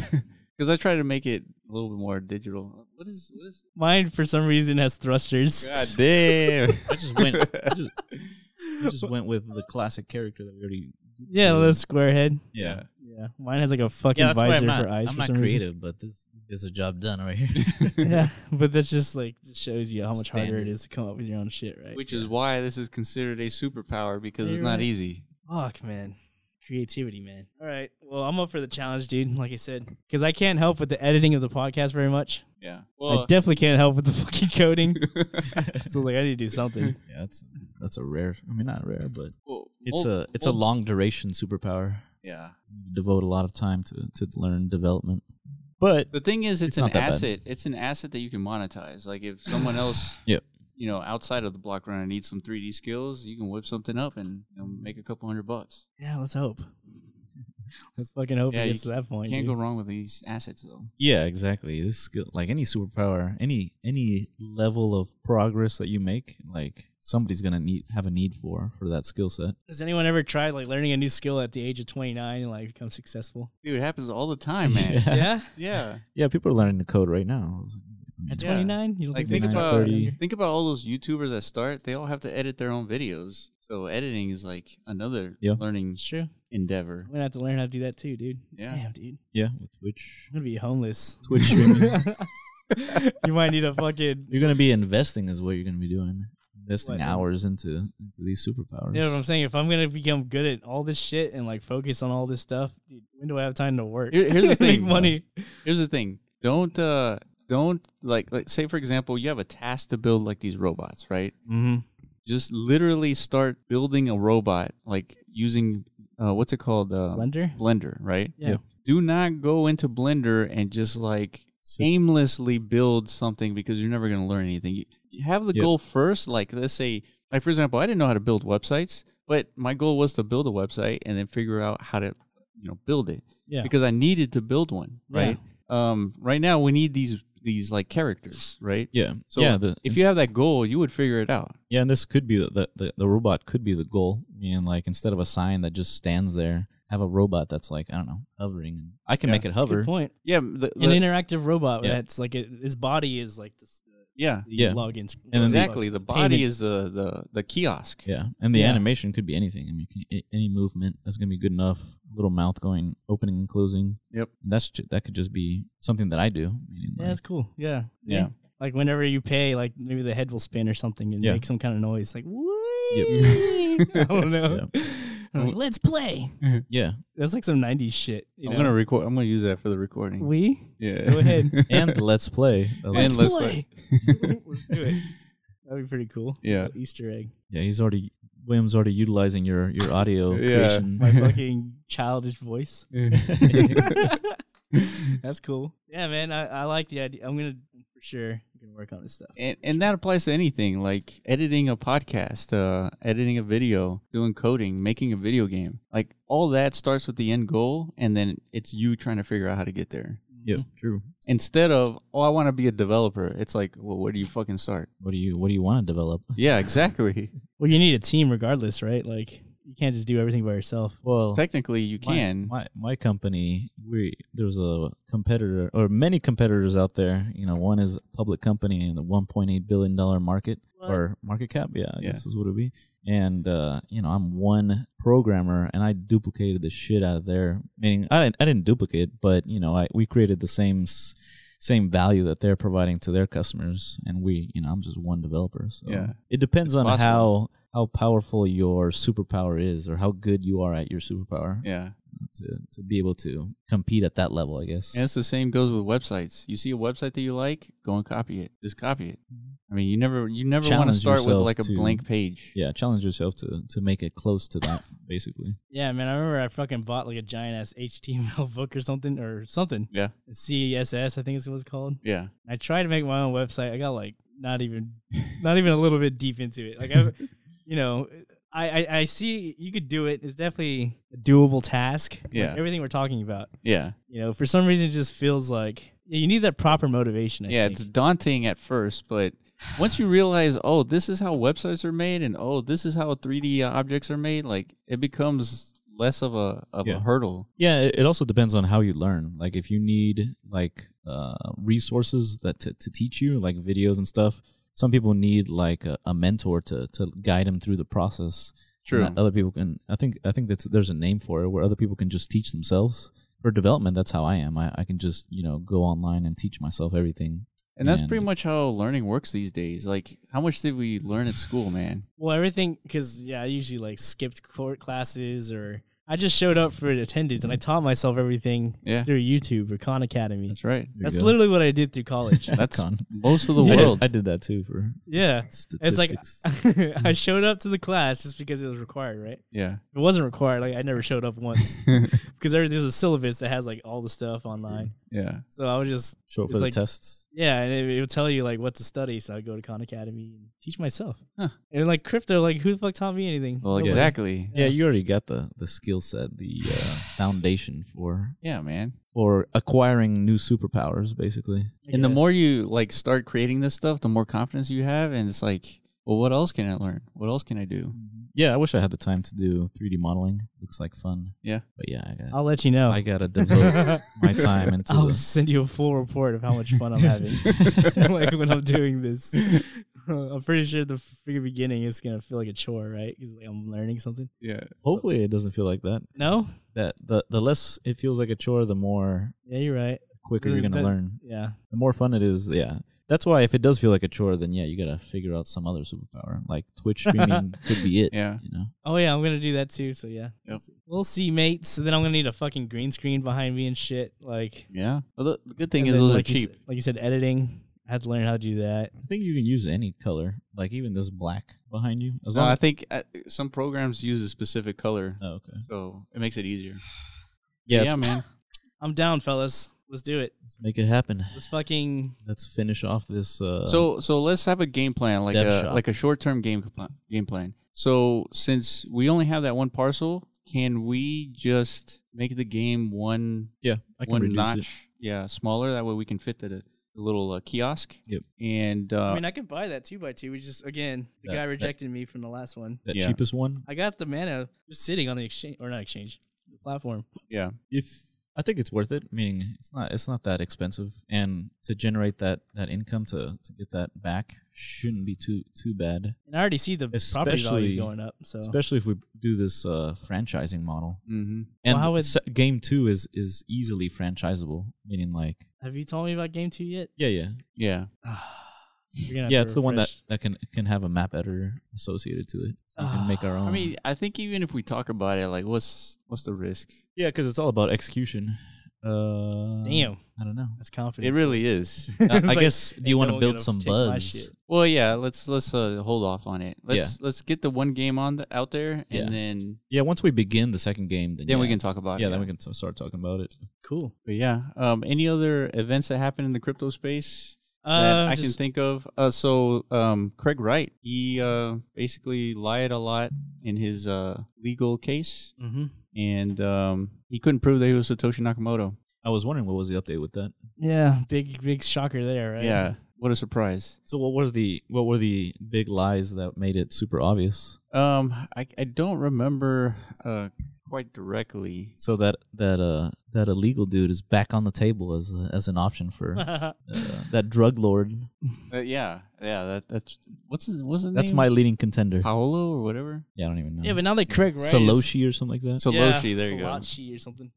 A: Because I try to make it a little bit more digital. What is? What is?
B: Mine for some reason has thrusters.
A: God damn.
C: I just went. I just, I just went with the classic character that we already.
B: Yeah, the square head.
C: Yeah.
B: Yeah, mine has like a fucking
C: Yeah, that's why
B: visor
C: I'm not,
B: for eyes
C: I'm
B: for
C: not
B: some
C: creative, but this, this gets a job done right here.
B: reason. yeah, but that's just like just shows you how much harder
C: Standard.
B: it is to come up with your own shit, right?
A: Which is why this is considered a superpower because it's
B: You're
A: not
B: right.
A: easy.
B: Fuck, man. Creativity, man. All right. Well, I'm up for the challenge, dude. Like I said, because I can't help with the editing of the podcast very much.
A: Yeah.
B: I
A: Well,
B: definitely can't help with the fucking coding. so like, I need to do something.
C: yeah, that's that's a rare. I mean, not rare, but
A: well,
C: it's
A: mul-
C: a it's a
A: mul-
C: long duration superpower.
A: Yeah.
C: You devote a lot of time to to learn development, but
A: The thing is,
C: It's
A: it's,
C: not
A: an
C: that bad.
A: asset. It's an asset that you can monetize. Like if someone else,
C: Yep.
A: you know, outside of the block runner needs some 3D skills, you can whip something up and you know, make a couple hundred bucks.
B: Yeah, let's hope. Let's fucking hope
A: Yeah,
B: it
A: you
B: gets to that point.
A: Can't go
B: dude.
A: wrong with these assets though.
C: yeah, exactly. This skill, like any superpower, any any level of progress that you make, like somebody's gonna need have a need for for that skill set.
B: Has anyone ever tried like learning a new skill at the age of 29 and like become successful?
A: Dude, it happens all the time, man.
C: Yeah.
B: Yeah,
A: yeah.
C: Yeah, people are learning to code right now.
B: at
A: Yeah.
B: 29, you don't
A: Like
B: think,
A: think
B: they
A: about
B: start learning?
A: think about all those YouTubers that start. They all have to edit their own videos. So editing is like another
C: Yeah.
A: learning
B: It's true.
A: endeavor.
B: I'm gonna have to learn how to do that too, dude.
A: Yeah.
B: Damn, dude.
C: Yeah, with Twitch,
B: I'm gonna be homeless.
C: Twitch streaming.
B: you might need a fucking.
C: you're gonna be investing is what you're gonna be doing. Investing
B: What?
C: hours into into these superpowers.
B: You know what I'm saying? If I'm gonna become good at all this shit and like focus on all this stuff, dude, when do I have time to work?
A: Here- here's the
B: Make
A: thing, though.
B: money.
A: Here's the thing. Don't uh don't like like say for example, you have a task to build like these robots, right?
B: Mm-hmm.
A: Just literally start building a robot like using uh what's it called? Uh,
B: Blender.
A: Blender, right?
B: Yeah.
C: Yeah.
A: Do not go into Blender and just like
C: So-
A: aimlessly build something because you're never going to learn anything. You- You have the
C: Yep.
A: goal first, like let's say, like for example, I didn't know how to build websites, but my goal was to build a website and then figure out how to, you know, build it
B: Yeah.
A: because I needed to build one,
B: Yeah.
A: right? Um, right now we need these these like characters, right?
C: Yeah.
A: So
C: yeah. The,
A: if you have that goal, you would figure it out.
C: yeah, and this could be the, the, the, the robot could be the goal. And like instead of a sign that just stands there, have a robot that's like I don't know hovering. I can
A: Yeah,
C: make it
B: That's a
C: hover.
B: Good point.
A: Yeah, the,
B: An
A: the-
B: interactive robot
C: Yeah.
B: that's like it, his body is like this.
A: Yeah.
B: the
C: Yeah.
B: logins.
C: then
A: Exactly. The body
B: Painted.
A: is the, the, the kiosk.
C: Yeah, and the
B: Yeah.
C: animation could be anything. I mean, c- a- any movement that's gonna be good enough. Little mouth going, opening and closing.
A: Yep.
C: That's ju- that could just be something that I do. meaning,
B: Yeah, that's
C: like,
B: cool. Yeah.
A: Yeah.
B: Like whenever you pay, like maybe the head will spin or something and
C: Yeah.
B: make some kind of noise, like
C: Yep.
B: wee. I don't know. I'm like, Let's play.
C: yeah.
B: That's like some '90s shit. You
A: I'm
B: know?
A: gonna record. I'm gonna use that for the recording.
B: we
A: yeah.
B: go ahead.
C: And the let's play. That was-
A: And let's
B: play. let's do it. That'd be pretty cool.
A: yeah.
B: Easter egg.
C: yeah, he's already William's already utilizing your your audio
A: Yeah.
C: creation.
B: My fucking childish voice. That's cool. Yeah, man. I, I like the idea. I'm gonna for sure gonna work on this stuff.
A: And and that applies to anything like editing a podcast, uh, editing a video, doing coding, making a video game. Like all that starts with the end goal, and then it's you trying to figure out how to get there.
C: Yep, true.
A: Instead of oh, I want to be a developer. It's like, well, where do you fucking start?
C: What do you what do you want to develop?
A: Yeah, exactly.
B: Well, you need a team regardless, right? Like you can't just do everything by yourself.
C: Well,
A: Technically, you
C: my-
A: can.
C: My, my company, we there's a competitor or many competitors out there. You know, one is a public company in the 1.8 billion dollar market
B: What?
C: or market cap. Yeah, I
A: Yeah.
C: guess is what it would be. And uh, you know, I'm one programmer, and I duplicated the shit out of there. Meaning, I didn't, I didn't duplicate, but you know, I we created the same s- same value that they're providing to their customers, and we, you know, I'm just one developer. So
A: Yeah.
C: it depends
A: It's
C: on
A: possible.
C: how how powerful your superpower is, or how good you are at your superpower
A: yeah.
C: to, to be able to compete at that level, I guess.
A: And it's the same goes with websites. You see a website that you like, go and copy it. Just copy it. I mean, you never you never want to
C: Challenge
A: start with
C: yourself
A: like a
C: to-
A: blank page.
C: Yeah, challenge yourself to, to make it close to that, basically.
B: Yeah, man. I remember I fucking bought like a giant ass HTML book or something or something.
A: Yeah.
B: CSS, I think is what it's called.
A: Yeah.
B: I tried to make my own website. I got like not even, not even a little bit deep into it. Like I, you know, I, I I see you could do it. It's definitely a doable task. like
A: Yeah.
B: everything we're talking about.
A: Yeah.
B: You know, for some reason, it just feels like yeah, you need that proper motivation. I
A: yeah,
B: think.
A: it's daunting at first, but once you realize, oh, this is how websites are made and oh, this is how 3D objects are made, like it becomes less of a of
C: Yeah.
A: a hurdle.
C: Yeah, it, it also depends on how you learn. Like, if you need like uh, resources that to, to teach you, like videos and stuff. Some people need like a, a mentor to to guide them through the process.
A: True.
C: And Other people can. I think. I think that's there's a name for it where other people can just teach themselves. For development, that's how I am. I, I can just you know go online and teach myself everything.
A: And that's
C: and-
A: pretty much how learning works these days. Like how much did we learn at school, man?
B: well, everything because yeah, I usually like skipped court classes or I just showed up for attendance and I taught myself everything
A: Yeah.
B: through YouTube or Khan Academy.
A: That's right.
C: There you
B: That's
C: go.
B: literally what I did through college.
A: That's
C: Con.
A: most of the
C: I did-
A: world.
C: I did that too for
B: Yeah. It's like
C: statistics.
B: I showed up to the class just because it was required, right?
A: Yeah.
B: If it wasn't required, like I never showed up once because there, there's a syllabus that has like all the stuff online.
A: Yeah.
B: So I was just
C: short for
B: it's
C: the
B: like-
C: tests.
B: yeah, and it, it would tell you like what to study. So I go to Khan Academy and teach myself.
A: Huh.
B: And like crypto, like who the fuck taught me anything?
A: Well,
B: Nobody.
A: exactly.
C: Yeah, you already got the the skill set, the uh, foundation for
A: Yeah, man.
C: for acquiring new superpowers, basically.
B: I
A: And the more
B: guess.
A: you like start creating this stuff, the more confidence you have and it's like, well, what else can I learn? What else can I do?
C: Yeah, I wish I had the time to do 3D modeling. Looks like fun.
A: Yeah.
C: but yeah, I got
B: I'll let you know.
C: I gotta devote my time into.
B: I'll
C: the-
B: send you a full report of how much fun I'm having, like when I'm doing this. I'm pretty sure the freaking beginning is gonna feel like a chore, right? Because like I'm learning something.
A: Yeah.
C: hopefully, it doesn't feel like that.
B: No,
C: That the the less it feels like a chore, the more
B: yeah, you're right.
C: quicker you're
B: Really,
C: gonna
B: that-
C: learn.
B: Yeah,
C: The more fun it is, yeah. That's why if it does feel like a chore, then yeah, you gotta figure out some other superpower. Like Twitch streaming could be it.
A: Yeah.
C: You know.
B: Oh yeah, I'm gonna do that too. So yeah,
A: Yep.
B: we'll see, mate. So then I'm gonna need a fucking green screen behind me and shit. Like
A: Yeah. Well, the the good thing
B: and
A: is
B: then,
A: those
B: like
A: are
B: you s-
A: cheap.
B: like you said, editing. I had to learn how to do that.
C: I think you can use any color, like even this black behind you. As
A: No,
C: long
A: I think uh, some programs use a specific color,
C: oh, okay.
A: so it makes it easier.
C: Yeah,
A: yeah,
C: let's-
A: man.
B: I'm down, fellas. Let's do it.
C: let's make it happen.
B: Let's fucking
C: Let's finish off this. Uh,
A: so so let's have a game plan, like
C: Dev
A: a
C: shop.
A: like a short term game plan, game plan. So since we only have that one parcel, can we just make the game one
C: yeah, I can
A: one
C: reduce
A: notch,
C: it.
A: yeah, smaller? That way we can fit the, the little uh, kiosk.
C: Yep.
A: And uh,
B: I mean, I could buy that two by two. We just again, the
C: That-
B: guy
C: that-
B: rejected me from the last one.
C: That
A: Yeah.
C: cheapest one.
B: I got the mana just sitting on the exchange or not exchange, the platform.
A: yeah,
C: If I think it's worth it. I mean, it's not it's not that expensive, and to generate that that income to to get that back shouldn't be too too bad.
B: And I already see the property values
C: Especially-
B: going up. So
C: Especially if we do this uh, franchising model.
A: Mm-hmm.
C: And
B: Well, how would-
C: se- game two is is easily franchisable, meaning like
B: have you told me about game two yet?
C: yeah, yeah,
A: Yeah.
B: You're gonna have
C: yeah.
B: to
C: It's the one that
B: refresh.
C: that can can have a map editor associated to it. So we can make
B: Ah,
C: our own.
A: I mean, I think even if we talk about it, like, what's what's the risk?
C: yeah, because it's all about execution. Uh,
B: Damn,
C: I don't know.
B: that's confidence.
A: It really is.
B: It's
C: I, I
B: like,
C: guess. Do
B: "Hey,
C: you
B: no
C: want to
B: one
C: build
B: gonna
C: some
B: take my
C: buzz?
B: shit."
A: Well, yeah. Let's let's uh, hold off on it. Let's let's get the one game on the, out there, and
C: Yeah.
A: then
C: Yeah. Once we begin the second game, then
A: then we
C: yeah.
A: can talk about
C: Yeah,
A: it.
C: then we can t- start talking about it.
B: cool.
A: But yeah, um, any other events that happen in the crypto space that
B: Uh,
A: I
B: just-
A: can think of? Uh, so um, Craig Wright, he uh, basically lied a lot in his uh, legal case,
B: Mhm.
A: and um, he couldn't prove that he was Satoshi Nakamoto.
C: I was wondering what was the update with that.
B: Yeah, big big shocker there, right?
A: Yeah, what a surprise.
C: So what were the what were the big lies that made it super obvious?
A: Um, I I don't remember uh, quite directly.
C: So that that uh that illegal dude is back on the table as uh, as an option for uh, that drug lord.
A: Uh, yeah, yeah. That, that's what's his what's his
C: That's
A: name?
C: my leading contender.
A: Paolo or whatever.
C: Yeah, I don't even know.
B: yeah, but now that Craig Wright is,
C: Saloshi or something like that.
A: Soloshi, there you go.
B: Saloshi or something.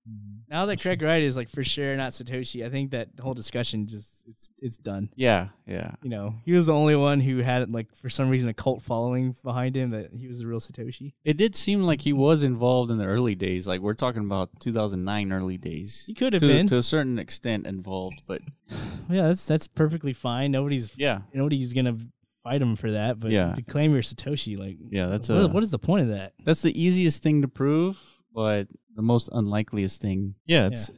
B: Now that Craig Wright is like for sure not Satoshi, I think that whole discussion just it's it's done.
A: Yeah, yeah.
B: You know, he was the only one who had like for some reason a cult following behind him that he was the real Satoshi.
A: It did seem like he was involved in the early days. Like we're talking about 2009 early days.
B: He could have
A: To,
B: been.
A: to a certain extent involved, but
B: Yeah, that's that's perfectly fine. Nobody's
A: yeah,
B: nobody's gonna fight him for that. But
A: Yeah.
B: to claim you're Satoshi, like
A: yeah. That's
B: what-
A: a,
B: what is the point of that?
A: that's the easiest thing to prove, but the most unlikeliest thing.
C: Yeah, it's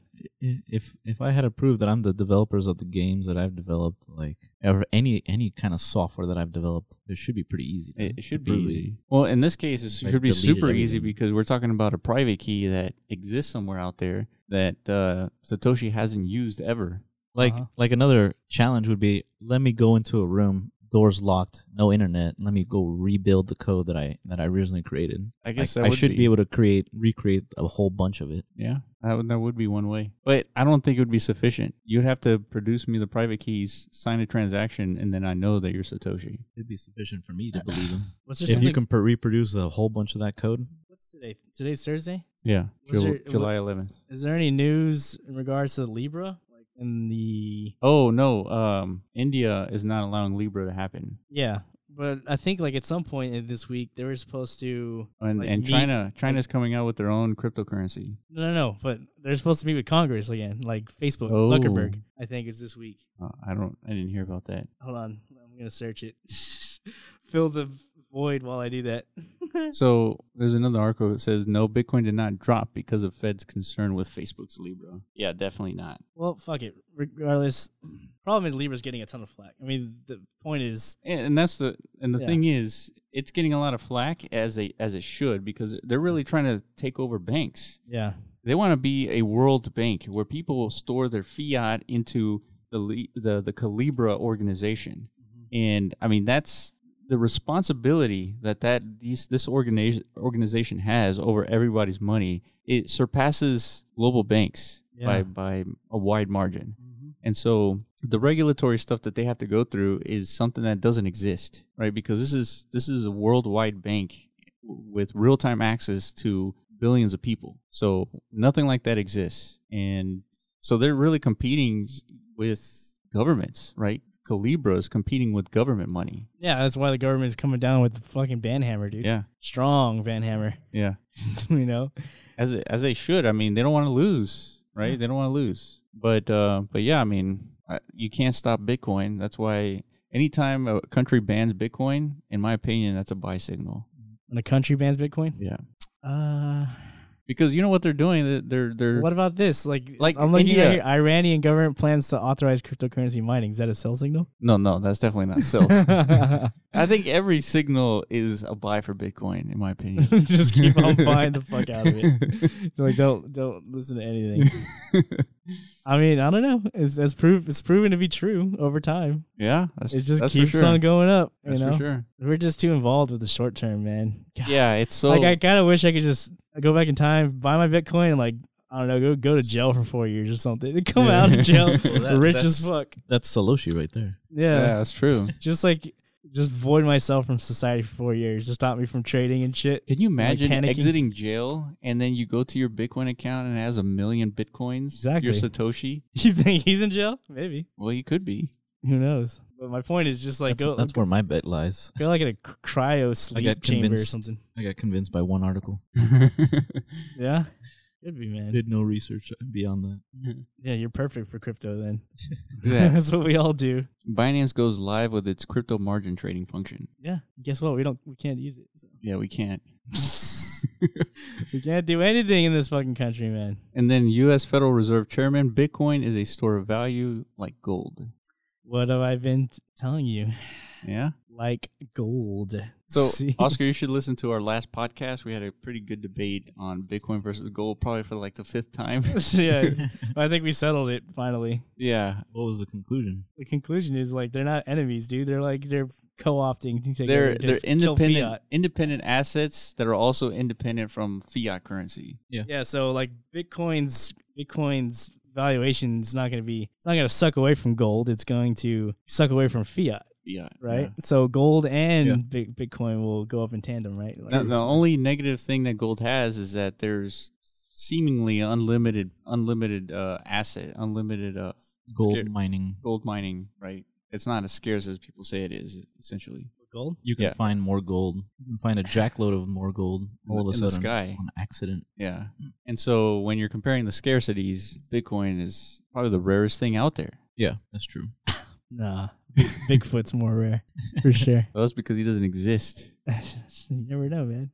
C: i- if if I had to prove that I'm the developers of the games that I've developed, like or any any kind of software that I've developed, it should be pretty easy. to-
A: It, it
C: to
A: should be
C: prove
A: easy.
C: it.
A: Well, in this case, it
C: Like,
A: should be
C: deleted
A: super easy
C: everything.
A: because we're talking about a private key that exists somewhere out there that uh, Satoshi hasn't used ever.
C: Like
B: Uh-huh.
C: like another challenge would be let me go into a room, doors locked, no internet. Let me go rebuild the code that I that I originally created.
A: I guess
C: I,
A: that would
C: should
A: be-
C: be. able to create recreate a whole bunch of it.
A: Yeah, that would, that would be one way. But I don't think it would be sufficient. You'd have to produce me the private keys, sign a transaction, and then I know that you're Satoshi.
C: It'd be sufficient for me to believe him.
B: Was there
C: if you
B: something?
C: can pr- reproduce a whole bunch of that code,
B: what's today? Today's Thursday.
A: Yeah,
B: Was there-
A: July 11th.
B: Is there any news in regards to Libra? Like in the
A: Oh no, um, India is not allowing Libra to happen,
B: yeah, but I think like at some point in this week they were supposed to
A: and
B: Like
A: and
B: me-
A: China China's coming out with their own cryptocurrency.
B: no no no, but they're supposed to meet with Congress again, like Facebook
A: Oh.
B: Zuckerberg. I think is this week.
A: Uh, I don't, I didn't hear about that.
B: Hold on, I'm gonna search it. Fill the void while I do that.
A: So there's another article that says no, Bitcoin did not drop because of Fed's concern with Facebook's Libra. Yeah, definitely not.
B: well, fuck it. Regardless, problem is Libra's getting a ton of flack. I mean, the point is
A: And, and that's the and the
B: Yeah.
A: thing is, it's getting a lot of flack as they as it should because they're really trying to take over banks.
B: yeah,
A: They want to be a world bank where people will store their fiat into the le- the the Calibra organization, and I mean that's the responsibility that that these this organization organization has over everybody's money. It surpasses global banks
B: Yeah. Mm-hmm.
A: by by a wide margin. And so the regulatory stuff that they have to go through is something that doesn't exist, right? Because this is this is a worldwide bank with real-time access to billions of people. So nothing like that exists. And so they're really competing with governments, right? Calibra is competing with government money.
B: yeah. That's why the government is coming down with the fucking ban hammer, dude.
A: Yeah.
B: Strong ban hammer.
A: Yeah.
B: you know.
A: As as they should. I mean, they don't want to lose, right? They don't want to lose. But uh but yeah, I mean, I- you can't stop Bitcoin. That's why anytime a country bans Bitcoin, in my opinion, that's a buy signal.
B: when a country bans Bitcoin?
A: Yeah.
B: Uh,
A: Because you know what they're doing? They're- They're they're
B: what about this? Like,
A: Er, Like
B: I'm looking
A: India.
B: at here. Iranian government plans to authorize cryptocurrency mining. Is that a sell signal?
A: No, no, that's definitely not so.
B: Just
A: I think every signal is a buy for Bitcoin in my opinion.
B: keep on buying the fuck out of it. like, don't don't listen to anything. I mean, I don't know. It's that's proof. It's proven to be true over time.
A: Yeah, that's
B: It just
A: that's for
B: keeps
A: sure.
B: on going up. You
A: That's
B: know,
A: for sure.
B: we're just too involved with the short term, man. God.
A: Yeah, it's so
B: like I kind of wish I could just go back in time, buy my Bitcoin, and like I don't know, go go to jail for four years or something. They come out of jail
C: that-
B: rich
C: that's-
B: as fuck.
C: That's Saloshi right there.
B: Yeah.
A: that's true.
B: Just like just void myself from society for four years to stop me from trading and shit.
A: Can you imagine
B: panicking.
A: exiting jail and then you go to your Bitcoin account and it has a million Bitcoins?
B: Exactly.
A: Your Satoshi?
B: You think he's in jail? Maybe.
A: Well, you could be.
B: Who knows? But my point is just like
C: That's,
B: go
C: that's where my bet lies.
B: go like in a cr- cryo sleep chamber or
C: convinced.
B: something.
C: I got convinced by one article.
B: Yeah. Could be, man.
C: Did no research beyond that.
B: Yeah, you're perfect for crypto then.
A: Yeah.
B: That's what we all do.
A: Binance goes live with its crypto margin trading function.
B: Yeah. Guess what? We don't we can't use it. so.
A: Yeah, we can't.
B: We can't do anything in this fucking country, man.
A: And then U.S. Federal Reserve Chairman, Bitcoin is a store of value like gold.
B: What have I been t- telling you?
A: Yeah.
B: Like gold.
A: So,
B: See?
A: Oscar, you should listen to our last podcast. We had a pretty good debate on Bitcoin versus gold, probably for like the fifth time.
B: yeah, I think we settled it finally.
A: yeah.
C: What was the conclusion?
B: The conclusion is like they're not enemies, dude. They're like they're co-opting. to take
A: They're
B: over- to
A: they're
B: f- kill
A: independent
B: fiat.
A: independent assets that are also independent from fiat currency.
B: Yeah, so like Bitcoin's Bitcoin's valuation is not going to be it's not going to suck away from gold. It's going to suck away from fiat,
A: Yeah.
B: right? So gold and
C: Yeah.
B: Bi- Bitcoin will go up in tandem, right? Like,
A: The, the
B: it's-
A: only negative thing that gold has is that there's seemingly unlimited unlimited uh, asset, unlimited uh,
C: Gold
A: Scared.
C: mining.
A: gold mining, right? It's not as scarce as people say it is, essentially.
B: gold.
C: You can
A: Yeah.
C: find more gold. You can find a jackload of more gold all of a
A: in the
C: sudden
A: sky.
C: on accident.
A: Yeah. And so when you're comparing the scarcities, Bitcoin is probably the rarest thing out there.
C: Yeah, that's true.
B: Nah, Bigfoot's more rare for sure.
A: Well, that's because he doesn't exist.
B: you never know, man.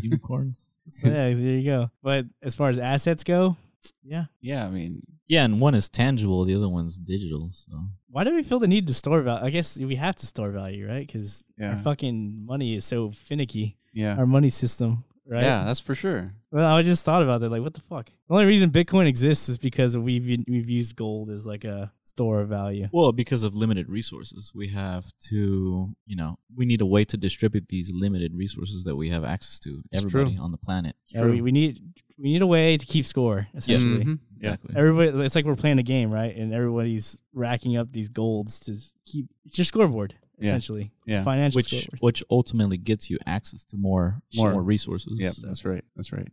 C: Unicorns.
B: So yeah, there you go. But as far as assets go, yeah.
A: Yeah, I mean,
C: Yeah, and one is tangible, the other one's digital. So
B: Why do we feel the need to store value? I guess we have to store value, right? Because
A: yeah.
B: our fucking money is so finicky.
A: yeah.
B: Our money system, right?
A: Yeah, that's for sure.
B: Well, I just thought about that. Like, what the fuck? The only reason Bitcoin exists is because we've u- we've used gold as like a store of value.
C: Well, because of limited resources, we have to, you know, we need a way to distribute these limited resources that we have access to.
A: It's
C: everybody
A: true.
C: on the planet.
B: Yeah, we, we need we need a way to keep score essentially.
A: Mhm. Yeah.
C: Exactly.
B: Everybody, it's like we're playing a game, right? And everybody's racking up these golds to keep it's your scoreboard
A: Yeah.
B: essentially.
A: Yeah.
B: Financial
C: Which
B: scoreboard.
C: which ultimately gets you access to more
A: More.
C: more, resources.
A: Yep, that's right. That's right.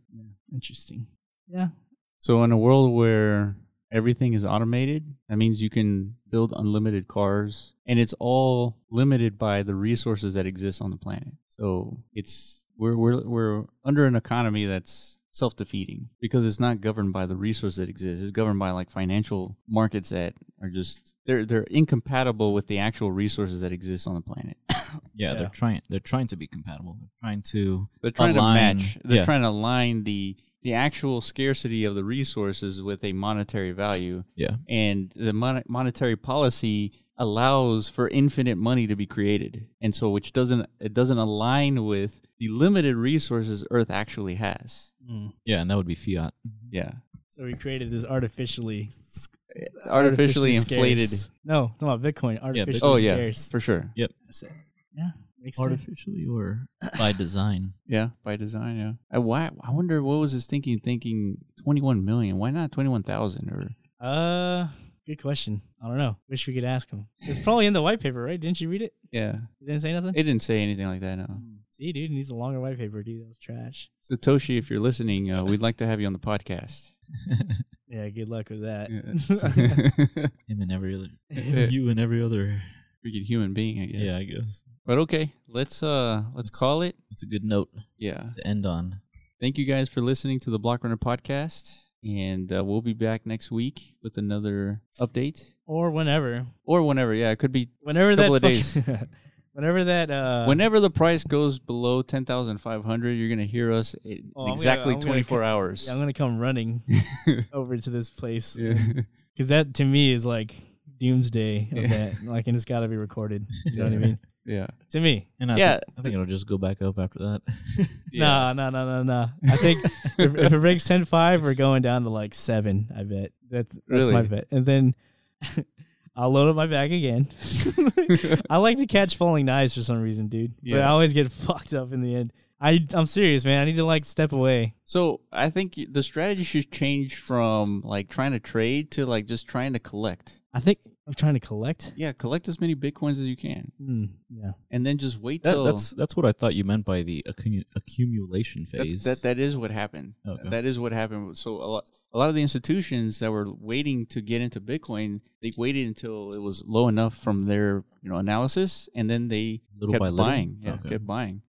B: Interesting. Yeah.
A: So in a world where everything is automated, that means you can build unlimited cars and it's all limited by the resources that exist on the planet. So it's we're we're we're under an economy that's self-defeating because it's not governed by the resource that exists. It's governed by like financial markets that are just they're they're incompatible with the actual resources that exist on the planet.
C: Yeah,
B: Yeah.
C: they're trying they're trying to be compatible. They're trying to
A: They're trying
C: Align,
A: to match. They're
C: yeah.
A: trying to align the the actual scarcity of the resources with a monetary value.
C: Yeah.
A: and the mon- monetary policy allows for infinite money to be created and so which doesn't it doesn't align with the limited resources earth actually has
B: Mm.
C: Yeah, and that would be fiat.
A: yeah
B: So we created this artificially
A: artificially, inflated
B: scarce- No, no, Bitcoin artificially
A: oh yeah
B: scarce.
A: for sure
B: Asset. Yeah, makes sense.
C: Artificially or by design.
A: yeah by design yeah I, why i wonder what was his thinking thinking 21 million why not 21000 or
B: Uh, good question. I don't know. Wish we could ask him. It's probably in the white paper, right? Didn't you read it?
A: yeah
B: You didn't say nothing.
A: it didn't say anything like that no
B: See, dude, it needs a longer white paper, dude. That was trash.
A: satoshi if you're listening uh, we'd like to have you on the podcast
B: Yeah, good luck with that.
C: Him and every other you and every other
A: freaking human being i guess
C: Yeah, I guess.
A: but okay let's uh let's
C: Let's-
A: call it
C: That's a good note
A: yeah
C: to end on.
A: Thank you guys for listening to the Block Runner podcast, and uh, we'll be back next week with another update
B: or whenever,
A: or whenever. Yeah, it could be
B: whenever
A: Couple
B: that,
A: of
B: fucking, whenever that, uh,
A: whenever the price goes below ten thousand five hundred. You're gonna hear us in
B: Oh, I'm gonna-
A: exactly
B: I'm gonna
A: twenty four
B: co-
A: hours.
B: yeah, I'm gonna come running over to this place
A: Yeah.
B: because that to me is like doomsday of that. Like, and it's got to be recorded. You know what I mean?
A: yeah,
B: To me,
C: And I
A: Yeah.
C: think, I think it'll just go back up after that.
B: Nah, nah, nah, nah, nah. I think if, if it breaks 10 5, we're going down to like 7, I bet. That's, that's my
A: Really?
B: bet. And then I'll load up my bag again. I like to catch falling knives for some reason, dude. But I
A: Yeah.
B: always get fucked up in the end. I I'm serious, man. I need to like step away.
A: So I think y- the strategy should change from like trying to trade to like just trying to collect.
B: I think I'm trying to collect.
A: Yeah, collect as many bitcoins as you can,
B: Hmm, yeah.
A: and then just wait
C: That,
A: till
C: that's that's what I thought you meant by the accumu- accumulation phase.
A: that's, that that is what happened.
C: Okay.
A: That is what happened. So a lot a lot of the institutions that were waiting to get into Bitcoin, they waited until it was low enough from their you know analysis, and then they
C: Little
A: kept
C: by little?
A: buying. Yeah,
C: Okay.
A: kept buying.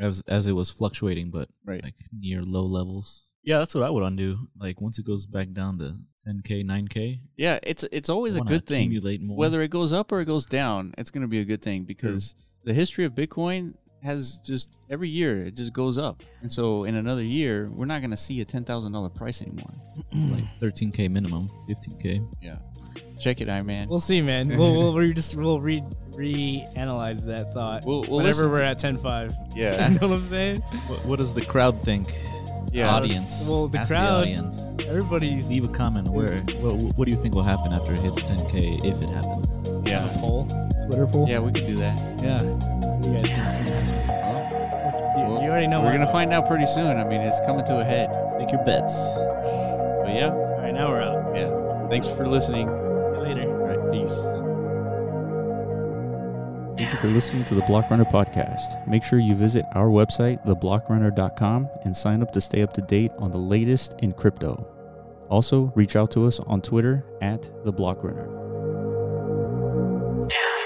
C: as as it was fluctuating, but
A: Right.
C: like near low levels. Yeah, that's what I would undo. Like once it goes back down to 10k, 9k,
A: Yeah, it's it's always a
C: wanna
A: good thing.
C: accumulate more.
A: Whether it goes up or it goes down, it's going to be a good thing because the history of Bitcoin has just every year it just goes up, and so in another year we're not going to see a ten thousand dollar price anymore.
C: like 13k minimum, 15k.
A: Yeah, check it, I man.
B: We'll see, man. We'll we'll re- just we'll re reanalyze that thought.
A: We'll- we'll
B: whenever
A: listen
B: we're at ten five. You
A: yeah,
B: know what I'm saying?
C: What, what does the crowd think?
A: yeah.
C: Uh, Audience.
B: Well, the
C: Ask
B: crowd-
C: The audience.
B: Everybody's
C: Leave a comment. Where? What, what do you think will happen after it hits 10k? If it happens.
A: yeah,
B: poll, Twitter poll.
A: yeah. We could do that.
B: Yeah. What do you guys think?
A: Well,
B: You,
A: well,
B: you already know.
A: We're
B: what-
A: going to find out pretty soon. I mean, it's coming to a head.
C: Take your bets.
A: But yeah,
B: All right, now we're out.
A: yeah. Thanks for listening.
B: See you later.
A: All right, peace.
E: Thank you for listening to the Block Runner podcast. Make sure you visit our website, theblockrunner.com, and sign up to stay up to date on the latest in crypto. Also, reach out to us on Twitter at the Block Runner.
F: Yeah.